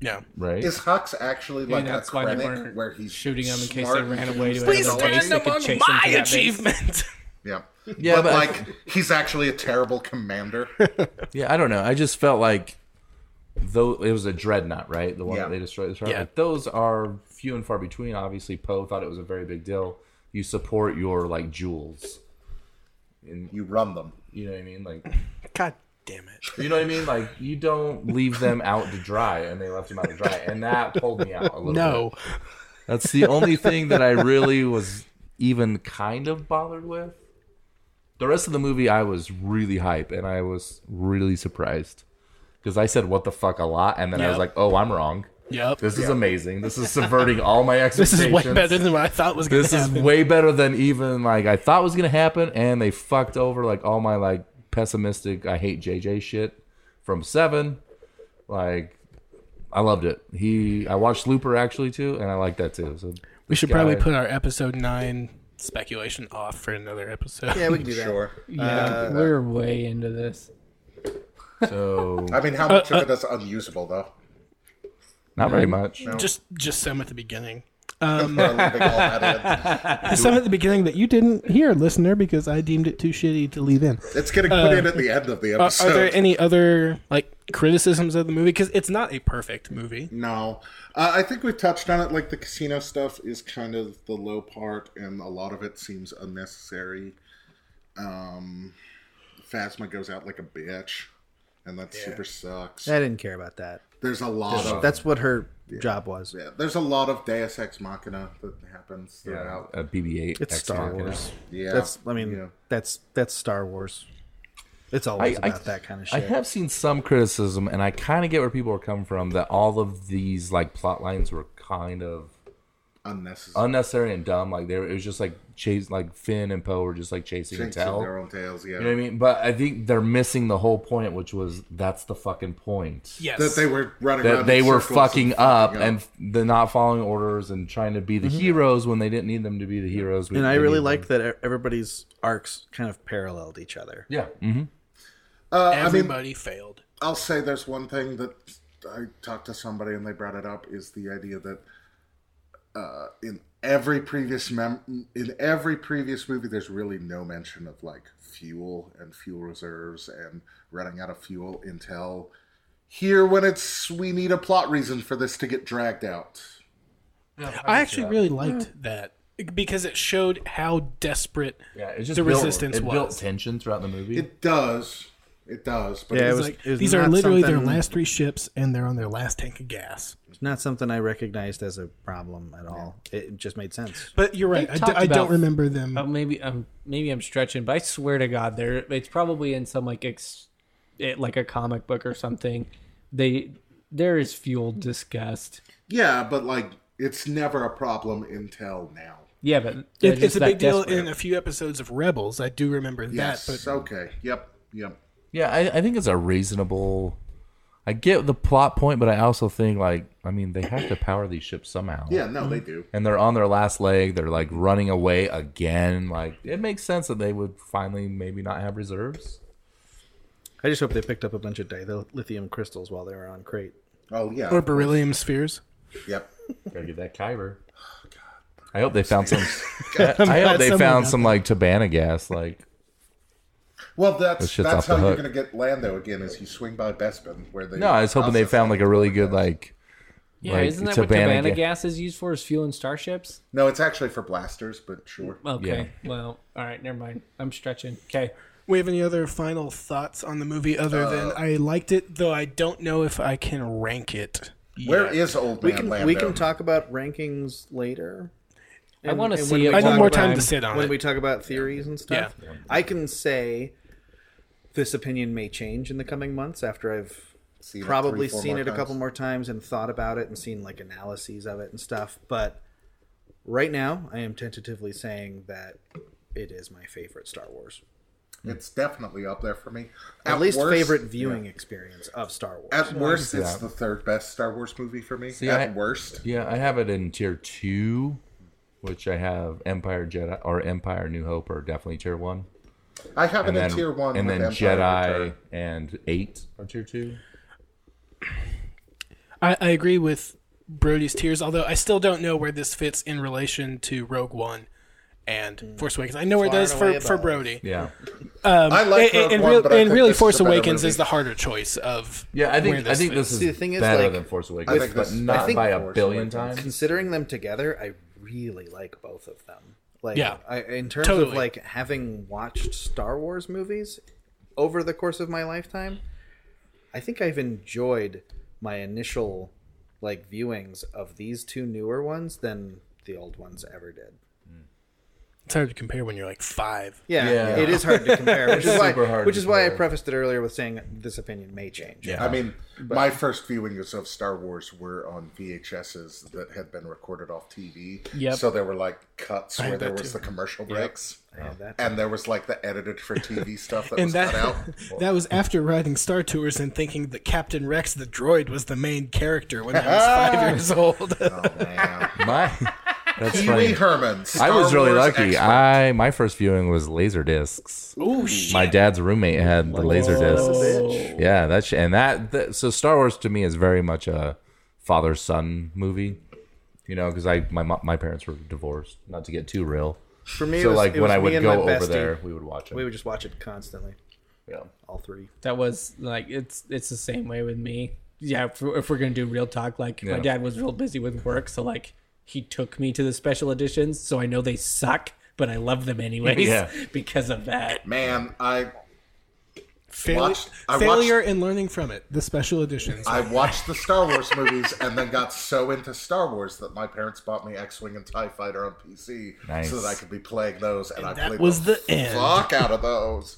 Yeah. right. Is Hux actually like a that's why they critic weren't where he's Shooting them in case smart they ran away to Please another turn base that could chase them to that base. Yeah. Yeah, but, but- like he's actually a terrible commander. yeah, I don't know. I just felt like though it was a dreadnought, right? The one Yeah. that they destroyed. Yeah. Yeah. Like, those are few and far between. Obviously, Poe thought it was a very big deal. You support your like jewels. you run them. You know what I mean? Like, God damn it. you know what I mean? Like, you don't leave them out to dry, and they left him out to dry, and that pulled me out a little. bit. No. That's the only thing that I really was even kind of bothered with. The rest of the movie, I was really hype and I was really surprised because I said "what the fuck" a lot, and then I was Yeah. like, "Oh, I'm wrong. Yep. This is amazing. This is subverting all my This expectations. is way better than what I thought was going This to is happen. way better than even like I thought was gonna happen." And they fucked over like all my like pessimistic "I hate JJ" shit from Seven. Like, I loved it. He, I watched Looper actually too, and I liked that too. So we should guy- probably put our episode 9 speculation off for another episode. Yeah, we can do that. Sure. Uh, Yeah, we're way into this. so I mean, how much of it is unusable though? Not very much. Just just some at the beginning. Um, We're leaving all that Some at the beginning that you didn't hear, listener, because I deemed it too shitty to leave in. in. It's getting put in at the end of the Uh, Uh, Are, episode. are there any other like criticisms of the movie? Because it's not a perfect movie. No, uh, I think we've touched on it. Like the casino stuff is kind of the low part, and a lot of it seems unnecessary. Um, Phasma goes out like a bitch, and that super sucks. I didn't care about that. There's a lot Oh. of That's what her job was. yeah, there's a lot of Deus Ex Machina that happens throughout. A BB-8. It's Ex Star Machina. Wars. Yeah. That's I mean Yeah. that's that's Star Wars. It's always about that kind of shit. I have seen some criticism, and I kind of get where people are coming from that all of these like plot lines were kind of unnecessary. unnecessary and dumb. Like they were, it was just like chase, like Finn and Poe were just like chasing a Jinxing tail. their own tails. Yeah. You know what I mean? But I think they're missing the whole point, which was that's the fucking point. Yes. That they were running around That in they were circles and fucking up and they're not following orders and trying to be the heroes when they didn't need them to be the heroes. and I really liked that e- everybody's arcs kind of paralleled each other. Yeah. hmm Uh, I mean, Everybody failed. I'll say there's one thing that I talked to somebody and they brought it up is the idea that uh, in every previous mem- in every previous movie, there's really no mention of like fuel and fuel reserves and running out of fuel until here when it's we need a plot reason for this to get dragged out. I, actually really liked that because it showed how desperate Yeah, it just the built- resistance it was. built tension throughout the movie. It does, it does, but Yeah, it It's was, like, it was these are not literally something, their last three ships, and they're on their last tank of gas. Not something I recognized as a problem at all. It just made sense. But you're right. They I d- talked I don't about- remember them. Uh, maybe I'm maybe I'm stretching, but I swear to God, there it's probably in some like ex, it, like a comic book or something. They there is fuel discussed. yeah, but like it's never a problem until now. Yeah, but It, they're just it's a that big deal desperate. in a few episodes of Rebels. I do remember Yes, that, okay, yep, yep. Yeah, I, I think it's a reasonable. I get the plot point, but I also think like I mean they have to power these ships somehow. Yeah, no, they do. And they're on their last leg. They're like running away again. Like it makes sense that they would finally maybe not have reserves. I just hope they picked up a bunch of dilithium crystals while they were on crate. Oh yeah, but or beryllium spheres. yep. Gotta get that Kyber. I hope they found some. I hope they found some like Tabana gas. Like Well, that's shit's that's off the how you're hook. gonna get Lando again, is you swing by Bespin where they. no, I was hoping they found like a really good like. yeah, like, isn't that what Tabana Tabana ga- gas is used for? Is fuel in starships? No, it's actually for blasters, but sure. Okay. Well, all right. Never mind. I'm stretching. Okay. We have any other final thoughts on the movie other Uh, than I liked it, though I don't know if I can rank it. Where is old man We can Lando? we can talk about rankings later. I want to and see when we it. I one need talk more about- time to sit on when it. we talk about theories and stuff. I can say this opinion may change in the coming months after I've Seen it probably three, four seen more it a couple times. more times and thought about it and seen like analyses of it and stuff. But right now, I am tentatively saying that it is my favorite Star Wars, It's definitely up there for me. at, At least worst- favorite viewing experience of Star Wars. At worst, it's the third best Star Wars movie for me. See, At I- worst, Yeah, I have it in tier two, which I have Empire Jedi or Empire New Hope are definitely tier one. I have it in tier one. and with then Empire Jedi Return. and eight are tier two. I, I agree with Brody's tears, although I still don't know where this fits in relation to Rogue One and Mm. Force Awakens. I know where it Far does and for, away for above. Brody. Yeah, I like and, Rogue and One, real- but I and think really, this is Force a better Awakens movie. is the harder choice of yeah. I where think I think this fits. is See, the thing is, better like, than Force I Awakens, think but this- I not think by a Force billion Awakens- times. considering them together, I really like both of them. Like, Yeah. I, in terms of Totally. like having watched Star Wars movies over the course of my lifetime, I think I've enjoyed my initial like viewings of these two newer ones than the old ones ever did. It's hard to compare when you're like five. Yeah, Yeah. it is hard to compare, which is why Super hard which to is why I compare. prefaced it earlier with saying this opinion may change. Yeah. I mean, my first viewings of Star Wars were on VHSs that had been recorded off TV. Yep. So there were like cuts where had there that was too. the commercial breaks, had that and there was like the edited for TV stuff that And was that cut out. that was after riding Star Tours and thinking that Captain Rex the droid was the main character when I was five years old. Oh man, My, that's Pee Wee funny. Herman. I Star was really Wars lucky. expert. I my first viewing was laser discs. oh shit! My dad's roommate had the laser discs. Yeah, that sh- and that, that so Star Wars to me is very much a father son movie. You know, because I my mo- my parents were divorced. Not to get too real. For me, it So was, like it was when I me would and my go over bestie. there, we would watch it. we would just watch it constantly, yeah. all three. that was like it's it's the same way with me yeah if, we're- if we're gonna do real talk like my Yeah. dad was real busy with work so like he took me to the special editions so i know they suck but i love them anyways Yeah. because of that Man, I Fail- Watched- I failure and learning from it. The special editions. I watched the Star Wars movies and then got so into Star Wars that my parents bought me X Wing and TIE Fighter on PC Nice. so that I could be playing those. And, I that played was the, the end. fuck out of those.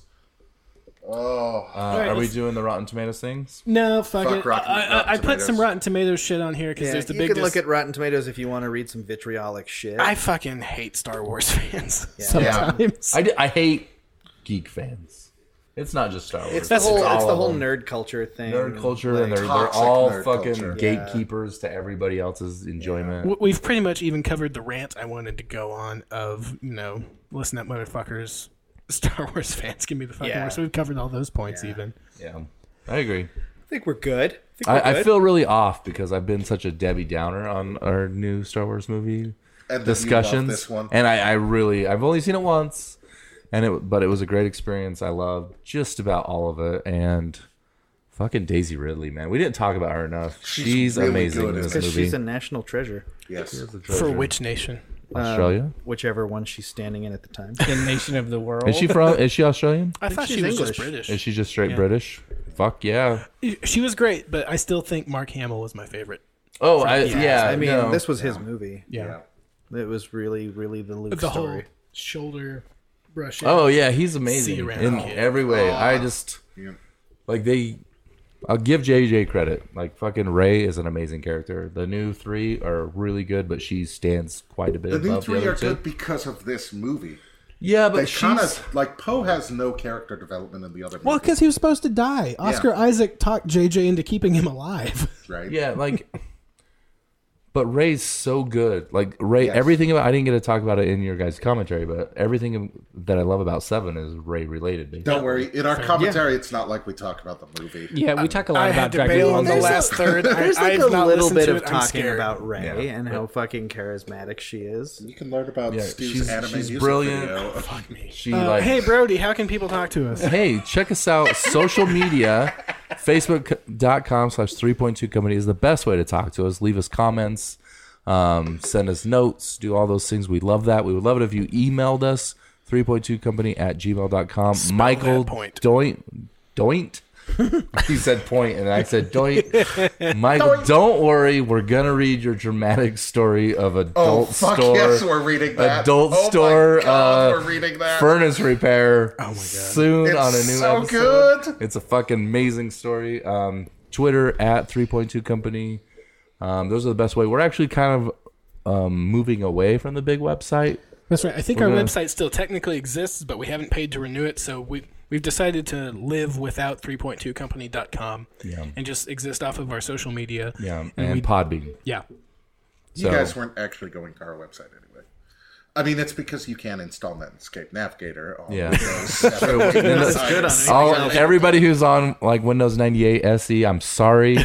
Oh, Uh, right, are we let's- doing the Rotten Tomatoes things? no, fuck, Fuck it. Rotten- I, I, I Rotten put some Tomatoes. Rotten Tomatoes shit on here because Yeah, there's the you big. can dis- look at Rotten Tomatoes if you want to read some vitriolic shit. I fucking hate Star Wars fans Yeah. sometimes. I, d- I hate geek fans. It's not just Star Wars. it's the whole, all it's the of whole them. nerd culture thing. nerd culture, and Like, they're, they're toxic all nerd fucking culture. gatekeepers to everybody else's enjoyment. W- We've pretty much even covered the rant I wanted to go on of, you know, listen up, motherfuckers. Star Wars fans can be the fucking Yeah. worst. We've covered all those points even. Yeah, I agree. I think we're good. I, think we're I, I good. feel really off because I've been such a Debbie Downer on our new Star Wars movie and then you love discussions, This one, and I, I really I've only seen it once, and it but it was a great experience. I loved just about all of it, and fucking Daisy Ridley, man, we didn't talk about her enough. She's, really amazing good in in this it. movie. because she's a national treasure. yes, For which nation? Australia? Whichever one she's standing in at the time. The nation of the world. is she from? Is she Australian? I, thought she's she was just English. British. Is she just straight British? Fuck yeah! She was great, but I still think Mark Hamill was my favorite. Oh, I, yeah, I mean, no. this was his movie. Yeah. It was really, really the Luke The whole story. shoulder brush. Oh yeah, he's amazing around, in kid. every way. I just like they. I'll give JJ credit. Like fucking Ray is an amazing character. The new three are really good, but she stands quite a bit the new above three the are other two. good because of this movie. Yeah, They but kind she's of like Poe has no character development in the other Well, movies, because he was supposed to die. Oscar Isaac talked JJ into keeping him alive. right? yeah like. But Ray's so good. Like Ray, everything about I didn't get to talk about it in your guys' commentary, but everything that I love about Seven is Ray related. basically. Don't worry. In our commentary, it's not like we talk about the movie. Yeah, we talk a lot about Dragon Ball. on the There's a- last third. I, There's like I've a not little listened bit to of it. I'm talking scared. about Ray and how fucking charismatic she is. You can learn about Stu's she's- anime she's music brilliant. video. She Uh, like hey, Brody, how can people talk to us? hey, check us out. Social media, facebook.com slash 3.2 company is the best way to talk to us. Leave us comments, um, send us notes, do all those things. We love that. We would love it if you emailed us 3.2 company at gmail.com. Michael that point. Doint. Doint. he said point and I said doint. Michael, don't worry. We're going to read your dramatic story of adult Oh, fuck store. yes, we're reading that. Adult Oh my store. God, uh, we're reading that. Furnace repair. Oh my god. Soon It's on a new so episode. good. It's a fucking amazing story. Um, Twitter at 3.2 company. Um, those are the best way. We're actually kind of um, moving away from the big website. That's right. I think We're our gonna- website still technically exists, but we haven't paid to renew it, so we we've decided to live without 3.2company.com Yeah. and just exist off of our social media. Yeah. And, Podbean. Yeah. You So- guys weren't actually going to our website anyway. I mean, it's because you can install Netscape Navigator on Yeah. Windows 7. That's good on All, everybody who's on like Windows 98 SE, I'm sorry.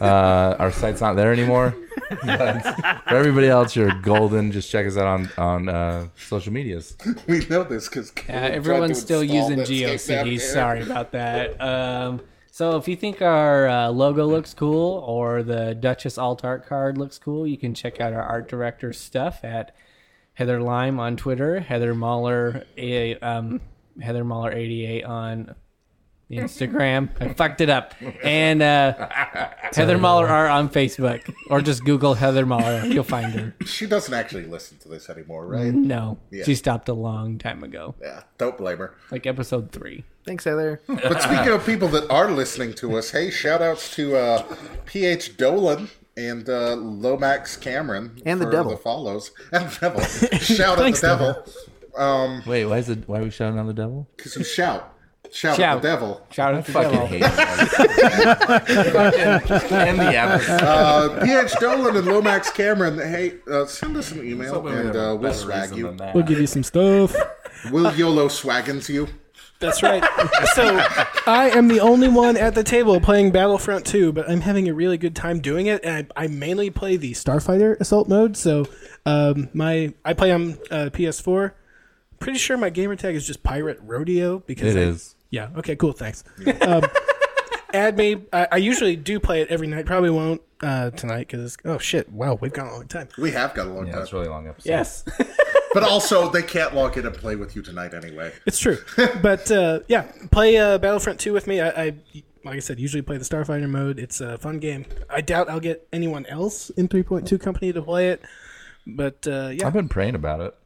Uh, our site's not there anymore. But for everybody else, you're golden. Just check us out on on uh, social medias. We know this because Yeah, everyone's still using GeoCities. Sorry about that. Um, so if you think our uh, logo looks cool or the Duchess Alt Art card looks cool, you can check out our art director's stuff at Heather Lime on Twitter, Heather Mahler, eh, um, Heather Mahler eighty eight on Instagram. I fucked it up. And uh, Heather Mahler R on Facebook, or just Google Heather Mahler, you'll find her. She doesn't actually listen to this anymore, right? No, she stopped a long time ago, Yeah, don't blame her. like episode three. Thanks, Heather. But speaking of people that are listening to us, hey, shout outs to uh, PH Dolan and uh, Lomax Cameron And the for devil. the follows and the devil. Shout out the devil Wait, why is it? Why are we shouting on the devil? because you shout, shout, Shout. at the devil. Shout out to fucking Devil. hate and the episode. Uh, PH Dolan and Lomax Cameron, hey, uh, send us an email and uh, we'll swag you. We'll give you some stuff. Will Yolo swaggins you? That's right. So I am the only one at the table playing Battlefront 2, but I'm having a really good time doing it, and I, I mainly play the Starfighter Assault mode. So um, my I play on uh, PS4. Pretty sure my gamer tag is just Pirate Rodeo because It I- is. Yeah. Okay. Cool. Thanks. um, add me. I, I usually do play it every night. Probably won't uh, tonight because oh shit! Wow, we've gone a long time. We have got a long Yeah, time. it's a really long episode. Yes. But also, they can't log in and play with you tonight anyway. It's true. but uh, yeah, play uh, Battlefront 2 with me. I, I, like I said, usually play the Starfighter mode. It's a fun game. I doubt I'll get anyone else in 3.2 Company to play it. But uh, yeah, I've been praying about it.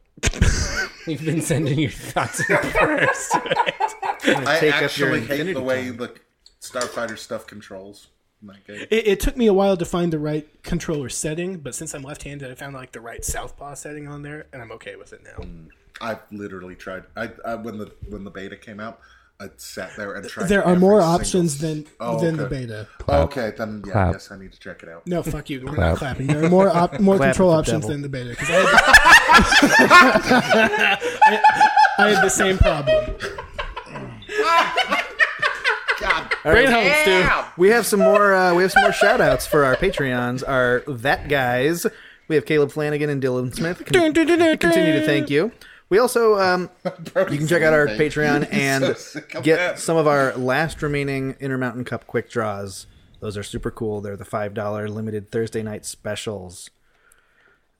You've been sending your thoughts and prayers. I take up your actually hate the infinity way the Starfighter stuff controls. in that game. it, it took me a while to find the right controller setting. But since I'm left-handed, I found like the right southpaw setting on there, and I'm okay with it now. I've literally tried. I, I when the when the beta came out, I sat there and tried. There are every more single- options than Oh, than the okay. beta. Okay, then yeah, I Clap. guess I need to check it out. No, fuck you. We're not clapping. There are more op- more Clap control at the options devil. than the beta. 'cause I, had I, I had the same problem. Bring home, Stu. We have some more. Uh, we have some more shout outs for our Patreons. Our that guys. We have Caleb Flanagan and Dylan Smith. Con- continue to thank you. We also um, you can check out our Patreon and so sick of get that. some of our last remaining Intermountain Cup quick draws. Those are super cool. They're the five dollar limited Thursday night specials.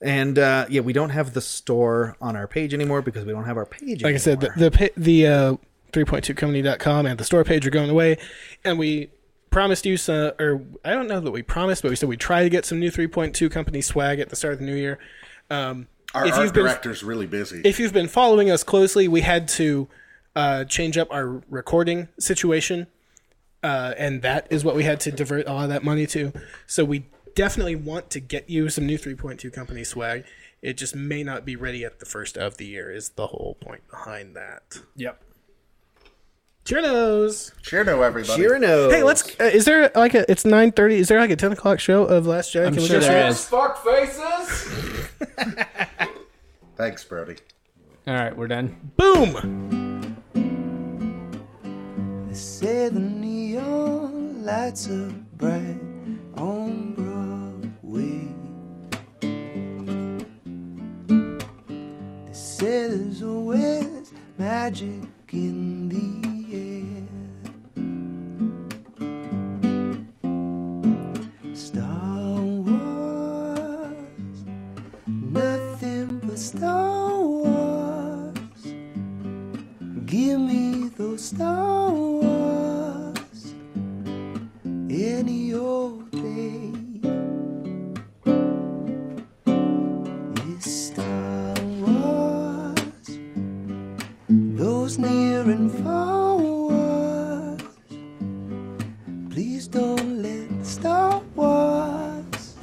And uh, yeah, we don't have the store on our page anymore because we don't have our page. Like I said, the the, pa- the uh, 3.2company.com and the store page are going away, and we promised you some, or I don't know that we promised, but we said we try to get some new 3.2 company swag at the start of the new year. Um, Our art been director's really busy. if you've been following us closely, we had to uh, change up our recording situation, uh, and that is what we had to divert a lot of that money to. So we definitely want to get you some new 3.2 company swag. It just may not be ready at the first of the year. Is the whole point behind that? yep. Cheerios. Cheerno, everybody. Chirino. Hey, let's. Uh, is there like a? It's nine thirty. Is there like a ten o'clock show of Last Jedi? I'm sure there is. Fuck faces. Thanks, Brody. All right, we're done. Boom. Say the neon lights are bright on Broadway. They say there's always magic in the air. Star Wars, nothing but Star Wars. Give me those Star Wars any old day. It's Star Wars, those near and far wars. Please don't let Star Wars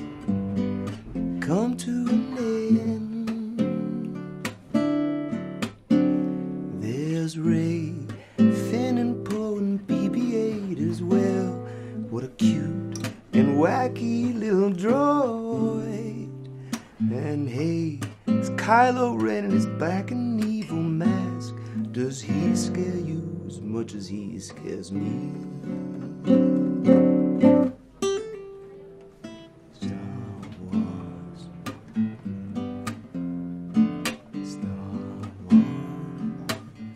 come to an end. There's Ray, Finn and Poe and BB-8 as well. What a cute and wacky little droid. And hey, it's Kylo Ren and his black and evil mask. Does he scare you as much as he scares me? Star Wars. Star Wars.